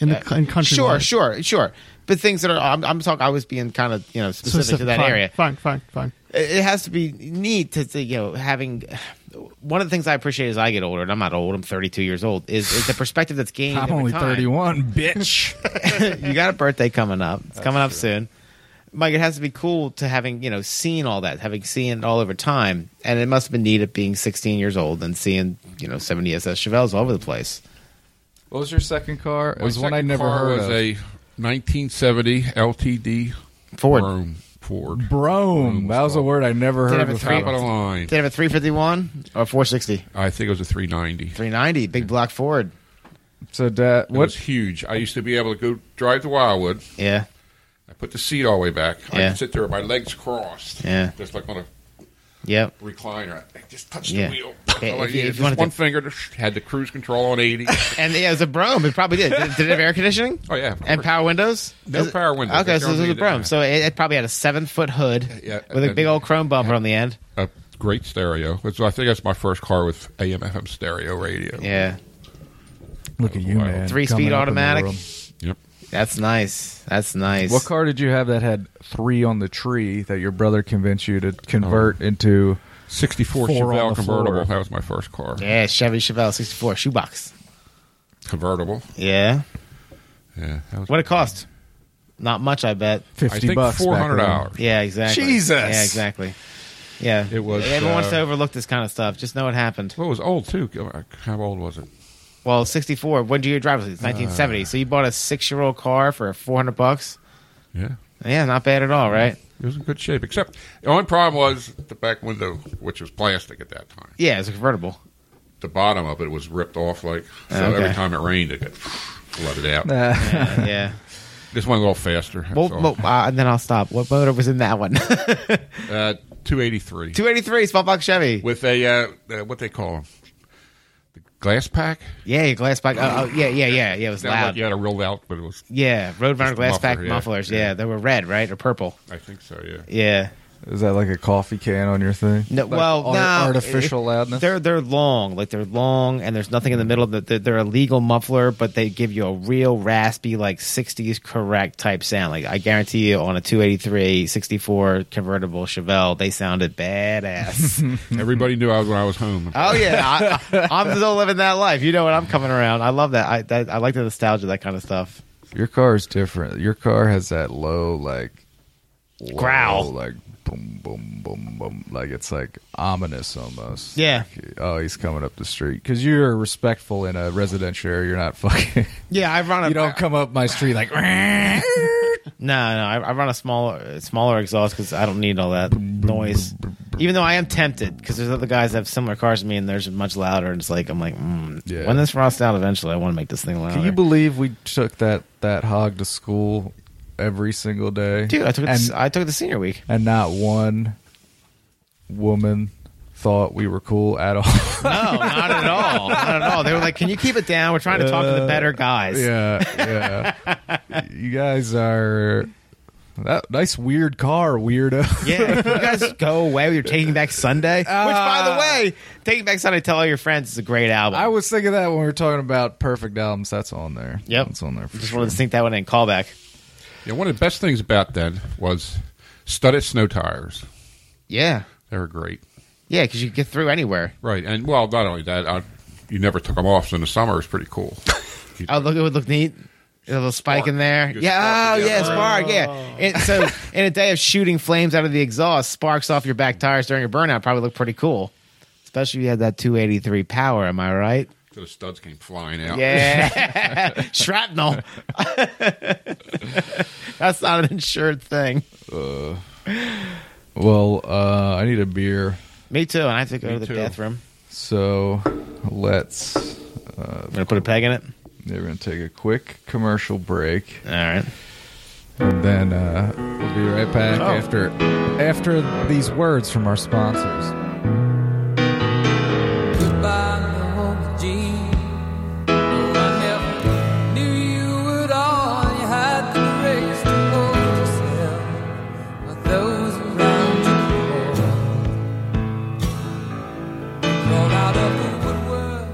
Speaker 1: in the in country.
Speaker 4: Sure,
Speaker 1: life.
Speaker 4: sure, sure. But things that are, I'm, I'm talking. I was being kind of you know specific, to that
Speaker 1: fine,
Speaker 4: area.
Speaker 1: Fine, fine, fine.
Speaker 4: It it has to be neat to, to you know having. One of the things I appreciate as I get older, and I'm not old. I'm 32 years old. Is, is the perspective that's gained.
Speaker 3: I'm
Speaker 4: over
Speaker 3: only
Speaker 4: time.
Speaker 3: 31, bitch.
Speaker 4: you got a birthday coming up. It's coming up soon. Mike, it has to be cool to having you know seen all that, having seen it all over time, and it must have been neat at being 16 years old and seeing you know 70 SS Chevelles all over the place.
Speaker 3: what was your second car? It
Speaker 5: My
Speaker 3: was one I
Speaker 5: second
Speaker 3: never
Speaker 5: car
Speaker 3: heard
Speaker 5: was
Speaker 3: of.
Speaker 5: a 1970 LTD
Speaker 4: Ford.
Speaker 5: Vroom Ford.
Speaker 3: Brome. That was a word I never
Speaker 4: Did
Speaker 3: heard
Speaker 4: it have a
Speaker 3: before.
Speaker 5: Top of the line.
Speaker 4: Did they have a 351 or 460,
Speaker 5: I think it was a 390.
Speaker 4: 390, big block Ford?
Speaker 3: So, Dad,
Speaker 5: It
Speaker 3: what?
Speaker 5: was huge. I used to be able to go drive to Wildwood.
Speaker 4: Yeah.
Speaker 5: I put the seat all the way back. I
Speaker 4: Yeah.
Speaker 5: could sit there with my legs crossed.
Speaker 4: Yeah.
Speaker 5: Just like on a
Speaker 4: Yep.
Speaker 5: recliner. I just touched
Speaker 4: Yeah.
Speaker 5: the wheel.
Speaker 4: Hey,
Speaker 5: All I
Speaker 4: if you- if
Speaker 5: needed.
Speaker 4: you
Speaker 5: just
Speaker 4: wanted to-
Speaker 5: one finger to, had the cruise control on 80.
Speaker 4: And yeah, it was a Brome. It probably did. Did, did it have air conditioning?
Speaker 5: Oh, yeah, of
Speaker 4: And
Speaker 5: course.
Speaker 4: power windows?
Speaker 5: No
Speaker 4: Is it-
Speaker 5: power windows.
Speaker 4: Okay,
Speaker 5: That's
Speaker 4: so it
Speaker 5: the
Speaker 4: was
Speaker 5: only
Speaker 4: a
Speaker 5: thing that
Speaker 4: Brome. So it, it probably had a seven foot hood
Speaker 5: Yeah,
Speaker 4: with a
Speaker 5: and-
Speaker 4: big old chrome bumper on the end.
Speaker 5: a great stereo. That's- I think that's my first car with AM FM stereo radio.
Speaker 4: Yeah.
Speaker 3: Look at you, man.
Speaker 4: Three-speed
Speaker 3: coming up in the
Speaker 4: automatic.
Speaker 3: world.
Speaker 5: Yep.
Speaker 4: That's nice. That's nice.
Speaker 3: What car did you have that had three on the tree that your brother convinced you to
Speaker 4: Oh.
Speaker 3: convert into?
Speaker 5: 64
Speaker 3: Four on
Speaker 5: Chevelle
Speaker 3: the
Speaker 5: convertible.
Speaker 3: floor.
Speaker 5: That was my first car.
Speaker 4: Yeah, Chevy Chevelle 64 shoebox.
Speaker 5: Convertible.
Speaker 4: Yeah.
Speaker 5: Yeah. that was-
Speaker 4: What it cost? Not much, I bet.
Speaker 3: 50
Speaker 5: I think
Speaker 3: bucks. back then.
Speaker 5: $400.
Speaker 4: Yeah, exactly.
Speaker 3: Jesus.
Speaker 4: Yeah, exactly. Yeah.
Speaker 5: It was,
Speaker 4: Everyone wants
Speaker 5: uh,
Speaker 4: to overlook this kind of stuff. Just know what happened.
Speaker 5: Well, it was old, too. How old was it?
Speaker 4: Well, 64. When did you drive
Speaker 5: Uh,
Speaker 4: it? It's 1970. so you bought a six year old car for 400 bucks.
Speaker 5: Yeah.
Speaker 4: Yeah, not bad at all, right?
Speaker 5: It was in good shape, except the only problem was the back window, which was plastic at that time.
Speaker 4: Yeah, it's a convertible.
Speaker 5: The bottom of it was ripped off, like so.
Speaker 4: Okay.
Speaker 5: Every time it rained, it got flooded out.
Speaker 3: Nah.
Speaker 4: yeah.
Speaker 5: This one a little faster. that's
Speaker 4: Well,
Speaker 5: all.
Speaker 4: well, uh, and then I'll stop. What motor was in that one?
Speaker 5: uh, two eighty three
Speaker 4: 283 small box Chevy.
Speaker 5: with a uh, uh, what they call them, the glass pack.
Speaker 4: Yeah, your glass pack. Oh, oh, yeah, yeah, yeah, yeah. It was
Speaker 5: Sounded like
Speaker 4: loud.
Speaker 5: you had a real loud, but it was.
Speaker 4: yeah, Roadrunner
Speaker 5: Just
Speaker 4: glass
Speaker 5: muffler,
Speaker 4: pack
Speaker 5: yeah,
Speaker 4: mufflers. Yeah.
Speaker 5: yeah.
Speaker 4: they were red, right, or purple.
Speaker 5: I think so. Yeah.
Speaker 4: Yeah.
Speaker 3: Is that like a coffee can on your thing?
Speaker 4: No,
Speaker 3: Like
Speaker 4: well,
Speaker 3: ar-
Speaker 4: no,
Speaker 3: artificial
Speaker 4: it-
Speaker 3: loudness.
Speaker 4: They're they're long, like they're long, and there's nothing in the middle. That they're, they're a legal muffler, but they give you a real raspy, like '60s correct type sound. Like I guarantee you, on a 283 64 convertible Chevelle, they sounded badass.
Speaker 5: Everybody knew I was when I was home.
Speaker 4: oh yeah, I, I'm still living that life. You know what? I'm coming around. I love that. I that, I like the nostalgia, that kind of stuff.
Speaker 3: Your car is different. Your car has that low, like
Speaker 4: Growl.
Speaker 3: low, like boom, boom, boom, boom. Like it's like ominous almost.
Speaker 4: Yeah.
Speaker 3: Like, oh, he's coming up the street because you're respectful in a residential area. You're not fucking.
Speaker 4: Yeah, I run a
Speaker 3: you don't come up my street like.
Speaker 4: No, no, I, I run a smaller, smaller exhaust because I don't need all that noise. Even though I am tempted because there's other guys that have similar cars to me and theirs are much louder, and it's like I'm like, mm,
Speaker 3: Yeah.
Speaker 4: when this rots out, eventually I want to make this thing louder.
Speaker 3: Can you believe we took that that hog to school every single day,
Speaker 4: Dude, I took it.
Speaker 3: And-
Speaker 4: to, I took it to senior week.
Speaker 3: and not one woman thought we were cool at all.
Speaker 4: No, not at all, not at all. They were like, "Can you keep it down? We're trying to talk
Speaker 3: Uh,
Speaker 4: to the better guys."
Speaker 3: yeah, yeah. you guys are that nice weird car weirdo.
Speaker 4: Yeah, can you guys go away with your Taking Back Sunday, Uh, which, by the way, Taking Back Sunday, tell all your friends, is a great album.
Speaker 3: I was thinking that when we were talking about perfect albums. That's on there.
Speaker 4: Yep.
Speaker 3: it's on there. For
Speaker 4: just
Speaker 3: sure.
Speaker 4: wanted to sink that one in. Callback.
Speaker 5: Yeah, one of the best things about that was studded snow tires.
Speaker 4: Yeah,
Speaker 5: They were great.
Speaker 4: yeah, because you could get through anywhere.
Speaker 5: Right, and well, not only that, I, you never took them off, so in the summer it was pretty cool.
Speaker 4: Oh, look, it would look neat. a little spike
Speaker 5: Spark.
Speaker 4: in there.
Speaker 5: Good
Speaker 4: Yeah, oh
Speaker 5: spark Oh. in the
Speaker 4: yeah,
Speaker 5: outside.
Speaker 4: spark. Yeah. And so, in a day of shooting flames out of the exhaust, sparks off your back tires during a burnout probably look pretty cool, especially if you had that 283 power. Am I right?
Speaker 5: The studs came flying out.
Speaker 4: Yeah, shrapnel. That's not an insured thing.
Speaker 3: Well, uh, I need a beer,
Speaker 4: Me too. And I have to go to the
Speaker 5: too.
Speaker 4: death room.
Speaker 3: so let's.
Speaker 4: I'm gonna put a peg in it.
Speaker 3: We're gonna take a quick commercial break,
Speaker 4: All right.
Speaker 3: and then uh, we'll be right
Speaker 1: Oh.
Speaker 3: back after after these words from our sponsors.
Speaker 6: Goodbye, Mrs. Jean. Oh, I never knew you at all. You had the grace to hold yourself with those around you. Crawled out of the woodwork.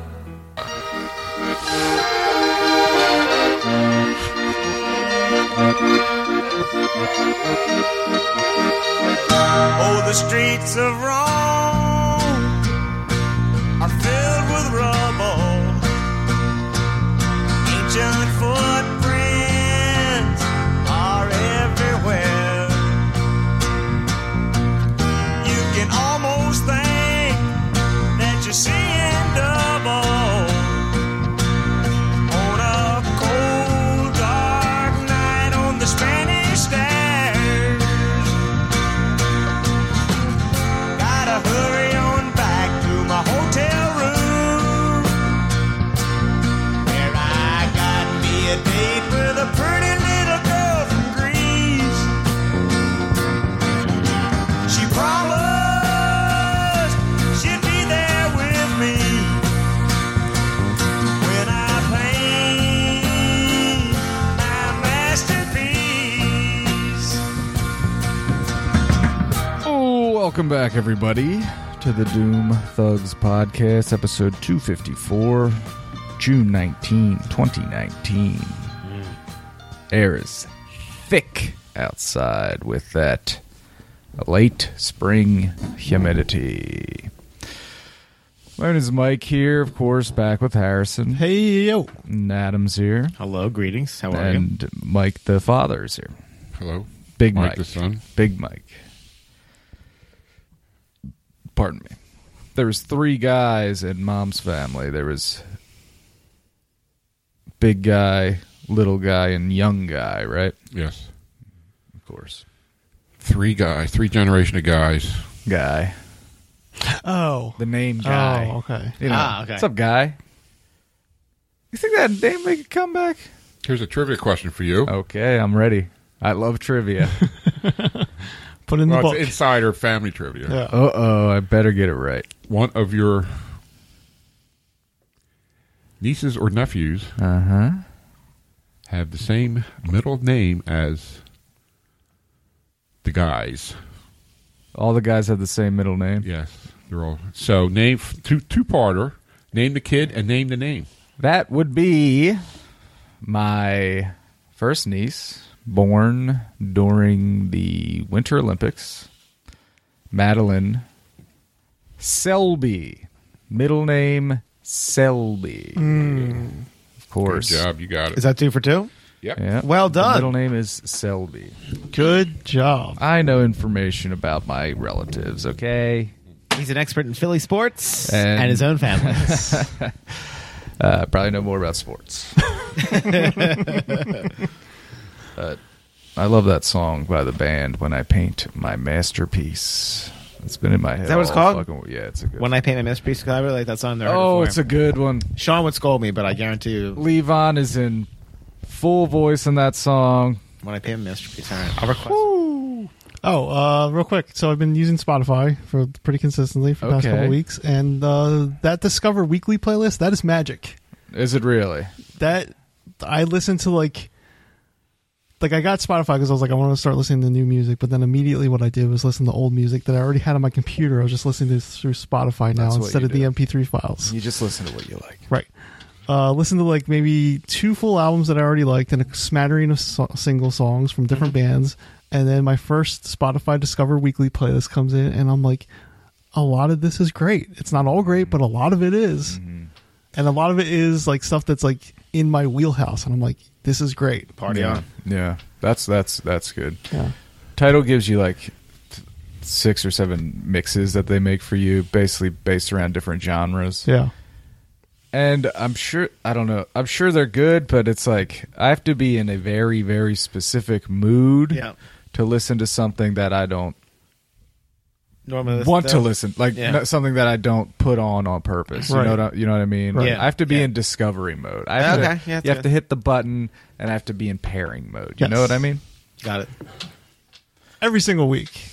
Speaker 7: Oh, the streets of Rome are filled with rubble. Ancient footprints are everywhere. You can almost think that you're seeing double. On a cold, dark night on the Spanish stairs. Gotta hurry on back to my hotel room. Where I got me a date with a pretty little girl from Greece. She promised she'd be there with me when I paint my masterpiece.
Speaker 3: Oh, welcome back, everybody, to the Doom Thugs Podcast, episode 254, June 19, 2019.
Speaker 1: Mm.
Speaker 3: Air is thick outside with that late spring humidity. My name is Mike here, of course, back with Harrison.
Speaker 1: Hey yo,
Speaker 3: And Adam's here.
Speaker 4: Hello, greetings. How are you?
Speaker 3: And Mike the father is here.
Speaker 5: Hello.
Speaker 3: Big
Speaker 5: Mike
Speaker 3: Mike.
Speaker 5: the son.
Speaker 3: Big Mike. Pardon me. There was three guys in mom's family. There was big guy, little guy, and young guy, right?
Speaker 5: Yes.
Speaker 3: Of course.
Speaker 5: Three guys, three generation of guys.
Speaker 3: Guy.
Speaker 1: oh,
Speaker 3: The name guy.
Speaker 1: oh, okay.
Speaker 3: You know,
Speaker 4: Ah, okay.
Speaker 3: What's up, guy? You think that name make a comeback?
Speaker 5: Here's a trivia question for you.
Speaker 3: Okay, I'm ready. I love trivia.
Speaker 1: Put in the
Speaker 5: Well,
Speaker 1: book.
Speaker 5: it's insider family trivia.
Speaker 1: Yeah.
Speaker 3: uh oh, I better get it right.
Speaker 5: One of your nieces or nephews
Speaker 3: Uh huh.
Speaker 5: have the same middle name as the guys.
Speaker 3: All the guys have the same middle name.
Speaker 5: Yes, they're all so name two two parter. Name the kid and name the name.
Speaker 3: That would be my first niece, born during the Winter Olympics, Madeline Selby. Middle name Selby. Of
Speaker 5: Good
Speaker 3: course.
Speaker 5: job, you got it.
Speaker 4: Is that two for two?
Speaker 5: yep.
Speaker 3: Yeah.
Speaker 4: Well
Speaker 3: The
Speaker 4: done.
Speaker 3: middle name is Selby.
Speaker 1: Good job.
Speaker 3: I know information about my relatives, okay?
Speaker 4: He's an expert in Philly sports
Speaker 3: And-
Speaker 4: and, his own family.
Speaker 3: Uh, probably know more about sports. But I love that song by the band "When I Paint My Masterpiece." It's been in my head.
Speaker 4: that what it's
Speaker 3: all
Speaker 4: called?
Speaker 3: fucking- yeah, it's a good.
Speaker 4: when I paint my masterpiece, I really like that song there.
Speaker 3: oh, it's a good one.
Speaker 4: Sean would scold me, but I guarantee you,
Speaker 3: Levon is in full voice in that song.
Speaker 4: when I paint my masterpiece, all right, I'll request.
Speaker 1: Oh, uh, real quick. So I've been using Spotify for pretty consistently for the past
Speaker 3: Okay.
Speaker 1: couple weeks, and uh, that Discover Weekly playlist that is magic.
Speaker 3: Is it really?
Speaker 1: That I listened to like, like I got Spotify because I was like I want to start listening to new music, but then immediately what I did was listen to old music that I already had on my computer. I was just listening to this through Spotify now
Speaker 3: That's what
Speaker 1: instead
Speaker 3: you
Speaker 1: of the
Speaker 3: do.
Speaker 1: MP3 files.
Speaker 3: You just listen to what you like.
Speaker 1: Right. Uh, listen to like maybe two full albums that I already liked and a smattering of so- single songs from different
Speaker 4: Mm-hmm.
Speaker 1: bands. And then my first Spotify Discover Weekly playlist comes
Speaker 4: Mm-hmm.
Speaker 1: in, and I'm like, a lot of this is great. It's not all great, but a lot of it is. and a lot of it is like stuff that's like in my wheelhouse, and I'm like, this is great.
Speaker 4: Party
Speaker 3: yeah.
Speaker 4: on.
Speaker 3: Yeah, that's that's that's good.
Speaker 1: Yeah.
Speaker 3: Title gives you like th- six or seven mixes that they make for you, basically based around different genres.
Speaker 1: Yeah.
Speaker 3: And I'm sure I don't know. I'm sure they're good, but it's like I have to be in a very very specific mood
Speaker 4: Yeah.
Speaker 3: to listen to something that I don't
Speaker 4: Normally listen
Speaker 3: want to
Speaker 4: those.
Speaker 3: listen, like
Speaker 4: Yeah.
Speaker 3: no- something that I don't put on on purpose. You
Speaker 1: Right.
Speaker 3: know what I, you know what I mean?
Speaker 4: Right.
Speaker 3: Like, I have to be
Speaker 4: Yeah.
Speaker 3: in discovery mode. I have to,
Speaker 4: Okay, yeah, that's
Speaker 3: you have
Speaker 4: good.
Speaker 3: to hit the button, and I have to be in pairing mode. You
Speaker 1: Yes.
Speaker 3: know what I mean?
Speaker 4: Got it.
Speaker 1: every single week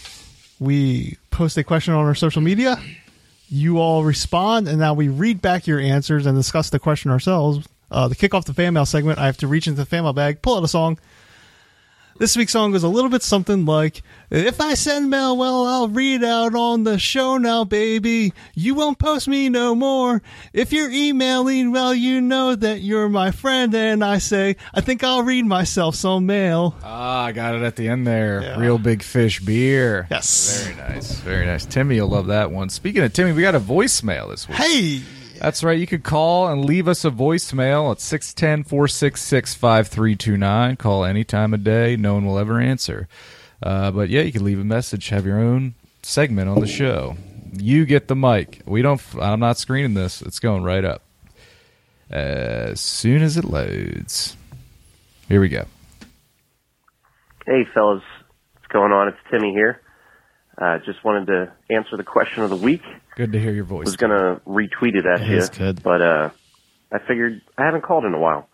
Speaker 1: we post a question on our social media you all respond and now we read back your answers and discuss the question ourselves uh, to kick off the fan mail segment i have to reach into the fan mail bag pull out a song this week's song goes a little bit something like if i send mail well i'll read out on the show now baby you won't post me no more if you're emailing well you know that you're my friend and i say i think i'll read myself some mail
Speaker 3: Ah, I got it at the end there.
Speaker 1: Yeah.
Speaker 3: Real big fish beer.
Speaker 1: yes
Speaker 3: Very nice. Very nice. Timmy, you'll love that one. Speaking of Timmy, we got a voicemail this week.
Speaker 1: hey
Speaker 3: That's right. You could call and leave us a voicemail at 610 466 5329. Call any time of day. No one will ever answer. Uh, but yeah, you can leave a message, have your own segment on the show. You get the mic. We don't. f- I'm not screening this. It's going right up as soon as it loads. Here we go.
Speaker 8: Hey, fellas. What's going on? It's Timmy here. Uh, just wanted to answer the question of the week.
Speaker 3: Good to hear your
Speaker 8: was
Speaker 3: voice.
Speaker 8: going to retweet it at
Speaker 4: That
Speaker 8: you.
Speaker 4: is good.
Speaker 8: But uh, I figured I haven't called in a while.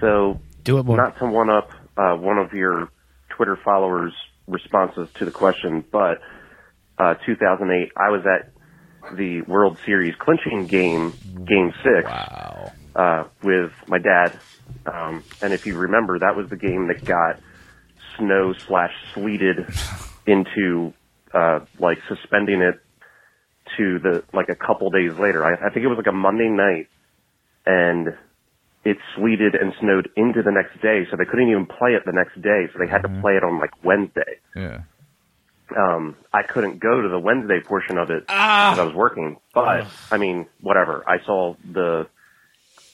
Speaker 8: So,
Speaker 4: Do it more.
Speaker 8: not to one up uh, one of your Twitter followers' responses to the question, but uh, 2008, I was at the World Series clinching game, game six
Speaker 3: Wow.
Speaker 8: uh, with my dad. Um, and if you remember, that was the game that got snow slash sleeted into uh, like suspending it to the like a couple days later. I, I think it was like a Monday night, and it sleeted and snowed into the next day, so they couldn't even play it the next day. So they had to play it on like Wednesday.
Speaker 3: Yeah.
Speaker 8: Um, I couldn't go to the Wednesday portion of it because I was working. But I mean, whatever. I saw the,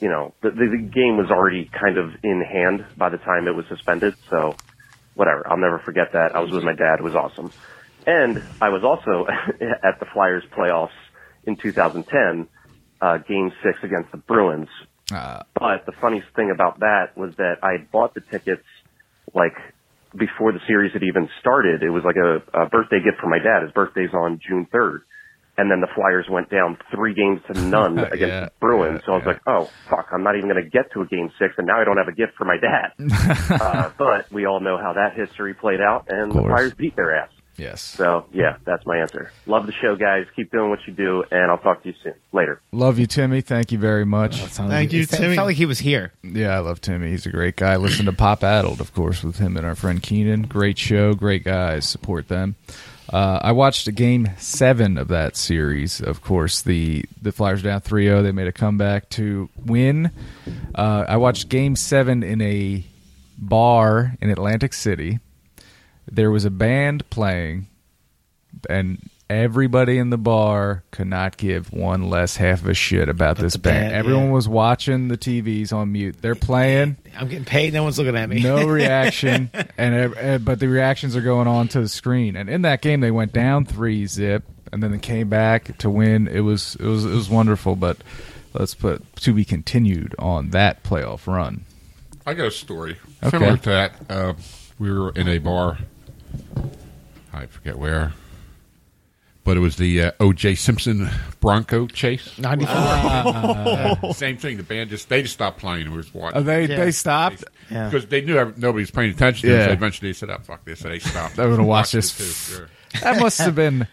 Speaker 8: you know, the, the, the game was already kind of in hand by the time it was suspended. So whatever. I'll never forget that. I was with my dad. It was awesome. And I was also at the Flyers playoffs in 2010, uh, game six against the Bruins. But the funniest thing about that was that I had bought the tickets like before the series had even started. It was like a, a birthday gift for my dad. His birthday's on June 3rd. And then the Flyers went down three games to none against
Speaker 3: Yeah,
Speaker 8: the Bruins.
Speaker 3: yeah,
Speaker 8: so I was
Speaker 3: yeah.
Speaker 8: like, oh, fuck, I'm not even going to get to a game six. And now I don't have a gift for my dad. uh, but we all know how that history played out, and the
Speaker 3: course.
Speaker 8: Flyers beat their ass.
Speaker 3: Yes.
Speaker 8: So, yeah, that's my answer. Love the show, guys. Keep doing what you do, and I'll talk to you soon. Later.
Speaker 3: Love you, Timmy. Thank you very much.
Speaker 1: Thank you,
Speaker 4: It felt- it
Speaker 1: Timmy.
Speaker 4: felt like he was here.
Speaker 3: Yeah, I love Timmy. He's a great guy. Listen to Pop Addled, of course, with him and our friend Keenan. Great show, great guys. Support them. Uh, I watched game seven of that series. Of course, the, the Flyers were down 3 0. They made a comeback to win. Uh, I watched game seven in a bar in Atlantic City. There was a band playing, and everybody in the bar could not give one less half of a shit about this
Speaker 4: the
Speaker 3: band.
Speaker 4: band,
Speaker 3: Everyone
Speaker 4: yeah.
Speaker 3: was watching the TVs on mute. They're playing,
Speaker 4: I'm getting paid. No one's looking at me.
Speaker 3: no reaction, and ev- eh, but the reactions are going on to the screen. And in that game, they went down three zip, and then they came back to win. It was it was it was wonderful, but let's put to be continued on that playoff run.
Speaker 5: I got a story
Speaker 3: Okay.
Speaker 5: similar to that. Uh, we were in a bar. I forget where, but it was the uh, O.J. Simpson Bronco chase.
Speaker 4: 94.
Speaker 5: Same thing. The band just they just stopped playing. and We was watching.
Speaker 3: Oh, they
Speaker 4: Yeah.
Speaker 3: they stopped.
Speaker 4: Yeah.
Speaker 5: Because they knew ev- nobody was paying attention. to
Speaker 3: Yeah.
Speaker 5: So eventually they said, "Oh fuck this!" So they stopped.
Speaker 3: They would've watched
Speaker 5: Watched it,
Speaker 3: this.
Speaker 5: too, sure.
Speaker 3: That must have been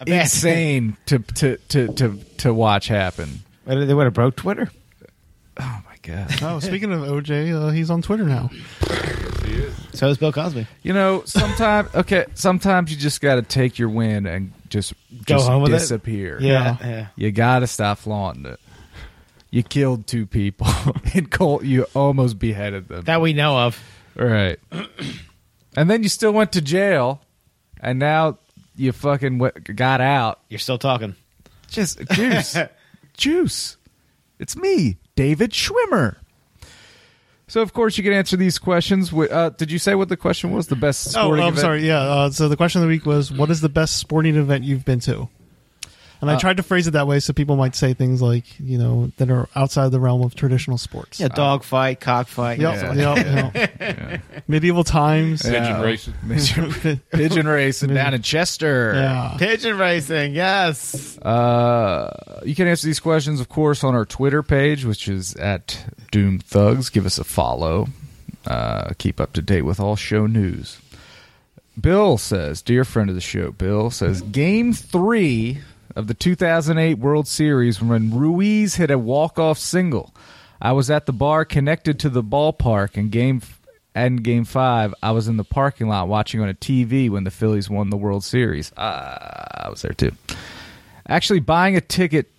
Speaker 4: bad-
Speaker 3: insane to to to to to watch happen.
Speaker 4: Whether they would have broke Twitter.
Speaker 3: Oh my god!
Speaker 1: Oh, speaking of OJ, uh, he's on Twitter now.
Speaker 4: So is Bill Cosby.
Speaker 3: You know, sometimes okay, sometimes you just got to take your win and just
Speaker 4: Go
Speaker 3: just
Speaker 4: home with it?
Speaker 3: disappear.
Speaker 4: Yeah,
Speaker 1: Yeah.
Speaker 4: yeah.
Speaker 3: you got to stop flaunting it. You killed two people in Colt. You almost beheaded them.
Speaker 4: That we know of.
Speaker 3: right, and then you still went to jail, and now you fucking w- got out.
Speaker 4: You're still talking.
Speaker 3: Just juice, juice. It's me, David Schwimmer. So of course you can answer these questions. With, uh, did you say what the question was? The best
Speaker 1: Oh,
Speaker 3: sporting
Speaker 1: I'm
Speaker 3: event?
Speaker 1: sorry. Yeah. Uh, so the question of the week was, "What is the best sporting event you've been to?" And I tried to phrase it that way so people might say things like, you know, that are outside the realm of traditional sports.
Speaker 4: Yeah, dog fight, cock fight. you know,
Speaker 1: Yep,
Speaker 4: something like
Speaker 1: yep, yep. Medieval times.
Speaker 5: Pigeon
Speaker 3: Yeah.
Speaker 5: racing.
Speaker 3: Pigeon race and down in Chester.
Speaker 1: Yeah.
Speaker 4: that. Pigeon racing, yes.
Speaker 3: Uh, you can answer these questions, of course, on our Twitter page, which is at Doom Thugs. Give us a follow. Uh, keep up to date with all show news. Bill says, dear friend of the show, Bill says, Game three of the 2008 World Series when Ruiz hit a walk-off single. I was at the bar connected to the ballpark, and game and game five, I was in the parking lot watching on a TV when the Phillies won the World Series. Uh, I was there too. Actually, buying a ticket.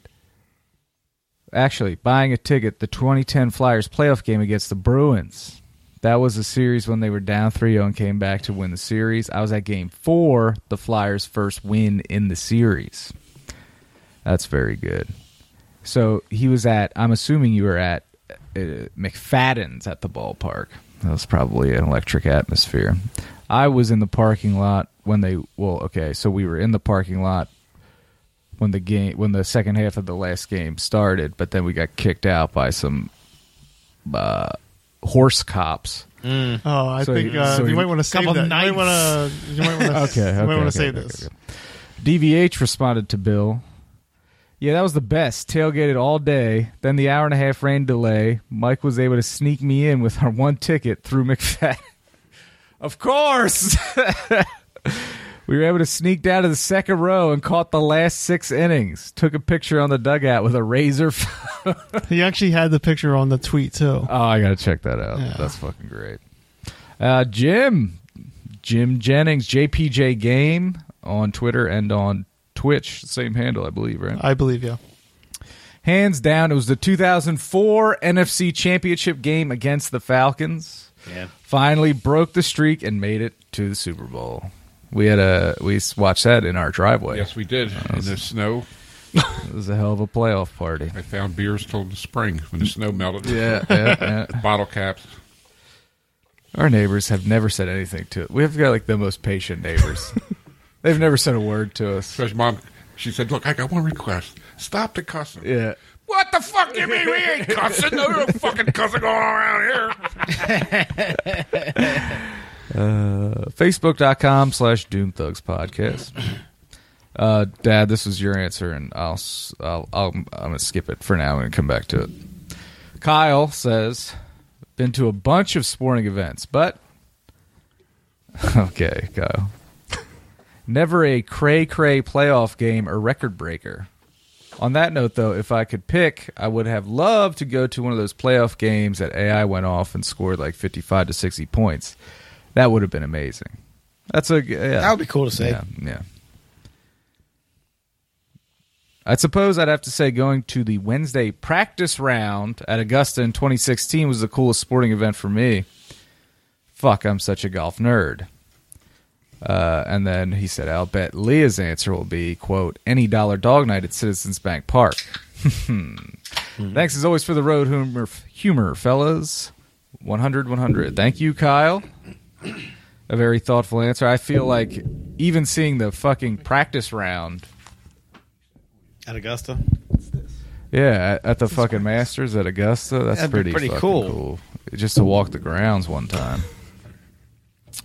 Speaker 3: Actually, buying a ticket. The 2010 Flyers playoff game against the Bruins. That was a series when they were down 3-0 and came back to win the series. I was at game four, the Flyers' first win in the series. That's very good. So he was at. I'm assuming you were at uh, McFadden's at the ballpark. That was probably an electric atmosphere. I was in the parking lot when they. Well, okay, so we were in the parking lot when the game when the second half of the last game started, but then we got kicked out by some uh, horse cops.
Speaker 1: Oh, I
Speaker 3: So
Speaker 1: think
Speaker 3: you-
Speaker 1: uh,
Speaker 3: so
Speaker 1: you
Speaker 3: you-
Speaker 1: might want to save
Speaker 4: Couple
Speaker 1: that. You might
Speaker 4: nights.
Speaker 1: want to. You might want to.
Speaker 3: Okay,
Speaker 1: You might
Speaker 3: okay,
Speaker 1: want to
Speaker 3: okay,
Speaker 1: save
Speaker 3: okay,
Speaker 1: this.
Speaker 3: DVH responded to Bill. Yeah, that was the best. Tailgated all day. Then the hour and a half rain delay. Mike was able to sneak me in with our one ticket through McFadden. of course. we were able to sneak down to the second row and caught the last six innings. Took a picture on the dugout with a razor.
Speaker 1: He actually had the picture on the tweet too.
Speaker 3: Oh, I gotta check that out. That's fucking great. Uh, Jim, Jim Jennings, JPJ Game on Twitter and on Twitch, same handle, I believe, right?
Speaker 1: I believe you.
Speaker 3: Hands down, it was the 2004 NFC Championship game against the Falcons.
Speaker 4: Yeah.
Speaker 3: Finally, broke the streak and made it to the Super Bowl. We had a we watched that in our driveway.
Speaker 5: Yes, we did. In the snow,
Speaker 3: It was a hell of a playoff party.
Speaker 5: I found beers till the spring when the snow melted.
Speaker 3: Yeah, yeah, yeah.
Speaker 5: Bottle caps.
Speaker 3: Our neighbors have never said anything to it. We've got like the most patient neighbors. They've never said a word to us.
Speaker 5: So his mom, she said, "Look, I got one request. Stop the cussing."
Speaker 3: Yeah.
Speaker 5: What the fuck you mean? We ain't cussing. No, no fucking cussing going on around here.
Speaker 3: Facebook.com slash Doom Thugs Podcast. Uh, Dad, this was your answer, and I'll, s- I'll, I'll I'm gonna skip it for now and come back to it. Kyle says, "Been to a bunch of sporting events, but okay, Kyle, never a cray cray playoff game or record breaker." On that note, though, if I could pick, I would have loved to go to one of those playoff games that AI went off and scored like 55 to 60 points. That would have been amazing. That's a yeah.
Speaker 4: That would be cool to see.
Speaker 3: Yeah, yeah. I suppose I'd have to say going to the Wednesday practice round at Augusta in 2016 was the coolest sporting event for me. Fuck, I'm such a golf nerd. Uh, and then he said, "I'll bet Leah's answer will be quote any dollar dog night at Citizens Bank Park." Thanks as always for the road humor, humor fellas. 100, 100. Thank you, Kyle a very thoughtful answer. I feel like even seeing the fucking practice round,
Speaker 4: At Augusta.
Speaker 3: yeah, at, at the fucking Masters at Augusta, that's
Speaker 4: That'd be
Speaker 3: pretty
Speaker 4: pretty
Speaker 3: fucking
Speaker 4: cool.
Speaker 3: cool. Just to walk the grounds one time.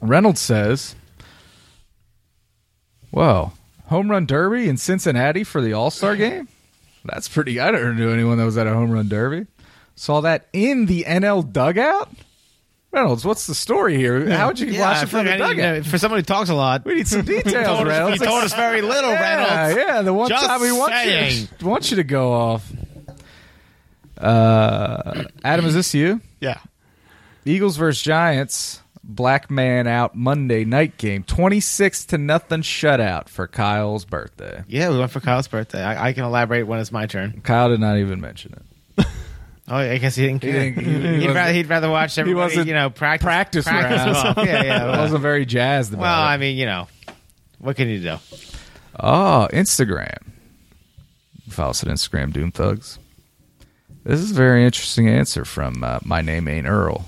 Speaker 3: Reynolds says, "Whoa, home run derby in Cincinnati for the All Star game? That's pretty. I don't know anyone that was at a home run derby. Saw that in the NL dugout." Reynolds, what's the story here? How'd you watch it
Speaker 4: I feel
Speaker 3: from the
Speaker 4: like I need-
Speaker 3: dugout?
Speaker 4: you know, for somebody who talks a lot,
Speaker 3: We need some
Speaker 4: He
Speaker 3: details,
Speaker 4: told us-
Speaker 3: Reynolds.
Speaker 4: he told us very little,
Speaker 3: yeah,
Speaker 4: Reynolds.
Speaker 3: Yeah, the one
Speaker 4: Just
Speaker 3: time we want you,
Speaker 4: saying.
Speaker 3: want you to go off. Uh, Adam, is this you?
Speaker 1: Yeah.
Speaker 3: Eagles versus Giants. Black man out Monday night game. Twenty six to nothing shutout for Kyle's birthday.
Speaker 4: Yeah, we went for Kyle's birthday. I, I can elaborate when it's my turn.
Speaker 3: Kyle did not even mention it.
Speaker 4: Oh, I guess he didn't. He
Speaker 3: didn't- he- he
Speaker 4: would
Speaker 3: wasn't-
Speaker 4: rather, he'd rather watch everybody,
Speaker 3: wasn't
Speaker 4: you know, practice
Speaker 3: practice round.
Speaker 4: well. Yeah, yeah.
Speaker 3: I
Speaker 4: Well,
Speaker 3: wasn't very jazzed about
Speaker 4: well,
Speaker 3: it.
Speaker 4: I mean, you know, what can you do?
Speaker 3: Ah, Oh, Instagram. Follow us at Instagram, Doom Thugs. This is a very interesting answer from uh, My Name Ain't Earl.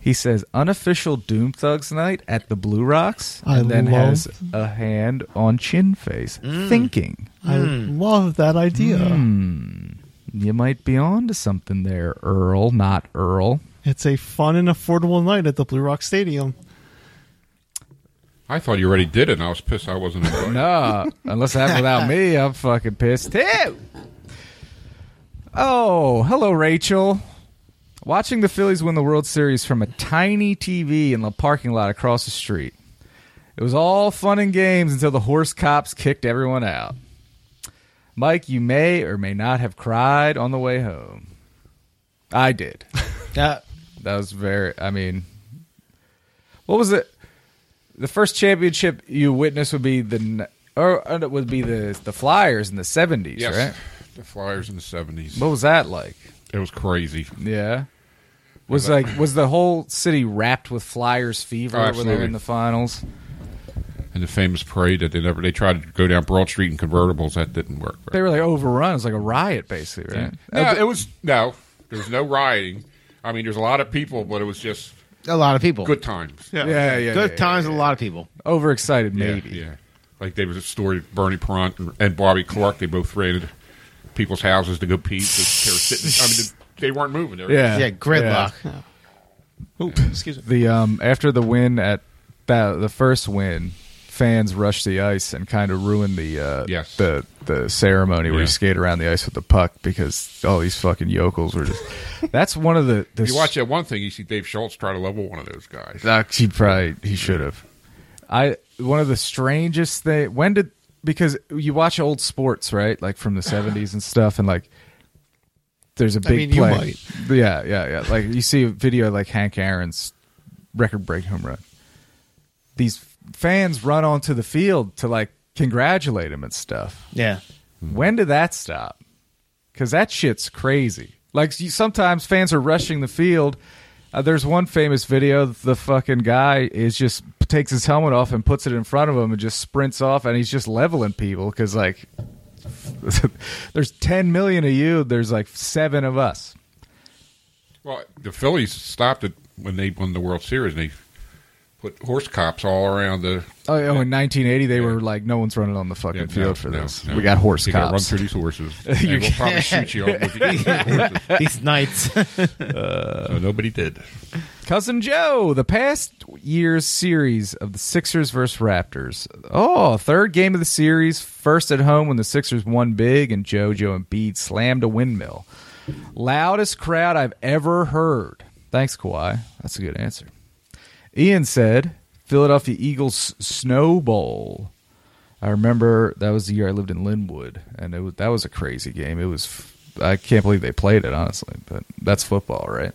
Speaker 3: He says, unofficial Doom Thugs night at the Blue Rocks,
Speaker 1: I
Speaker 3: and then
Speaker 1: love- Mm.
Speaker 3: has a hand on chin face, thinking
Speaker 1: I love that idea.
Speaker 3: you might be on to something there, Earl, not Earl.
Speaker 1: It's a fun and affordable night at the Blue Rock Stadium.
Speaker 5: I thought you already did it, and I was pissed I wasn't invited.
Speaker 3: No, unless that without me, I'm fucking pissed too. Oh, hello, Rachel. Watching the Phillies win the World Series from a tiny TV in the parking lot across the street. It was all fun and games until the horse cops kicked everyone out. Mike, you may or may not have cried on the way home. I did.
Speaker 4: Uh,
Speaker 3: That was very. I mean, what was it? The first championship you witnessed would be the n- or uh, would be the the Flyers in the seventies,
Speaker 5: Yes,
Speaker 3: right?
Speaker 5: the Flyers in the seventies.
Speaker 3: What was that like?
Speaker 5: It was crazy.
Speaker 3: Yeah, was like was the whole city wrapped with Flyers fever
Speaker 5: Oh,
Speaker 3: when they were
Speaker 5: absolutely.
Speaker 3: in the finals?
Speaker 5: And the famous parade that they never they tried to go down Broad Street in convertibles. That didn't work. Right?
Speaker 3: They were like overrun. It was like a riot, basically, right?
Speaker 5: No, it was no. There was no rioting. I mean, there's a lot of people, but it was just
Speaker 4: a lot of people.
Speaker 5: good times.
Speaker 1: Yeah.
Speaker 3: yeah, yeah.
Speaker 4: Good
Speaker 3: yeah,
Speaker 4: times. with A lot of people.
Speaker 3: yeah. Overexcited, maybe.
Speaker 5: Yeah, yeah. Like they was a story of Bernie Perrant and, and Bobby Clark. They both raided people's houses to go pee. because They were sitting. I mean, they, they weren't moving. They were-
Speaker 3: Yeah.
Speaker 4: Yeah, gridlock.
Speaker 1: Oh, excuse me.
Speaker 3: the um after the win at that the first win fans rushed the ice and kind of ruined the uh
Speaker 5: Yes.
Speaker 3: the the ceremony where you
Speaker 5: Yeah.
Speaker 3: skate around the ice with the puck because all these fucking yokels were just that's one of the, the
Speaker 5: You watch that one thing, you see Dave Schultz try to level one of those guys.
Speaker 3: uh, he probably he should have. I one of the strangest thing. When did because you watch old sports right, like from the seventies and stuff, and like there's a big
Speaker 1: mean, you
Speaker 3: play.
Speaker 1: might.
Speaker 3: Yeah, yeah, yeah. Like you see a video like Hank Aaron's record break home run. These fans run onto the field to like congratulate him and stuff.
Speaker 4: Yeah.
Speaker 3: When did that stop? Because that shit's crazy. Like you, sometimes fans are rushing the field. Uh, there's one famous video. The fucking guy is just takes his helmet off and puts it in front of him and just sprints off, and he's just leveling people because like there's 10 million of you. There's like seven of us.
Speaker 5: Well, the Phillies stopped it when they won the World Series. and They put horse cops all around the
Speaker 3: Oh, oh, in 1980, they were like, "No one's running on the fucking
Speaker 5: Yeah,
Speaker 3: field
Speaker 5: no,
Speaker 3: for
Speaker 5: no,
Speaker 3: this.
Speaker 5: no.
Speaker 3: We got horse
Speaker 5: you gotta Run
Speaker 3: cops."
Speaker 5: through these horses. and we'll probably shoot you up with these horses.
Speaker 4: These nights.
Speaker 5: So nobody did.
Speaker 3: Cousin Joe, the past year's series of the Sixers versus Raptors. Oh, third game of the series, first at home when the Sixers won big and JoJo Embiid slammed a windmill. Loudest crowd I've ever heard. Thanks, Kawhi. That's a good answer. Ian said, Philadelphia Eagles Snow Bowl. I remember that was the year I lived in Linwood, and it was, that was a crazy game. It was, f- I can't believe they played it, honestly, but that's football, right?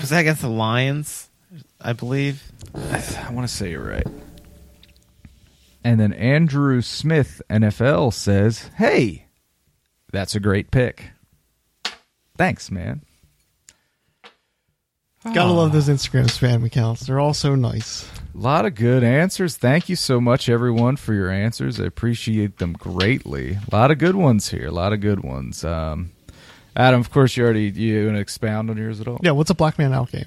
Speaker 4: Was that against the Lions? I believe.
Speaker 3: I want to say you're right. And then Andrew Smith, NFL, says, Hey, that's a great pick. Thanks, man.
Speaker 1: Gotta love those Instagram spam accounts. They're all so nice.
Speaker 3: A lot of good answers. Thank you so much, everyone, for your answers. I appreciate them greatly. A lot of good ones here. A lot of good ones. Um, Adam, of course, you already you want to expound on yours at all?
Speaker 1: Yeah, what's a Black Man Out game?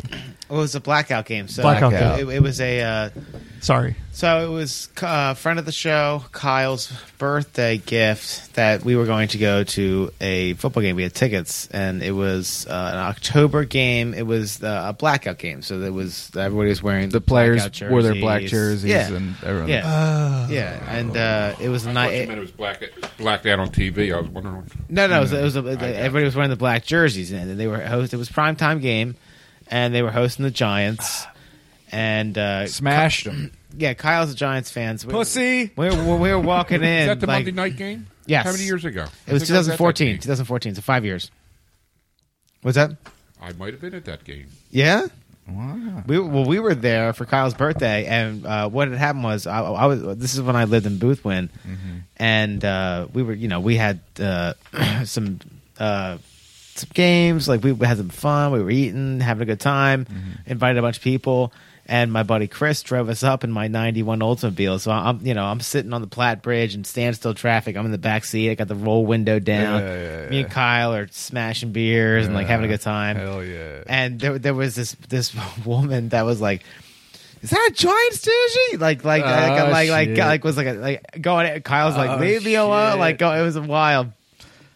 Speaker 4: It was a blackout game. So
Speaker 1: Blackout
Speaker 3: game.
Speaker 4: It, it was a. Uh,
Speaker 1: Sorry.
Speaker 4: so it was a uh, friend of the show, Kyle's birthday gift that we were going to go to a football game. We had tickets, and it was uh, an October game. It was uh, a blackout game, so it was everybody was wearing
Speaker 3: The players
Speaker 4: blackout
Speaker 3: wore their black jerseys
Speaker 4: Yeah,
Speaker 3: and everyone.
Speaker 4: yeah,
Speaker 3: Oh.
Speaker 4: yeah. And uh, it was a
Speaker 5: I thought you
Speaker 4: night.
Speaker 5: meant it was black, blacked out on TV. I was wondering.
Speaker 4: No, no, it was, it was a,
Speaker 5: got
Speaker 4: everybody was wearing the black jerseys, and they were host. It was prime time game, and they were hosting the Giants, and uh,
Speaker 3: Smashed them.
Speaker 4: yeah, Kyle's a Giants fan. So we,
Speaker 3: Pussy.
Speaker 4: we were, we were walking in.
Speaker 5: Is that the
Speaker 4: like,
Speaker 5: Monday night game?
Speaker 4: Yes.
Speaker 5: How many years ago? I
Speaker 4: It was
Speaker 5: think I at that
Speaker 4: 2014.
Speaker 5: game.
Speaker 4: 2014. So five years. Was that?
Speaker 5: I might have been at that game.
Speaker 4: Yeah. We well, we were there for Kyle's birthday, and uh, what had happened was I, I was. This is when I lived in Boothwyn, and uh, we were, you know, we had uh, some uh, some games. Like we had some fun. We were eating, having a good time. Invited a bunch of people, and my buddy Chris drove us up in my '91 Oldsmobile. So I'm, you know, I'm sitting on the Platte Bridge in standstill traffic. I'm in the back seat. I got the roll window down.
Speaker 3: Yeah, yeah,
Speaker 4: Me and Kyle are smashing beers and like having a good time.
Speaker 3: Hell yeah.
Speaker 4: And there, there was this this woman that was like, "Is that a giant sushi?" Like, like,
Speaker 3: Oh,
Speaker 4: like, like, like,
Speaker 3: shit.
Speaker 4: like, was like, a, like going. Kyle's like,
Speaker 3: Oh,
Speaker 4: "Leave me alone!"
Speaker 3: shit.
Speaker 4: Like, go, it was wild.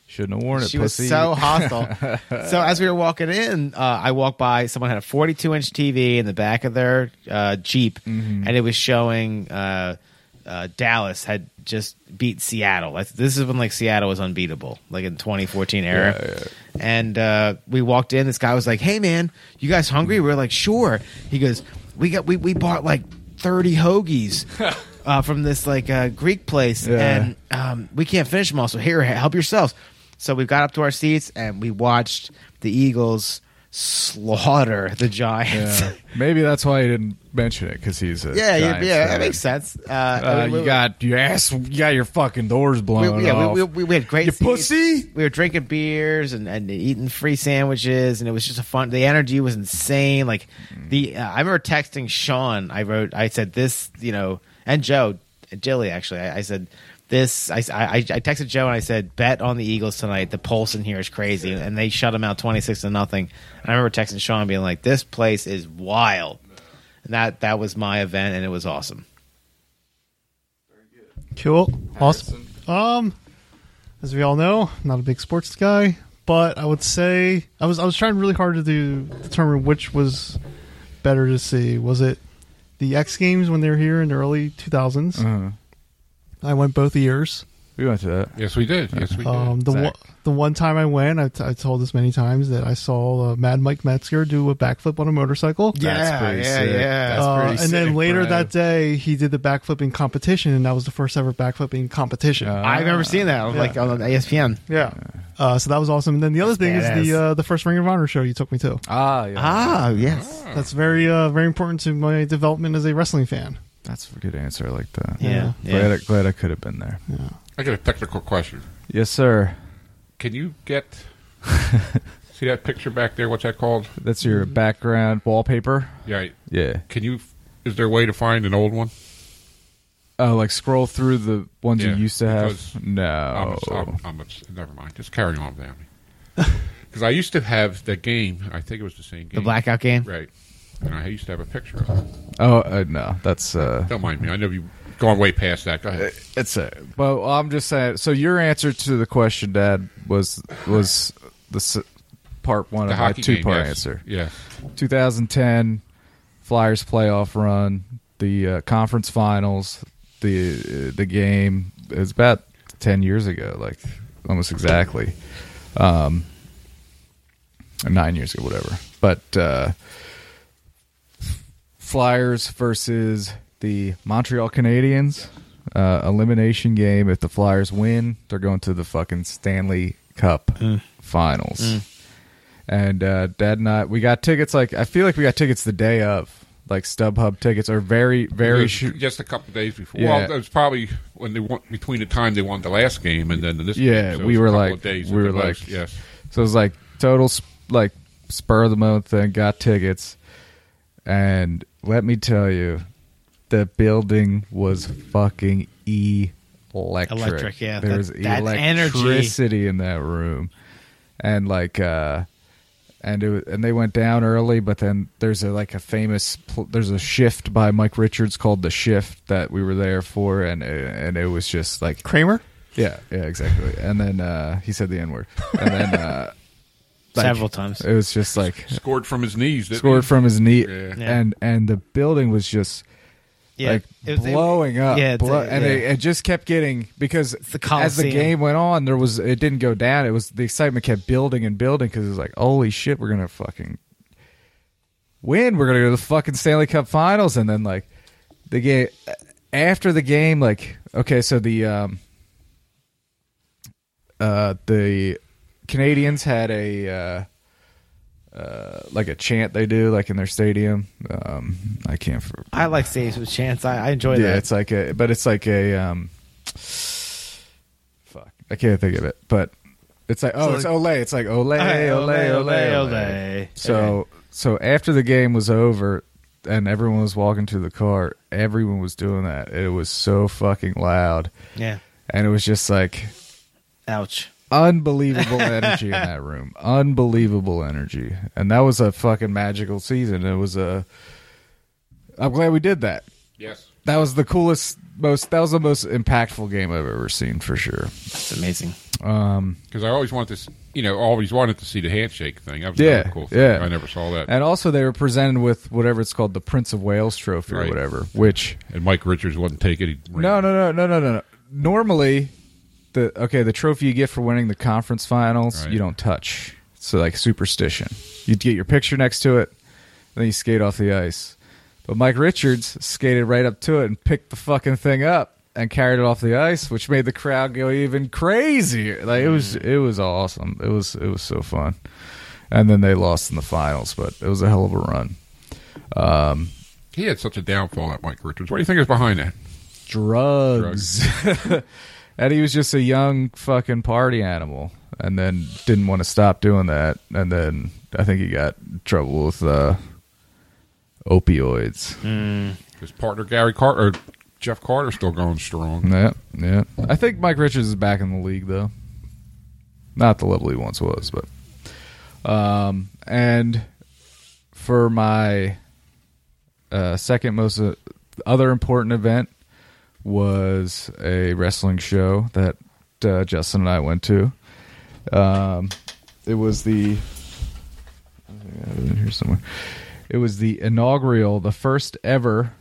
Speaker 3: Shouldn't have worn it.
Speaker 4: She
Speaker 3: pussy.
Speaker 4: was so hostile. so as we were walking in, uh, I walked by. Someone had a 42 inch TV in the back of their uh, Jeep,
Speaker 3: Mm-hmm.
Speaker 4: and it was showing uh, uh, Dallas had just beat Seattle. Like, this is when like Seattle was unbeatable, like in 2014 era. And uh, we walked in. This guy was like, "Hey man, you guys hungry?" We were like, "Sure." He goes, "We got we we bought like 30 hoagies." Uh, from this like uh, Greek place,
Speaker 3: Yeah.
Speaker 4: and um, we can't finish them all. So here, help yourselves. So we got up to our seats and we watched the Eagles slaughter the Giants.
Speaker 3: Yeah. Maybe that's why he didn't mention it because he's a
Speaker 4: Yeah, yeah, yeah,
Speaker 3: Giants
Speaker 4: that
Speaker 3: fan.
Speaker 4: makes sense. Uh,
Speaker 3: Uh,
Speaker 4: we-
Speaker 3: you
Speaker 4: we-
Speaker 3: got your ass. You got your fucking doors
Speaker 4: we,
Speaker 3: blown
Speaker 4: yeah,
Speaker 3: off.
Speaker 4: we, we, we had great
Speaker 3: you
Speaker 4: seats.
Speaker 3: pussy.
Speaker 4: We were drinking beers and, and eating free sandwiches, and it was just a fun. The energy was insane. Like the, uh, I remember texting Sean. I wrote, I said this, you know, and Joe, Jilly actually. I, I said this. I, I I texted Joe and I said, bet on the Eagles tonight. The pulse in here is crazy, and they shut them out twenty six to nothing. And I remember texting Sean being like, this place is wild. And that that was my event, and it was awesome.
Speaker 1: Cool. Awesome. Um, as we all know, I'm not a big sports guy, but I would say I was I was trying really hard to do, determine which was better to see. Was it the X Games when they were here in the early 2000s?
Speaker 3: Uh-huh.
Speaker 1: I went both years.
Speaker 3: We went to that.
Speaker 5: Yes, we did. Yes, we did.
Speaker 1: Um, the
Speaker 3: Zach.
Speaker 1: one, the one time I went, I, t- I told this many times that I saw uh, Mad Mike Metzger do a backflip on a motorcycle.
Speaker 3: That's pretty sick. That's
Speaker 1: Uh,
Speaker 3: pretty
Speaker 1: and then
Speaker 3: sick,
Speaker 1: later
Speaker 3: bro.
Speaker 1: that day, he did the backflipping competition, and that was the first ever backflipping competition.
Speaker 3: Uh,
Speaker 4: I remember seeing that on like on E ESPN.
Speaker 1: Yeah. Uh, so that was awesome. And then the other thing is the
Speaker 4: badass.
Speaker 1: uh, the first Ring of Honor show you took me to.
Speaker 3: Ah, yeah.
Speaker 4: Ah, yes.
Speaker 1: That's very uh, very important to my development as a wrestling fan.
Speaker 3: That's a good answer. I like that.
Speaker 4: Yeah. Yeah.
Speaker 3: Glad, I, glad I could have been there.
Speaker 5: I got a technical question.
Speaker 3: Yes, sir.
Speaker 5: Can you get see that picture back there? What's that called?
Speaker 3: That's your
Speaker 4: Mm-hmm.
Speaker 3: background wallpaper.
Speaker 5: Yeah.
Speaker 3: Yeah.
Speaker 5: Can you? Is there a way to find an old one?
Speaker 3: Oh, like scroll through the ones
Speaker 5: Yeah,
Speaker 3: you used to have.
Speaker 5: because
Speaker 3: No.
Speaker 5: I'm,
Speaker 3: Oh.
Speaker 5: a- I'm, I'm a- never mind. Just carry on, Danny. Because I used to have that game. I think it was the same game.
Speaker 4: The blackout game.
Speaker 5: Right. And I used to have a picture of it.
Speaker 3: oh uh, no, that's uh,
Speaker 5: Don't mind me. I know you've gone way past that. Go ahead.
Speaker 3: It's a. Well, I'm just saying. So your answer to the question, Dad, was was the s- part one
Speaker 5: The
Speaker 3: of my
Speaker 5: hockey game,
Speaker 3: two part
Speaker 5: yes.
Speaker 3: answer.
Speaker 5: Yes.
Speaker 3: 2010 Flyers playoff run, the uh, conference finals, the uh, the game. It's about ten years ago, like almost exactly, um, nine years ago, whatever. But uh, Flyers versus the Montreal Canadiens uh, elimination game. If the Flyers win, they're going to the fucking Stanley Cup finals and uh, Dad and I we got tickets. Like I feel like we got tickets the day of. Like StubHub tickets are very
Speaker 5: It
Speaker 3: very.
Speaker 5: was
Speaker 3: Sh-
Speaker 5: just a couple of days before.
Speaker 3: Yeah.
Speaker 5: Well, it was probably when they won, between the time they won the last game and then this.
Speaker 3: Yeah,
Speaker 5: game. So it
Speaker 3: we
Speaker 5: was a
Speaker 3: were
Speaker 5: couple
Speaker 3: like-
Speaker 5: of days
Speaker 3: we
Speaker 5: at
Speaker 3: were
Speaker 5: the
Speaker 3: like-
Speaker 5: most, yes.
Speaker 3: so it was like total sp- like spur of the moment thing. Got tickets, and let me tell you, the building was fucking electric.
Speaker 4: Electric, yeah.
Speaker 3: There
Speaker 4: That-
Speaker 3: was
Speaker 4: that's energy.
Speaker 3: electricity in that room, and like. uh and it wa- and they went down early, but then there's a like a famous pl- there's a shift by Mike Richards called the shift that we were there for, and and it was just like
Speaker 1: Kramer.
Speaker 3: yeah yeah exactly. And then uh, he said the n word, and then uh, like,
Speaker 4: Several times.
Speaker 3: it was just like
Speaker 5: Scored from his knees. didn't
Speaker 3: scored
Speaker 5: he?
Speaker 3: from his knee,
Speaker 5: Yeah.
Speaker 4: Yeah.
Speaker 3: and and the building was just like
Speaker 4: It was- it-
Speaker 3: blowing up.
Speaker 4: Yeah, it's-
Speaker 3: blow- and
Speaker 4: yeah.
Speaker 3: it, it just kept getting because
Speaker 4: the
Speaker 3: as the
Speaker 4: Colosseum.
Speaker 3: game went on, there was it didn't go down. It was the excitement kept building and building because it was like, holy shit, we're gonna fucking win. We're gonna go to the fucking Stanley Cup Finals, and then like the game after the game, like okay, so the um uh the Canadians had a. uh like a chant they do like in their stadium um i can't for,
Speaker 4: I like saves with chance. I, I enjoy
Speaker 3: yeah,
Speaker 1: uh,
Speaker 4: that.
Speaker 3: it's like a, but it's like a, um, fuck, I can't think of it, but it's like, oh,
Speaker 1: So
Speaker 3: it's
Speaker 1: like-
Speaker 3: ole, it's like ole, ole, ole, ole.
Speaker 4: ole.
Speaker 3: So, so after the game was over, and everyone was walking to the car. Everyone was doing that. It was so fucking loud,
Speaker 4: Yeah.
Speaker 3: and it was just like
Speaker 4: Ouch.
Speaker 3: unbelievable energy in that room. Unbelievable energy, and that was a fucking magical season. It was a. I'm glad we did that.
Speaker 5: Yes.
Speaker 3: That was the coolest, most. That was the most impactful game I've ever seen for sure.
Speaker 4: That's amazing.
Speaker 5: Because I always wanted to, s- you know, always wanted to see the handshake thing. That was
Speaker 3: Yeah,
Speaker 5: another cool thing.
Speaker 3: yeah.
Speaker 5: I never saw that. And,
Speaker 3: And also, they were presented with whatever it's called, the Prince of Wales Trophy or
Speaker 5: Right.
Speaker 3: whatever. Which
Speaker 5: Mike Richards wouldn't take it. He ran.
Speaker 3: no, no, no, no, no, no, no. Normally, the okay, the trophy you get for winning the conference finals,
Speaker 5: Right.
Speaker 3: you don't touch. So like superstition, you'd get your picture next to it, then you skate off the ice. But Mike Richards skated right up to it and picked the fucking thing up and carried it off the ice, which made the crowd go even crazier. Like it was, it was awesome. It was, it was so fun. And then they lost in the finals, but it was a hell of a run.
Speaker 5: He had such a downfall, that Mike Richards. What do you think is behind that?
Speaker 3: drugs. and he was just a young fucking party animal and then didn't want to stop doing that. And then I think he got in trouble with uh, opioids.
Speaker 5: His partner, Gary Carter, or Jeff Carter, still going strong.
Speaker 3: Yeah, yeah. I think Mike Richards is back in the league though. Not the level he once was, but um and for my uh second most uh, other important event was a wrestling show that uh, Justin and I went to. Um it was the I think I have it in here somewhere. It was the inaugural, the first ever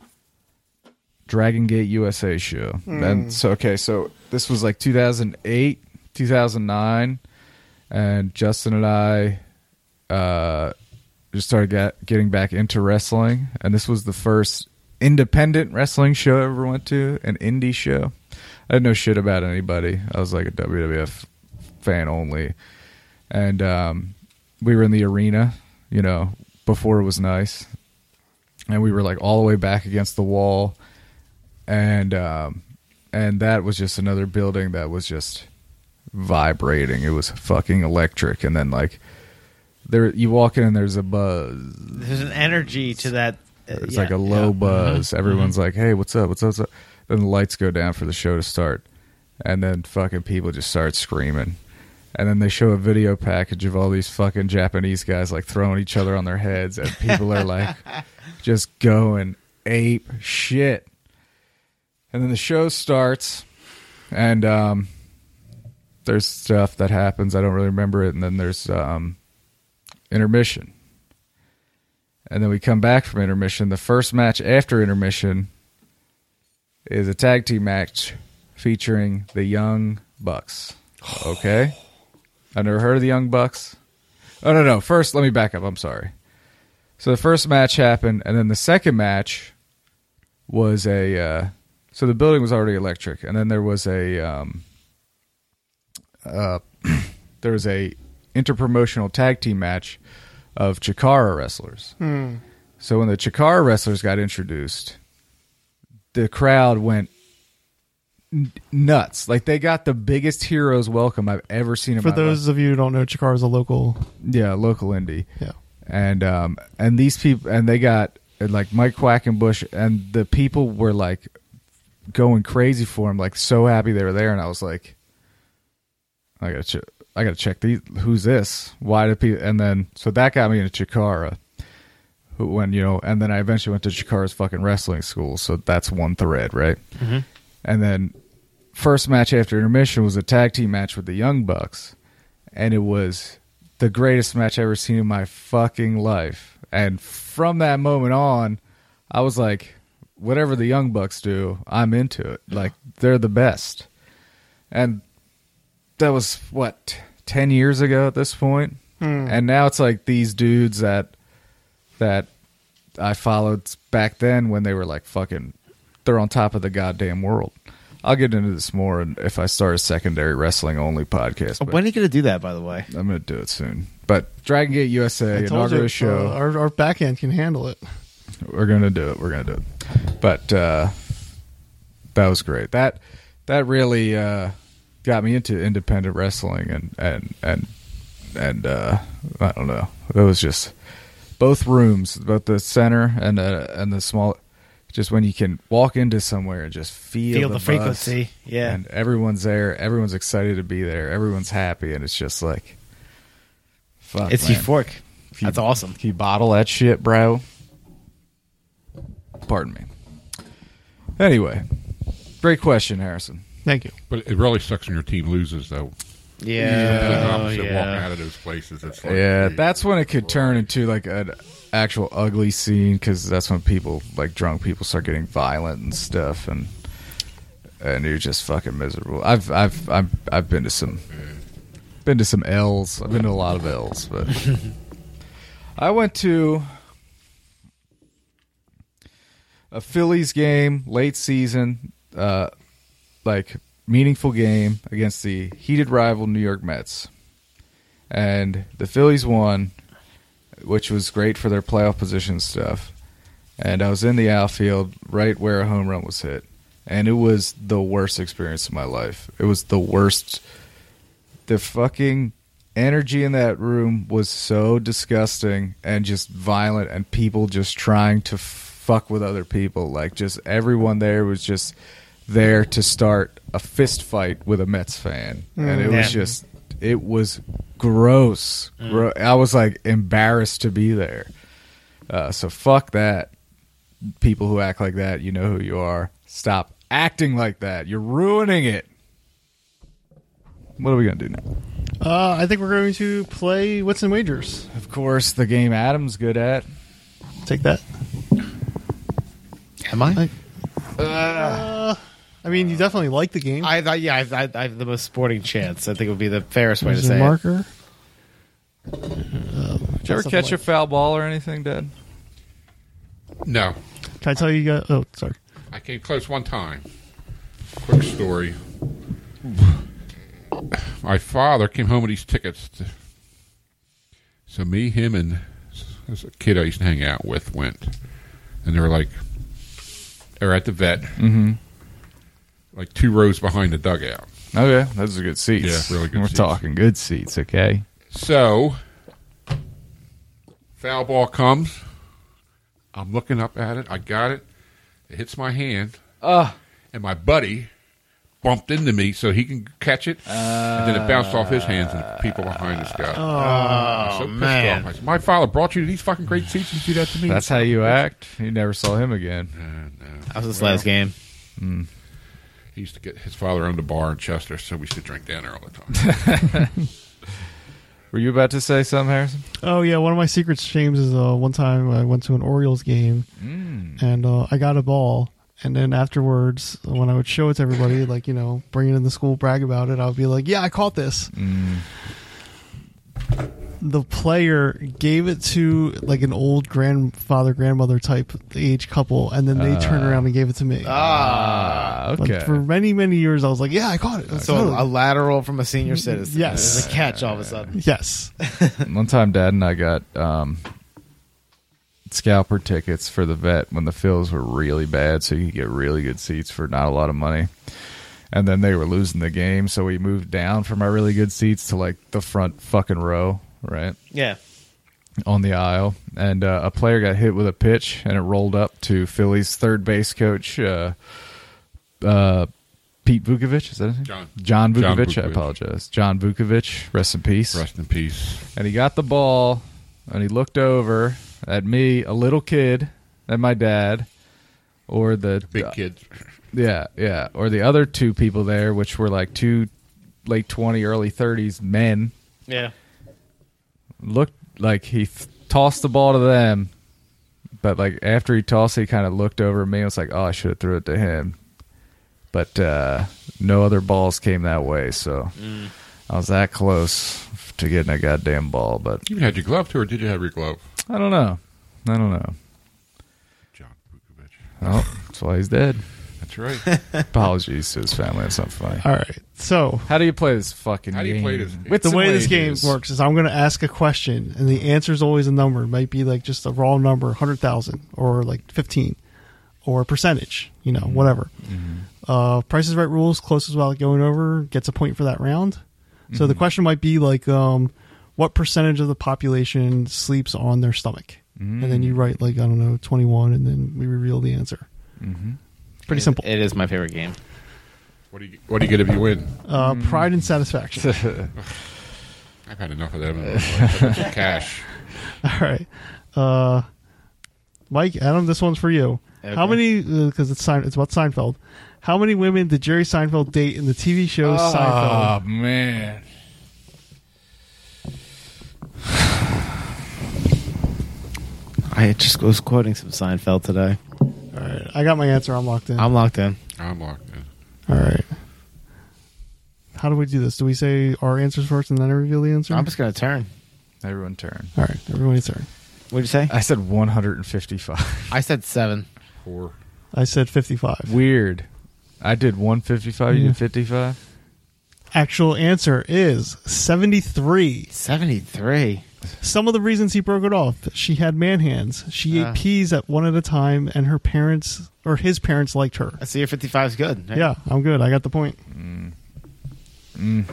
Speaker 3: Dragon Gate USA show. And so okay, so this was like 2008, 2009 and Justin and I uh just started get, getting back into wrestling and this was the first independent wrestling show I ever went to, an indie show. I didn't know shit about anybody. I was like a WWF fan only. And um we were in the arena, you know, before it was nice. And we were like all the way back against the wall and um, and that was just another building that was just vibrating. It was fucking electric, and then like there, you walk in and there's a buzz.
Speaker 4: There's an energy to that. uh,
Speaker 3: It's
Speaker 4: yeah,
Speaker 3: like a low
Speaker 4: yeah. Mm-hmm.
Speaker 3: buzz. Everyone's like, "Hey, what's up? What's up? What's up?" Then the lights go down for the show to start, and then fucking people just start screaming. And then they show a video package of all these fucking Japanese guys like throwing each other on their heads, and people are like just going ape shit. And then the show starts, and um, there's stuff that happens. I don't really remember it. And then there's um, intermission and then we come back from intermission. The first match after intermission is a tag team match featuring the Young Bucks. Okay, I never heard of the Young Bucks. Oh no, no. First, let me back up. I'm sorry. So the first match happened, and then the second match was a. Uh, so the building was already electric, and then there was a. Um, uh, there was a interpromotional tag team match of Chikara wrestlers.
Speaker 1: Hmm.
Speaker 3: So when the Chikara wrestlers got introduced, the crowd went n- nuts. Like they got the biggest heroes welcome I've ever seen. In
Speaker 1: For
Speaker 3: my life.
Speaker 1: those of you who don't know, Chikara is a local.
Speaker 3: Yeah, local indie.
Speaker 1: Yeah.
Speaker 3: And um and these people and they got and, like Mike Quackenbush and the people were like going crazy for him, like so happy they were there and I was like I gotta check I gotta check these who's this? Why did people and then so that got me into Chikara. Who when you know and then I eventually went to Chikara's fucking wrestling school, so that's one thread, right? Mm-hmm. And then first match after intermission was a tag team match with the Young Bucks, and it was the greatest match I ever seen in my fucking life. And from that moment on, I was like, whatever the Young Bucks do, I'm into it. Like they're the best. And that was what ten years ago at this point, and now it's like these dudes that that I followed back then when they were like fucking they're on top of the goddamn world. I'll get into this more and if I start a secondary wrestling only podcast. But
Speaker 4: When are you going to do that, by the way?
Speaker 3: I'm gonna do it soon. But Dragon Gate USA
Speaker 1: I told
Speaker 3: inaugural
Speaker 1: you, uh,
Speaker 3: show.
Speaker 1: our, our back end can handle it.
Speaker 3: we're gonna do it. We're gonna do it. But uh, that was great. That that really uh, got me into independent wrestling and and and and uh, I don't know. It was just both rooms, both the center and the and the small. Just when you can walk into somewhere and just feel,
Speaker 4: Feel the
Speaker 3: buzz.
Speaker 4: frequency, yeah.
Speaker 3: And everyone's there. Everyone's excited to be there. Everyone's happy, and it's just like, fuck,
Speaker 4: It's
Speaker 3: man.
Speaker 4: euphoric.
Speaker 3: If you-
Speaker 4: That's awesome.
Speaker 3: if you bottle that shit, bro. Pardon me. Anyway, great question, Harrison.
Speaker 1: Thank you.
Speaker 5: But it really sucks when your team loses, though.
Speaker 4: Yeah.
Speaker 5: Opposite, Walking
Speaker 4: yeah.
Speaker 5: out of those places, it's like,
Speaker 3: Yeah,
Speaker 5: hey,
Speaker 3: that's when it could turn into like an actual ugly scene because that's when people, like drunk people, start getting violent and stuff, and and you're just fucking miserable. I've I've I've I've been to some been to some L's. I've been to a lot of L's, but I went to a Phillies game late season, uh, like meaningful game against the heated rival New York Mets and the Phillies won, which was great for their playoff position stuff. And I was in the outfield right where a home run was hit, and it was the worst experience of my life. It was the worst. The fucking energy in that room was so disgusting and just violent, and people just trying to fuck with other people. Like just everyone there was just there to start a fist fight with a Mets fan, and it was
Speaker 4: Yeah.
Speaker 3: just it was gross. Gro- I was like embarrassed to be there. Uh, so fuck that. People who act like that, you know who you are. Stop acting like that. You're ruining it. What are we gonna do now?
Speaker 1: Uh, I think we're going to play What's in Wagers.
Speaker 3: Of course, the game Adam's good at.
Speaker 1: Take that.
Speaker 4: Am I?
Speaker 1: uh, I mean, you definitely like the game.
Speaker 4: I, I yeah, I, I, I have the most sporting chance. I think it would be the fairest way to
Speaker 1: There's
Speaker 4: say
Speaker 1: a
Speaker 4: it.
Speaker 1: marker.
Speaker 3: Did you ever
Speaker 1: Something
Speaker 3: catch
Speaker 1: like-
Speaker 3: a foul ball or anything, Dad?
Speaker 5: no.
Speaker 1: Can I tell you? you Got, oh, sorry.
Speaker 5: I came close one time. Quick story. My father came home with these tickets. To, so me, him, and there's a kid I used to hang out with went, and they were like, they were at the vet, mm-hmm. like two rows behind the dugout.
Speaker 3: Okay, those are good seats.
Speaker 5: Yeah, really good
Speaker 3: We're
Speaker 5: seats.
Speaker 3: talking good seats. Okay.
Speaker 5: So, foul ball comes. I'm looking up at it. I got it. It hits my hand. And my buddy bumped into me so he can catch it. and then it bounced off his hands and the people behind us got it. Oh, so pissed
Speaker 4: man.
Speaker 5: off. I said, My father brought you to these fucking great seats. You do that to me.
Speaker 3: That's how you act. You never saw him again.
Speaker 4: That was this last game.
Speaker 5: He used to get his father owned a bar in Chester, so we used to drink down there all the time.
Speaker 3: Were you about to say something, Harrison?
Speaker 1: Oh yeah, one of my secret shames is uh, one time I went to an Orioles game and uh, I got a ball, and then afterwards, when I would show it to everybody, like you know, bring it in the school, brag about it, I would be like, "Yeah, I caught this." The player gave it to like an old grandfather, grandmother type age couple, and then they turned around and gave it to me.
Speaker 3: Ah,
Speaker 1: Like,
Speaker 3: okay.
Speaker 1: For many many years, I was like, "Yeah, I caught it."
Speaker 4: So
Speaker 1: Totally.
Speaker 4: a lateral from a senior citizen.
Speaker 1: Mm, Yes.
Speaker 4: It was a catch all of a sudden.
Speaker 1: yes,
Speaker 3: One time, Dad and I got um, scalper tickets for the vet when the fills were really bad, so you could get really good seats for not a lot of money. And then they were losing the game, so we moved down from our really good seats to like the front fucking row, right
Speaker 4: Yeah.
Speaker 3: on the aisle. And uh, a player got hit with a pitch, and it rolled up to Philly's third base coach, uh, uh, Pete Vukovich. Is that his name?
Speaker 5: John.
Speaker 3: John
Speaker 5: John
Speaker 3: Vukovich. I
Speaker 5: Vukovich.
Speaker 3: apologize, John Vukovich. Rest in peace
Speaker 5: Rest in peace.
Speaker 3: and he got the ball and he looked over at me, a little kid, and my dad, or the
Speaker 5: Big kids.
Speaker 3: yeah, yeah, or the other two people there, which were like two late twenty, early thirties men,
Speaker 4: Yeah.
Speaker 3: looked like he th- tossed the ball to them, but like after he tossed, it, he kind of looked over at me. and was like, oh, I should have threw it to him, but uh, no other balls came that way, so I was that close to getting a goddamn ball, but
Speaker 5: You had your glove too, or did you have your glove?
Speaker 3: I don't know. I don't know.
Speaker 5: John Vukovich.
Speaker 3: Oh, that's why he's dead.
Speaker 5: That's right.
Speaker 3: Apologies to his family. That's not funny.
Speaker 1: all right. So
Speaker 3: How do you play this fucking
Speaker 5: How do
Speaker 3: game?
Speaker 5: you play this game?
Speaker 3: Wits
Speaker 1: the
Speaker 3: and
Speaker 1: way this game
Speaker 3: wages.
Speaker 1: works is I'm going to ask a question, and the answer is always a number. It might be like just a raw number, hundred thousand, or like fifteen, or a percentage. You know, whatever. Uh, Price is Right rules closest without going over gets a point for that round. So the question might be like, um, what percentage of the population sleeps on their stomach? and then you write like I don't know twenty one, and then we reveal the answer. Mm-hmm. Pretty simple.
Speaker 4: It is my favorite game.
Speaker 5: What do you What do you get if you win?
Speaker 1: Uh, pride and satisfaction.
Speaker 5: I've had enough of them. in my life. That's Cash.
Speaker 1: All right, uh, Mike, Adam, this one's for you. How
Speaker 4: Okay.
Speaker 1: many? Because it's Sein- it's about Seinfeld. How many women did Jerry Seinfeld date in the TV show
Speaker 4: Ah.
Speaker 1: Seinfeld?
Speaker 3: Oh man.
Speaker 4: I just was quoting some Seinfeld today.
Speaker 1: All right, I got my answer. I'm locked in.
Speaker 4: I'm locked in.
Speaker 5: I'm uh, locked in.
Speaker 1: All right. How do we do this? Do we say our answers first and then I reveal the answer?
Speaker 4: I'm just gonna turn.
Speaker 3: Everyone turn.
Speaker 1: All right, everybody's turn.
Speaker 4: What'd you say?
Speaker 3: I said 155.
Speaker 4: I said seven.
Speaker 5: Four.
Speaker 1: I said 55.
Speaker 3: Weird. I did 155. You
Speaker 1: Yeah.
Speaker 3: did 55.
Speaker 1: Actual answer is 73.
Speaker 4: Seventy-three.
Speaker 1: Some of the reasons he broke it off. She had man hands. She
Speaker 4: Ah.
Speaker 1: ate peas at one at a time and her parents or his parents liked her.
Speaker 4: I see your fifty-five is good. right?
Speaker 1: Yeah, I'm good. I got the point.
Speaker 3: You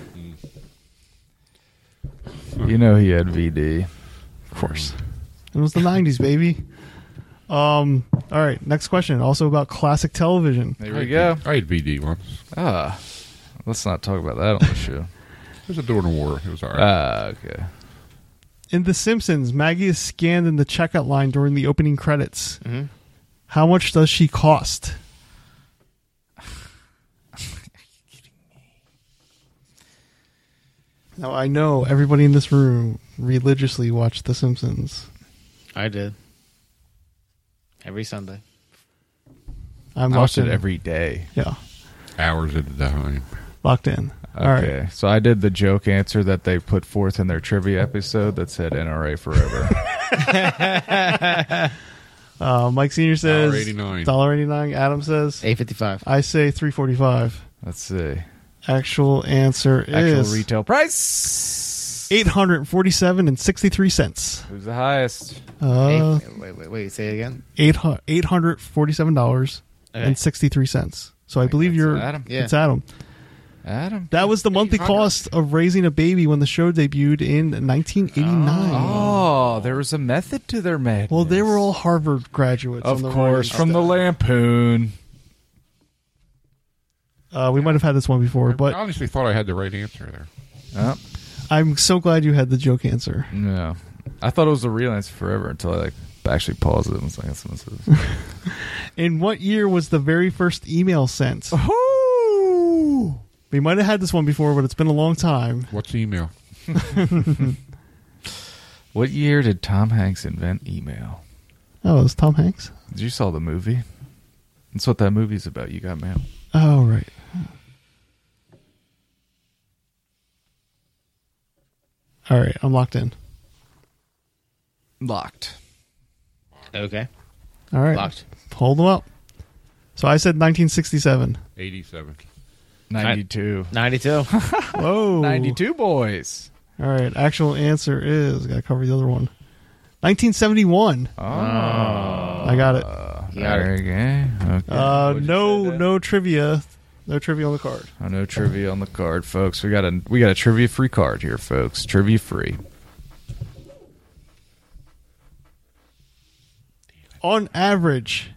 Speaker 3: know he had VD.
Speaker 1: Of course. It was the 90s, baby. Um all right, next question also about classic television.
Speaker 3: There we go.
Speaker 5: I had BD once.
Speaker 3: Ah, let's not talk about that on the show.
Speaker 5: It was a during the war. It was all right.
Speaker 3: Ah, okay.
Speaker 1: In The Simpsons, Maggie is scanned in the checkout line during the opening credits.
Speaker 3: Mm-hmm.
Speaker 1: How much does she cost? Now I know everybody in this room religiously watched The Simpsons.
Speaker 4: I did. Every Sunday.
Speaker 1: I'm
Speaker 3: I
Speaker 1: locked
Speaker 3: watched it
Speaker 1: in.
Speaker 3: every day.
Speaker 1: yeah,
Speaker 5: Hours at a time.
Speaker 1: locked in. All right.
Speaker 3: Okay, so I did the joke answer that they put forth in their trivia episode that said NRA forever.
Speaker 1: Uh, Mike Senior says
Speaker 5: $1.89.
Speaker 1: dollar eighty nine. Adam says
Speaker 4: Eight fifty-five.
Speaker 1: I say three forty five.
Speaker 3: Let's see.
Speaker 1: Actual answer
Speaker 3: Actual
Speaker 1: is
Speaker 3: retail price.
Speaker 1: eight hundred forty seven and sixty three cents.
Speaker 3: Who's the highest?
Speaker 1: Uh,
Speaker 4: Eight- wait, wait, wait. Say it again.
Speaker 1: eight eight hundred forty seven dollars and sixty three cents. So I, believe
Speaker 3: that's
Speaker 1: you're
Speaker 3: Adam.
Speaker 4: Yeah.
Speaker 1: It's Adam.
Speaker 3: Adam.
Speaker 1: That was the monthly cost of raising a baby when the show debuted in 1989.
Speaker 3: Oh, there was a method to their madness.
Speaker 1: Well, they were all Harvard graduates.
Speaker 3: of
Speaker 1: on the
Speaker 3: course,
Speaker 1: writing
Speaker 3: from the
Speaker 1: staff.
Speaker 3: Lampoon.
Speaker 1: Uh, we might have had this one before,
Speaker 5: I
Speaker 1: but
Speaker 5: honestly thought I had the right answer there.
Speaker 3: Oh,
Speaker 1: I'm so glad you had the joke answer.
Speaker 3: no, I thought it was the real answer forever until I like actually paused it and was like, "That's what this is."
Speaker 1: In what year was the very first email sent? We might have had this one before, but it's been a long time.
Speaker 5: What's the email?
Speaker 3: What year did Tom Hanks invent email?
Speaker 1: Oh, it was Tom Hanks.
Speaker 3: Did you saw the movie? That's what that movie's about. You got mail.
Speaker 1: Oh, right. All right, I'm locked in.
Speaker 3: Locked.
Speaker 4: Okay.
Speaker 1: All right.
Speaker 4: Locked.
Speaker 1: Hold them up. So I said 1967.
Speaker 5: 87.
Speaker 3: 92.
Speaker 4: Ninety-two.
Speaker 1: Whoa.
Speaker 3: 92 boys.
Speaker 1: All right. Actual answer is got to cover the other one. 1971. Oh. I got it.
Speaker 4: got it.
Speaker 3: Okay. okay.
Speaker 1: Uh,
Speaker 3: What'd you say
Speaker 1: no,
Speaker 3: there?
Speaker 1: no trivia. No trivia on the card.
Speaker 3: Oh, no trivia on the card, folks. We got a we got a trivia free card here, folks. Trivia free.
Speaker 1: On average,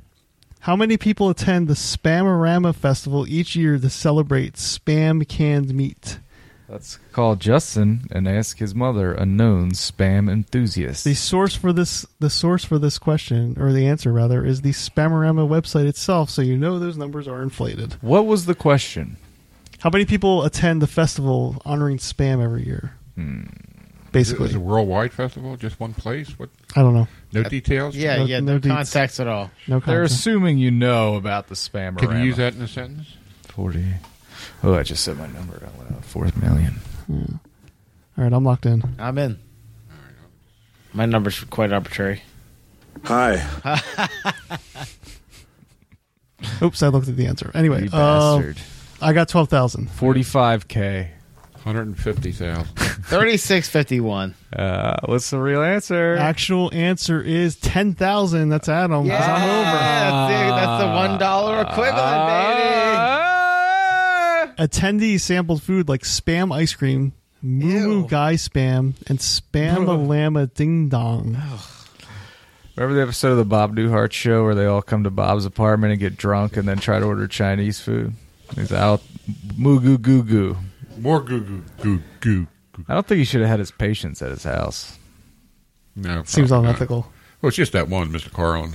Speaker 1: how many people attend the Spamorama Festival each year to celebrate spam canned meat?
Speaker 3: Let's call Justin and ask his mother, a known spam enthusiast.
Speaker 1: The source for this, the source for this question, or the answer rather, is the Spamorama website itself. So you know those numbers are inflated.
Speaker 3: What was the question?
Speaker 1: How many people attend the festival honoring spam every year?
Speaker 5: Is it- is
Speaker 1: Basically,
Speaker 5: it a worldwide festival? Just one place? What?
Speaker 1: I don't know.
Speaker 5: No details?
Speaker 4: Yeah,
Speaker 1: No-
Speaker 4: yeah.
Speaker 1: no
Speaker 4: No,
Speaker 1: deets.
Speaker 4: context at all.
Speaker 1: No
Speaker 3: They're
Speaker 1: concept.
Speaker 3: assuming you know about the spam.
Speaker 5: Can you use that in a sentence?
Speaker 3: 40. Oh, I just said my number out loud. 4 million.
Speaker 1: All right, I'm locked in.
Speaker 4: I'm in. My number's quite arbitrary.
Speaker 1: Oops, I looked at the answer. Anyway,
Speaker 3: You
Speaker 1: uh,
Speaker 5: Um,
Speaker 3: bastard.
Speaker 1: I got twelve thousand.
Speaker 3: 45k.
Speaker 5: 150,000.
Speaker 4: Thirty-six fifty-one.
Speaker 3: Uh, what's the real answer?
Speaker 1: Actual answer is ten thousand. That's Adam. 'cause I'm over.
Speaker 4: Yeah, dude, that's the one dollar equivalent, baby.
Speaker 1: Attendees sampled food like spam ice cream, moo moo guy spam, and spam a llama ding dong.
Speaker 3: Remember the episode of the Bob Newhart show where they all come to Bob's apartment and get drunk and then try to order Chinese food? He's out moo goo goo goo.
Speaker 5: More goo goo goo goo. goo.
Speaker 3: I don't think he should have had his patients at his house.
Speaker 5: No,
Speaker 1: Seems
Speaker 5: probably not.
Speaker 1: unethical.
Speaker 5: Well, it's just that one, Mr. Carlin.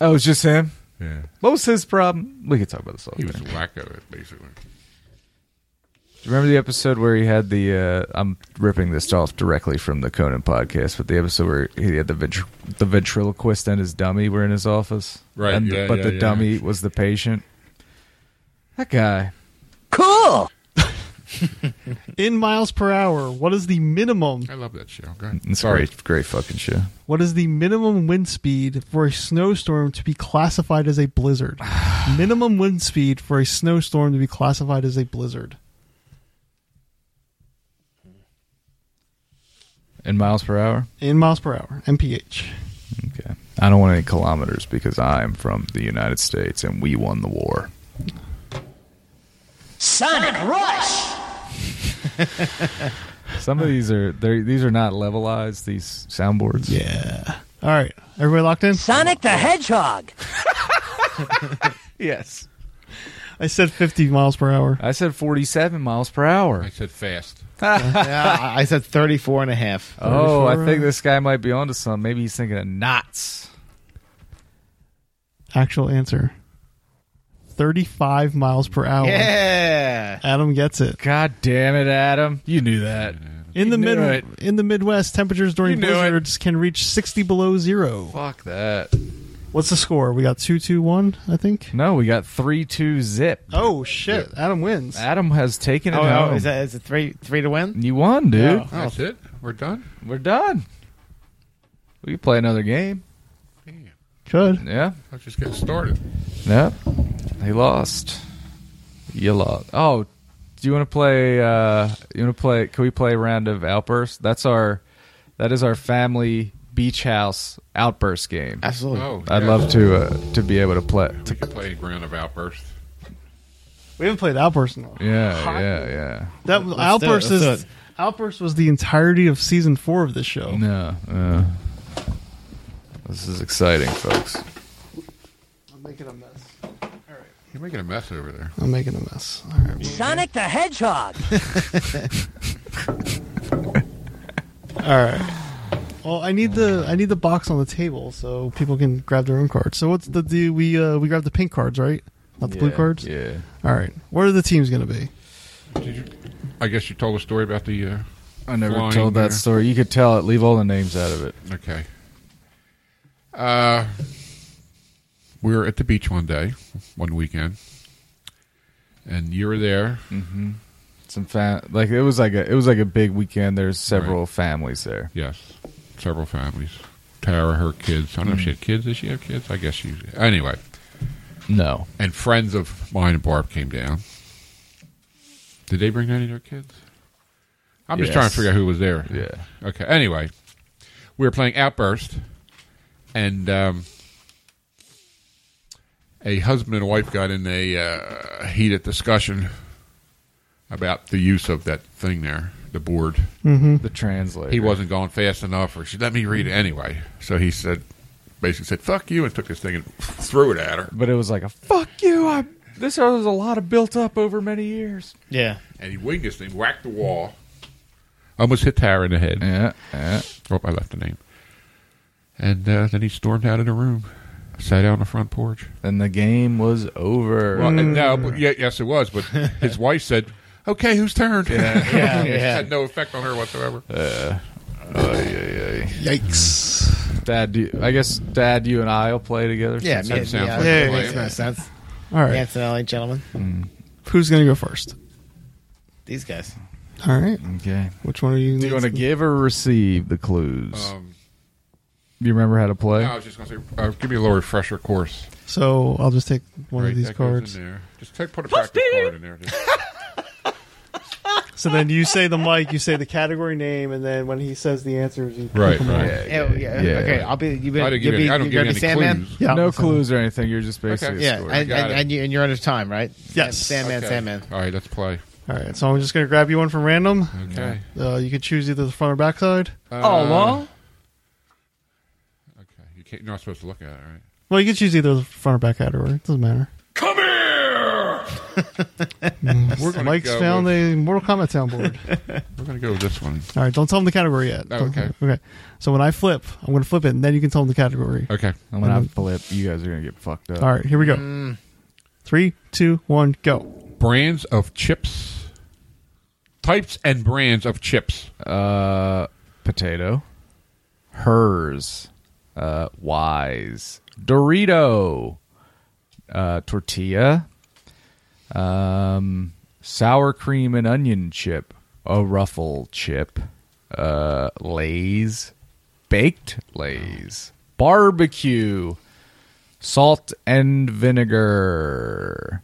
Speaker 3: Oh, it's just him.
Speaker 5: Yeah,
Speaker 3: What was his problem? We could talk about this.
Speaker 5: he was
Speaker 3: later.
Speaker 5: a wacko, basically.
Speaker 3: Remember the episode where he had the? Uh, I'm ripping this off directly from the Conan podcast, but the episode where he had the ventri- the ventriloquist and his dummy were in his office,
Speaker 5: Right,
Speaker 3: And
Speaker 5: yeah,
Speaker 3: but
Speaker 5: yeah,
Speaker 3: the
Speaker 5: yeah.
Speaker 3: dummy was the patient. That guy.
Speaker 1: In miles per hour, what is the minimum?
Speaker 5: I love that show. Go ahead.
Speaker 3: It's
Speaker 5: Sorry,
Speaker 3: great, great fucking show.
Speaker 1: What is the minimum wind speed for a snowstorm to be classified as a blizzard? minimum wind speed for a snowstorm to be classified as a blizzard.
Speaker 3: In miles per hour.
Speaker 1: In miles per hour, mph.
Speaker 3: Okay. I don't want any kilometers because I'm from the United States and we won the war. Sonic Rush. Some of these are they these are not levelized. These soundboards.
Speaker 1: Yeah. All right. Everybody locked in?
Speaker 9: Sonic the Hedgehog.
Speaker 3: Yes.
Speaker 1: I said 50 miles per hour.
Speaker 3: I said 47 miles per hour.
Speaker 5: I said fast.
Speaker 4: Yeah, I I said 34 and a half.
Speaker 3: Oh, I
Speaker 1: 34.
Speaker 3: think this guy might be onto something. Maybe he's thinking of knots.
Speaker 1: Actual answer 35 miles per hour.
Speaker 4: Yeah.
Speaker 1: Adam gets it.
Speaker 3: God damn it, Adam! You knew that.
Speaker 1: In the
Speaker 3: knew
Speaker 1: mid
Speaker 3: it.
Speaker 1: in the Midwest, temperatures during
Speaker 3: You knew it.
Speaker 1: blizzards can reach 60 below 0.
Speaker 3: Fuck that.
Speaker 1: What's the score? We got 2-2-1, I think.
Speaker 3: No, we got three two zip.
Speaker 1: Oh shit, Adam wins.
Speaker 3: Adam has taken it
Speaker 4: Oh,
Speaker 3: home.
Speaker 4: oh, is that is it three three to win?
Speaker 3: you won, dude.
Speaker 4: Yeah.
Speaker 5: That's it. We're done.
Speaker 3: We're done. We can play another game.
Speaker 5: Damn,
Speaker 1: Good.
Speaker 3: Yeah.
Speaker 5: I was just getting started.
Speaker 3: Yep. He lost. You lost. Oh, do you want to play? Uh, you want to play? Can we play a round of outburst? That's our. That is our family beach house outburst game.
Speaker 4: Absolutely.
Speaker 5: Oh,
Speaker 3: I'd
Speaker 5: yeah.
Speaker 3: love to uh, to be able to play.
Speaker 5: We could play Ground of Outburst.
Speaker 1: We haven't played Outburst in a while.
Speaker 3: Yeah, yeah,
Speaker 1: That Outburst
Speaker 4: do it,
Speaker 1: is
Speaker 4: let's do
Speaker 1: Outburst was the entirety of season 4 of this show.
Speaker 3: yeah. No, uh, this is exciting, folks.
Speaker 1: I'm making a mess.
Speaker 5: You're making a mess over there.
Speaker 1: I'm making a mess. All right.
Speaker 9: Sonic the Hedgehog.
Speaker 1: All right. Well, I need the I need the box on the table so people can grab their own cards. So what's the do we uh we grab the pink cards, right? Not the blue
Speaker 3: Yeah,
Speaker 1: cards.
Speaker 3: Yeah.
Speaker 1: All right. What are the teams going to be?
Speaker 5: Did you? I guess you told a story about the. Uh,
Speaker 3: I never
Speaker 5: Flying
Speaker 3: told that
Speaker 5: there.
Speaker 3: story. You could tell it. Leave all the names out of it.
Speaker 5: Okay. Uh, we were at the beach one day, one weekend, and you were there.
Speaker 3: Mm-hmm. some fam- like it was like a it was like a big weekend. There's several families there.
Speaker 5: Yes, several families. Tara, her kids. I don't know if she
Speaker 3: Mm-hmm.
Speaker 5: had kids. Did she have kids? I guess she. Anyway,
Speaker 3: No,
Speaker 5: and friends of mine and Barb came down. Did they bring any of their kids? I'm just
Speaker 3: Yes.
Speaker 5: trying to figure out who was there.
Speaker 3: Yeah.
Speaker 5: Okay. Anyway, we were playing Outburst, and um, a husband and wife got in a uh, heated discussion about the use of that thing there, the board.
Speaker 3: the translator.
Speaker 5: He wasn't going fast enough, or she let me read it anyway. So he said, basically said, "Fuck you," and took this thing and threw it at her.
Speaker 3: but it was like a fuck you. I this was a lot of built up over many years.
Speaker 4: Yeah.
Speaker 5: and he winged this thing, whacked the wall, almost hit Tyra in the head.
Speaker 3: Yeah, yeah.
Speaker 5: Oh, I left the name. And uh, then he stormed out of the room, sat down on the front porch.
Speaker 3: And the game was over.
Speaker 5: Well, and no, but yeah, yes, it was. But his wife said, "Okay, whose turn?" Yeah,
Speaker 4: Yeah.
Speaker 5: it
Speaker 4: yeah.
Speaker 5: had no effect on her whatsoever.
Speaker 1: Yikes.
Speaker 3: Dad, do you- I guess Dad, you and I will play together.
Speaker 4: Yeah,
Speaker 5: Sounds-
Speaker 4: me-
Speaker 5: sounds
Speaker 4: yeah,
Speaker 5: like
Speaker 4: yeah,
Speaker 5: a
Speaker 4: makes
Speaker 5: plan.
Speaker 4: no sense.
Speaker 1: All right.
Speaker 4: Yes, LA gentlemen.
Speaker 1: Who's going to go first?
Speaker 4: These guys.
Speaker 1: All right.
Speaker 3: Okay.
Speaker 1: Which one are you?
Speaker 3: Do you want to
Speaker 1: needs-
Speaker 3: give or receive the clues?
Speaker 5: Um,
Speaker 3: you remember how to play?
Speaker 5: I was just going to say, uh, give me a little refresher course.
Speaker 1: So I'll just take one
Speaker 5: Right,
Speaker 1: of these
Speaker 5: that goes
Speaker 1: cards.
Speaker 5: in there. Just take put a practice card in there. Just-
Speaker 1: So then you say the mic, you say the category name, and then when he says the answers, you
Speaker 5: right,
Speaker 1: pick 'em up.
Speaker 5: right.
Speaker 3: Yeah,
Speaker 4: Yeah, yeah,
Speaker 3: yeah.
Speaker 4: Okay, I'll be. You be.
Speaker 5: I didn't give
Speaker 4: you
Speaker 5: you,
Speaker 4: be.
Speaker 5: I don't
Speaker 4: you
Speaker 5: give
Speaker 4: gonna
Speaker 5: you
Speaker 4: be
Speaker 5: any
Speaker 4: Sandman.
Speaker 5: clues.
Speaker 1: Yeah.
Speaker 3: no
Speaker 1: so-
Speaker 3: clues or anything. You're just basically
Speaker 5: Okay.
Speaker 3: a
Speaker 4: Yeah,
Speaker 3: score.
Speaker 4: and,
Speaker 5: Got
Speaker 4: and,
Speaker 5: it.
Speaker 4: and, you, and you're under time, right?
Speaker 1: Yes.
Speaker 4: Sandman,
Speaker 5: Okay.
Speaker 4: Sandman.
Speaker 5: All right, let's play.
Speaker 1: All right. So I'm just going to grab you one from random.
Speaker 5: Okay.
Speaker 1: Uh, you can choose either the front or back side.
Speaker 5: Uh,
Speaker 3: well.
Speaker 5: Okay, you can't, you're not supposed to look at it, right?
Speaker 1: Well, you can choose either the front or back category. It doesn't matter.
Speaker 2: Come here!
Speaker 5: We're gonna
Speaker 1: Mike's
Speaker 5: go
Speaker 1: found
Speaker 5: with,
Speaker 1: a Mortal Kombat soundboard.
Speaker 5: We're gonna go with this one.
Speaker 1: All right, don't tell him the category yet.
Speaker 5: Oh, okay.
Speaker 1: Okay. So when I flip, I'm going to flip it, and then you can tell him the category.
Speaker 5: Okay.
Speaker 3: I'm gonna have to flip. You guys are gonna get fucked up.
Speaker 1: All right, here we go.
Speaker 5: Mm.
Speaker 1: Three, two, one, go.
Speaker 5: Brands of chips. Types and brands of chips.
Speaker 3: Uh, potato. Hers. Uh, wise. Dorito. Uh, tortilla. Um, sour cream and onion chip. A ruffle chip. Uh, Lays. Baked Lays. Barbecue. Salt and vinegar.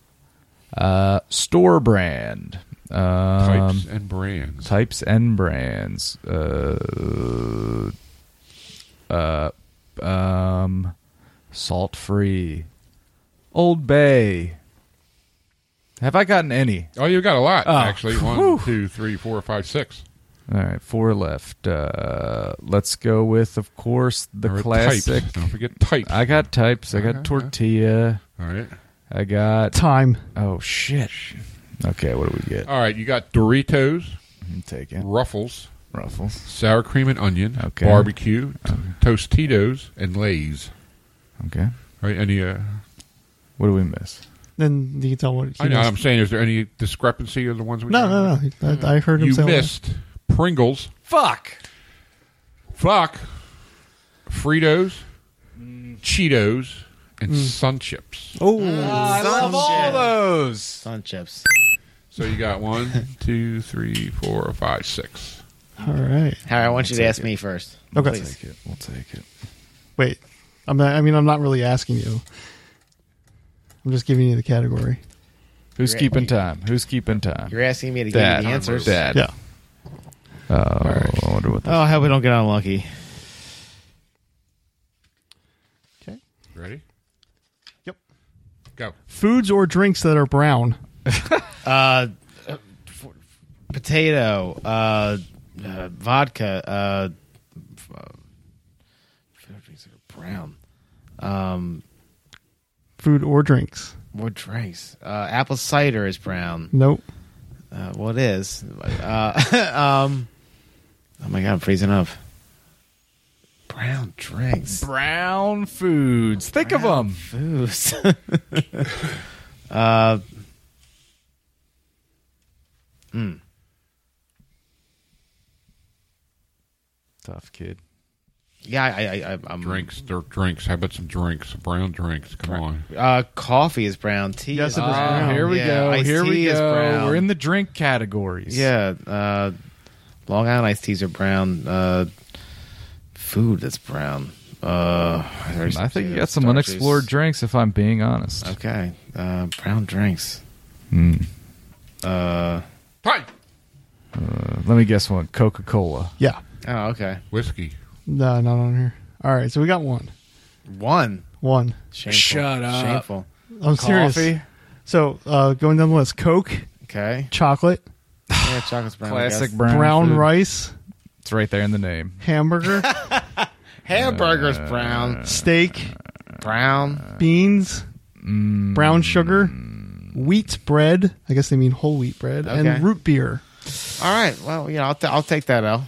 Speaker 3: Uh, store brand. Um,
Speaker 5: Types and brands.
Speaker 3: types and brands. Uh, uh, um, salt free, Old Bay. Have I gotten any?
Speaker 5: Oh, you got a lot
Speaker 3: Ah.
Speaker 5: actually. One, two, three, four, five, six.
Speaker 3: All right, four left. Uh, let's go with, of course, the
Speaker 5: Or
Speaker 3: classic.
Speaker 5: Types. Don't forget types.
Speaker 3: I got types. I got tortilla.
Speaker 5: All right.
Speaker 3: I got.
Speaker 1: Time.
Speaker 3: Oh shit. Okay, what do we get?
Speaker 5: All right. You got Doritos,
Speaker 3: I'm taking
Speaker 5: Ruffles,
Speaker 3: ruffles.
Speaker 5: sour cream and onion,
Speaker 3: Okay.
Speaker 5: barbecue, t- Tostitos, and Lay's.
Speaker 3: Okay,
Speaker 5: All Right? Any? Uh,
Speaker 3: what do we miss?
Speaker 1: Then you can tell what. he
Speaker 5: I know.
Speaker 1: missed.
Speaker 5: I'm saying, is there any discrepancy of the ones we?
Speaker 1: No, no, no. I, I heard him
Speaker 5: You
Speaker 1: say
Speaker 5: missed Pringles.
Speaker 3: Fuck.
Speaker 5: Fuck. Fritos, Cheetos, and Sun Chips.
Speaker 1: Oh,
Speaker 3: All those.
Speaker 4: Sun chips.
Speaker 5: So you got one, two, three, four, five, six.
Speaker 1: all right.
Speaker 4: Harry, I want you to ask me first.
Speaker 1: Okay.
Speaker 4: Please.
Speaker 3: Take it. We'll take it.
Speaker 1: Wait, I'm not, I mean, I'm not really asking you. I'm just giving you the category.
Speaker 3: Who's
Speaker 4: You're-
Speaker 3: keeping time? Who's keeping time?
Speaker 4: You're asking me to give
Speaker 3: Dad.
Speaker 4: you the answers.
Speaker 3: Dad.
Speaker 1: Yeah.
Speaker 3: Oh, I wonder what. The,
Speaker 4: Oh, how we don't get unlucky.
Speaker 1: Okay.
Speaker 5: Ready?
Speaker 1: Yep.
Speaker 5: Go.
Speaker 1: Foods or drinks that are brown.
Speaker 4: Potato, uh, uh, vodka, uh, f- uh, food drinks that are brown, um,
Speaker 1: Food or drinks.
Speaker 4: what drinks? Uh, apple cider is brown.
Speaker 1: Nope.
Speaker 4: Uh, well, it is. Uh, um, oh my god, I'm freezing up. Brown drinks,
Speaker 3: brown foods. Think of
Speaker 4: Brown
Speaker 3: them.
Speaker 4: foods.
Speaker 3: Tough kid.
Speaker 4: yeah, I, I, I, I'm
Speaker 5: Drinks. They're drinks. How about some drinks? Brown drinks. Come on.
Speaker 4: Uh, coffee is brown. Tea
Speaker 1: Yes,
Speaker 4: is
Speaker 1: it is
Speaker 4: brown.
Speaker 1: brown.
Speaker 3: here we
Speaker 4: Yeah,
Speaker 3: go.
Speaker 4: iced
Speaker 3: Here we
Speaker 4: tea is
Speaker 3: go.
Speaker 4: brown.
Speaker 3: We're in the drink categories.
Speaker 4: Yeah, uh, Long Island iced teas are brown. Uh, food that's brown. Uh,
Speaker 3: I think you got some unexplored drinks. If I'm being honest.
Speaker 4: Okay, uh, brown drinks.
Speaker 3: Hmm.
Speaker 4: Uh,
Speaker 5: Hi.
Speaker 3: Let me guess one. Coca Cola.
Speaker 1: Yeah.
Speaker 4: Oh, okay.
Speaker 5: Whiskey.
Speaker 1: No, not on here. All right, so we got one.
Speaker 4: One.
Speaker 1: One.
Speaker 4: Shameful.
Speaker 3: Shut up.
Speaker 4: Shameful.
Speaker 1: I'm serious.
Speaker 3: Coffee.
Speaker 1: So uh, going down the list: Coke,
Speaker 4: Okay.
Speaker 1: chocolate,
Speaker 4: Yeah, chocolate's brown. I
Speaker 3: Classic
Speaker 4: guess.
Speaker 3: brown.
Speaker 1: brown
Speaker 3: food.
Speaker 1: rice,
Speaker 3: It's right there in the name.
Speaker 1: hamburger,
Speaker 4: Hamburgers brown.
Speaker 1: steak,
Speaker 4: Uh, Brown.
Speaker 1: beans,
Speaker 3: Hmm.
Speaker 1: brown sugar, wheat bread. I guess they mean whole wheat bread
Speaker 4: Okay.
Speaker 1: and root beer.
Speaker 4: All right. Well, you know, I'll, t- I'll take that L.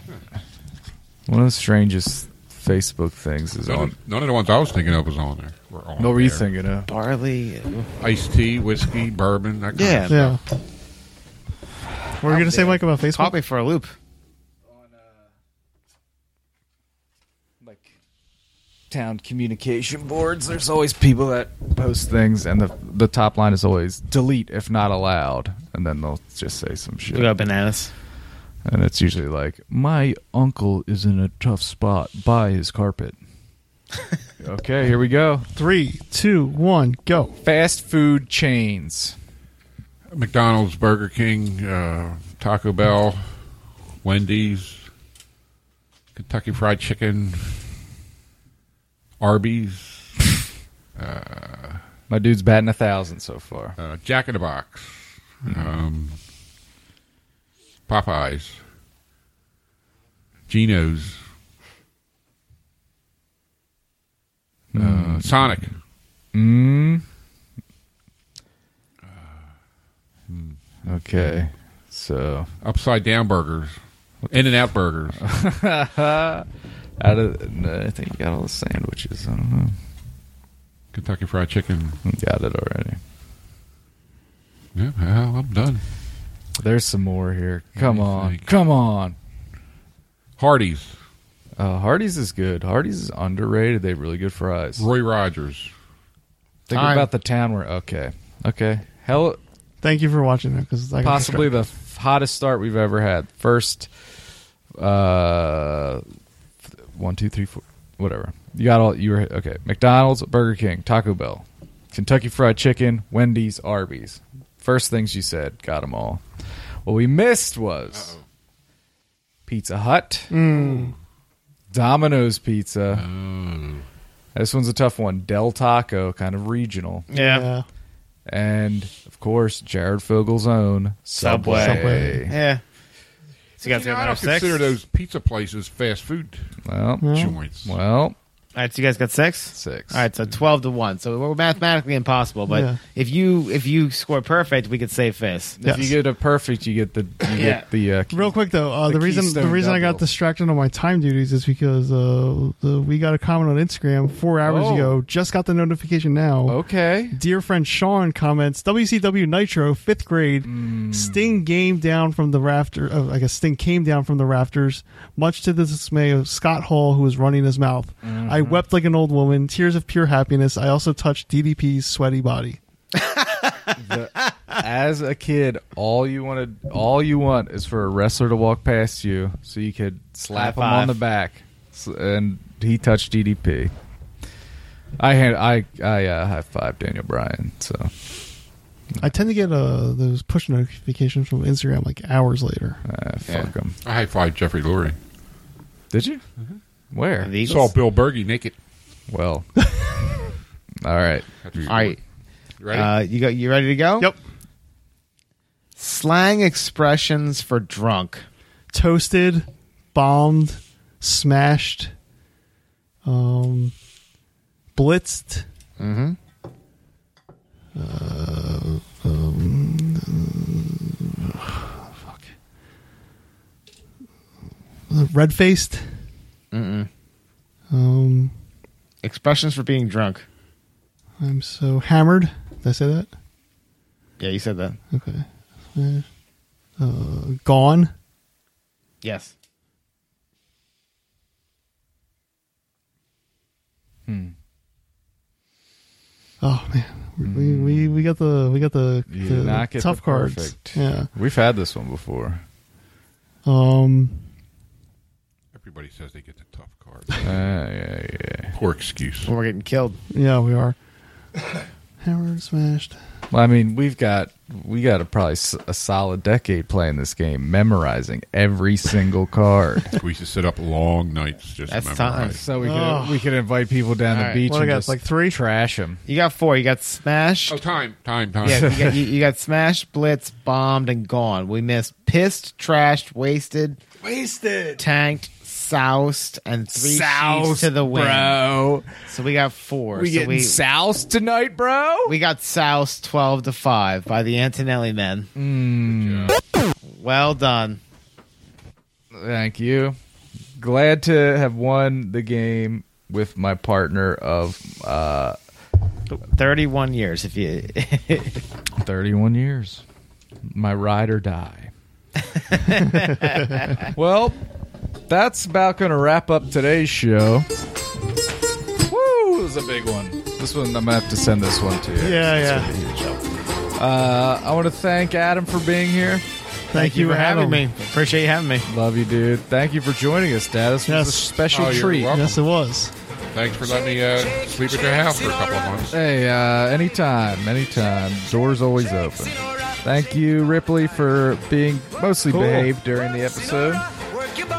Speaker 3: One of the strangest Facebook things is
Speaker 5: None
Speaker 3: on.
Speaker 5: of, none of the ones I was thinking of was on there. Were on
Speaker 3: What were you
Speaker 5: there.
Speaker 3: thinking of?
Speaker 4: Barley.
Speaker 5: Iced tea, whiskey, bourbon. That kind
Speaker 4: Yeah.
Speaker 5: Of
Speaker 1: Yeah. What were you gonna say,
Speaker 4: there.
Speaker 1: Mike, about Facebook?
Speaker 4: Caught me for a loop.
Speaker 3: like town communication boards there's always people that post things and the the top line is always delete if not allowed and then they'll just say some shit
Speaker 4: We got bananas.
Speaker 3: and it's usually like my uncle is in a tough spot buy his carpet okay here we go
Speaker 1: Three, two, one, go.
Speaker 3: fast food chains
Speaker 5: McDonald's, Burger King, uh, Taco Bell, Wendy's, Kentucky Fried Chicken, Arby's,
Speaker 3: my dude's batting a thousand so far
Speaker 5: uh, Jack in the Box, um, Popeyes, Geno's, uh, Sonic.
Speaker 3: Mm. Okay. So
Speaker 5: Upside down burgers. In and out burgers.
Speaker 3: out of no, I think you got all the sandwiches. I don't know.
Speaker 5: Kentucky Fried Chicken.
Speaker 3: You Got it already.
Speaker 5: Yeah, well, I'm done.
Speaker 3: There's some more here. Come
Speaker 5: me
Speaker 3: on.
Speaker 5: think.
Speaker 3: Come on.
Speaker 5: Hardee's.
Speaker 3: Uh, Hardee's is good. Hardee's is underrated. They have really good fries.
Speaker 5: Roy Rogers.
Speaker 3: Think
Speaker 4: Time.
Speaker 3: about the town where. Okay. Okay. Hell,
Speaker 1: Thank you for watching that because I got
Speaker 3: possibly the f- hottest start we've ever had. First, uh, f- one, two, three, four, whatever. You got all you were okay. McDonald's, Burger King, Taco Bell, Kentucky Fried Chicken, Wendy's, Arby's. First things you said, got them all. What we missed was Pizza Hut, Domino's Pizza. This one's a tough one. Del Taco, kind of regional
Speaker 1: distracted.
Speaker 4: Yeah.
Speaker 1: Yeah.
Speaker 3: and of course Jared Fogel's own Subway.
Speaker 1: Subway.
Speaker 4: Yeah. So you guys
Speaker 5: You know, I
Speaker 4: got
Speaker 5: don't
Speaker 4: sex?
Speaker 5: consider those pizza places fast food
Speaker 3: Well,
Speaker 5: joints.
Speaker 3: well,
Speaker 4: All right, so you guys got six?
Speaker 3: Six.
Speaker 4: All right, so 12 to 1. So we're mathematically impossible, but
Speaker 1: Yeah.
Speaker 4: if you if you score perfect, we could save face.
Speaker 1: Yes.
Speaker 3: if you get a perfect, you get the you
Speaker 4: Yeah.
Speaker 3: get the uh,
Speaker 1: Real quick though, uh,
Speaker 3: The
Speaker 1: the, reason the
Speaker 3: Keystone
Speaker 1: reason I got
Speaker 3: Double.
Speaker 1: distracted on my time duties is because uh, the, we got a comment on Instagram four hours
Speaker 3: Oh.
Speaker 1: ago. Just got the notification now.
Speaker 3: okay.
Speaker 1: Dear friend Sean comments WCW Nitro fifth grade
Speaker 3: Hmm.
Speaker 1: Sting game down from the rafter. Oh, I guess Sting came down from the rafters, much to the dismay of Scott Hall, who was running his mouth. I
Speaker 3: Mm-hmm.
Speaker 1: wept like an old woman, tears of pure happiness. I also touched DDP's sweaty body.
Speaker 3: As a kid, all you wanted, all you want is for a wrestler to walk past you so you could slap
Speaker 4: High
Speaker 3: him on
Speaker 4: five.
Speaker 3: the back, S- and he touched DDP. I had I I uh, high five Daniel Bryan. So
Speaker 1: I tend to get uh, those push notifications from Instagram like hours later.
Speaker 3: uh, fuck
Speaker 4: Yeah.
Speaker 3: him.
Speaker 5: I high five Jeffrey Lurie.
Speaker 3: Did you? Where?
Speaker 4: The Eagles?
Speaker 5: Saw Bill Berge naked.
Speaker 3: well, all right.
Speaker 5: All
Speaker 4: All right,
Speaker 5: You ready?
Speaker 4: uh, you got you ready to go?
Speaker 1: Yep.
Speaker 4: Slang expressions for drunk.
Speaker 1: Toasted, bombed, smashed, um, blitzed. um, Uh, um, fuck. Red faced. Um,
Speaker 4: Expressions for being drunk.
Speaker 1: I'm so hammered. Did I say that?
Speaker 4: Yeah, you said that.
Speaker 1: Okay. Uh, uh, gone.
Speaker 4: Yes.
Speaker 1: Oh man, we, we we got the we got the,
Speaker 3: Mm. You
Speaker 1: the
Speaker 3: did not get
Speaker 1: tough
Speaker 3: the
Speaker 1: cards.
Speaker 3: perfect.
Speaker 1: Yeah.
Speaker 3: We've had this one before.
Speaker 1: Um.
Speaker 5: Everybody says they get the tough card.
Speaker 3: Uh, yeah, yeah.
Speaker 5: Poor excuse.
Speaker 4: We're getting killed.
Speaker 1: Yeah, we are. Hammered, smashed.
Speaker 3: Well, I mean, we've got we got a probably s- a solid decade playing this game, memorizing every single card.
Speaker 5: We used to sit up long nights just
Speaker 4: That's
Speaker 5: to
Speaker 4: time.
Speaker 5: memorize.
Speaker 3: so we could
Speaker 1: Ugh.
Speaker 3: we could invite people down
Speaker 4: All
Speaker 3: the
Speaker 4: right.
Speaker 3: beach
Speaker 1: What I
Speaker 3: and
Speaker 1: got,
Speaker 3: just
Speaker 1: like three?
Speaker 3: trash them.
Speaker 4: You got four. You got smashed.
Speaker 5: Oh, time, time, time.
Speaker 4: Yeah, you got, you, you got smashed, blitz, bombed, and gone. We missed pissed, trashed, wasted, wasted, tanked, soused, and three sheets to the wind.
Speaker 3: bro.
Speaker 4: So we got four.
Speaker 3: Oh, We
Speaker 4: so
Speaker 3: getting
Speaker 4: we
Speaker 3: soused tonight, bro.
Speaker 4: we got soused twelve to five by the Antonelli men.
Speaker 3: Hmm.
Speaker 4: Well done.
Speaker 3: Thank you. Glad to have won the game with my partner of uh,
Speaker 4: Thirty-one years. If you
Speaker 3: 31 years. My ride or die. well, that's about going to wrap up today's show. Woo, this is a big one. This one, I'm going to have to send this one to you.
Speaker 1: Yeah, yeah.
Speaker 3: Uh, I want to thank Adam for being here.
Speaker 1: Thank, you, Adam.
Speaker 4: Appreciate you having me.
Speaker 3: Love you, dude. Thank you for joining us, Dad. This was
Speaker 1: Yes.
Speaker 3: a special
Speaker 5: Oh, you're
Speaker 3: treat.
Speaker 5: welcome.
Speaker 1: Yes, it was.
Speaker 5: Thanks for letting me uh, sleep at your house for a couple of months.
Speaker 3: Hey, uh, anytime, anytime. Doors always open. Thank you, Ripley, for being mostly behaved during the episode.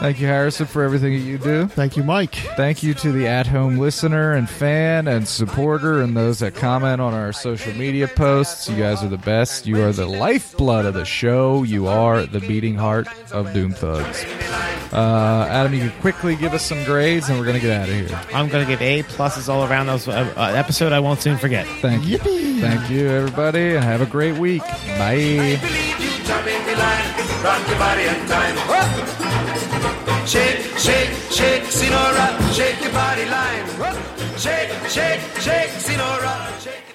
Speaker 3: Thank you, Harrison, for everything that you do.
Speaker 1: Thank you, Mike.
Speaker 3: Thank you to the at home listener and fan and supporter and those that comment on our social media posts. You guys are the best. You are the lifeblood of the show. You are the beating heart of Doom Thugs. Uh, Adam, you can quickly give us some grades and we're going to get out of here.
Speaker 4: I'm going to give A pluses all around. That was an episode I won't soon forget.
Speaker 3: Thank you. Thank you, everybody, and have a great week. Bye.
Speaker 7: believe you, Tommy Milan, rock your body in time. Up. Shake, shake, shake, Sinora, shake your body line. Up. Shake, shake, shake, Sinora, shake.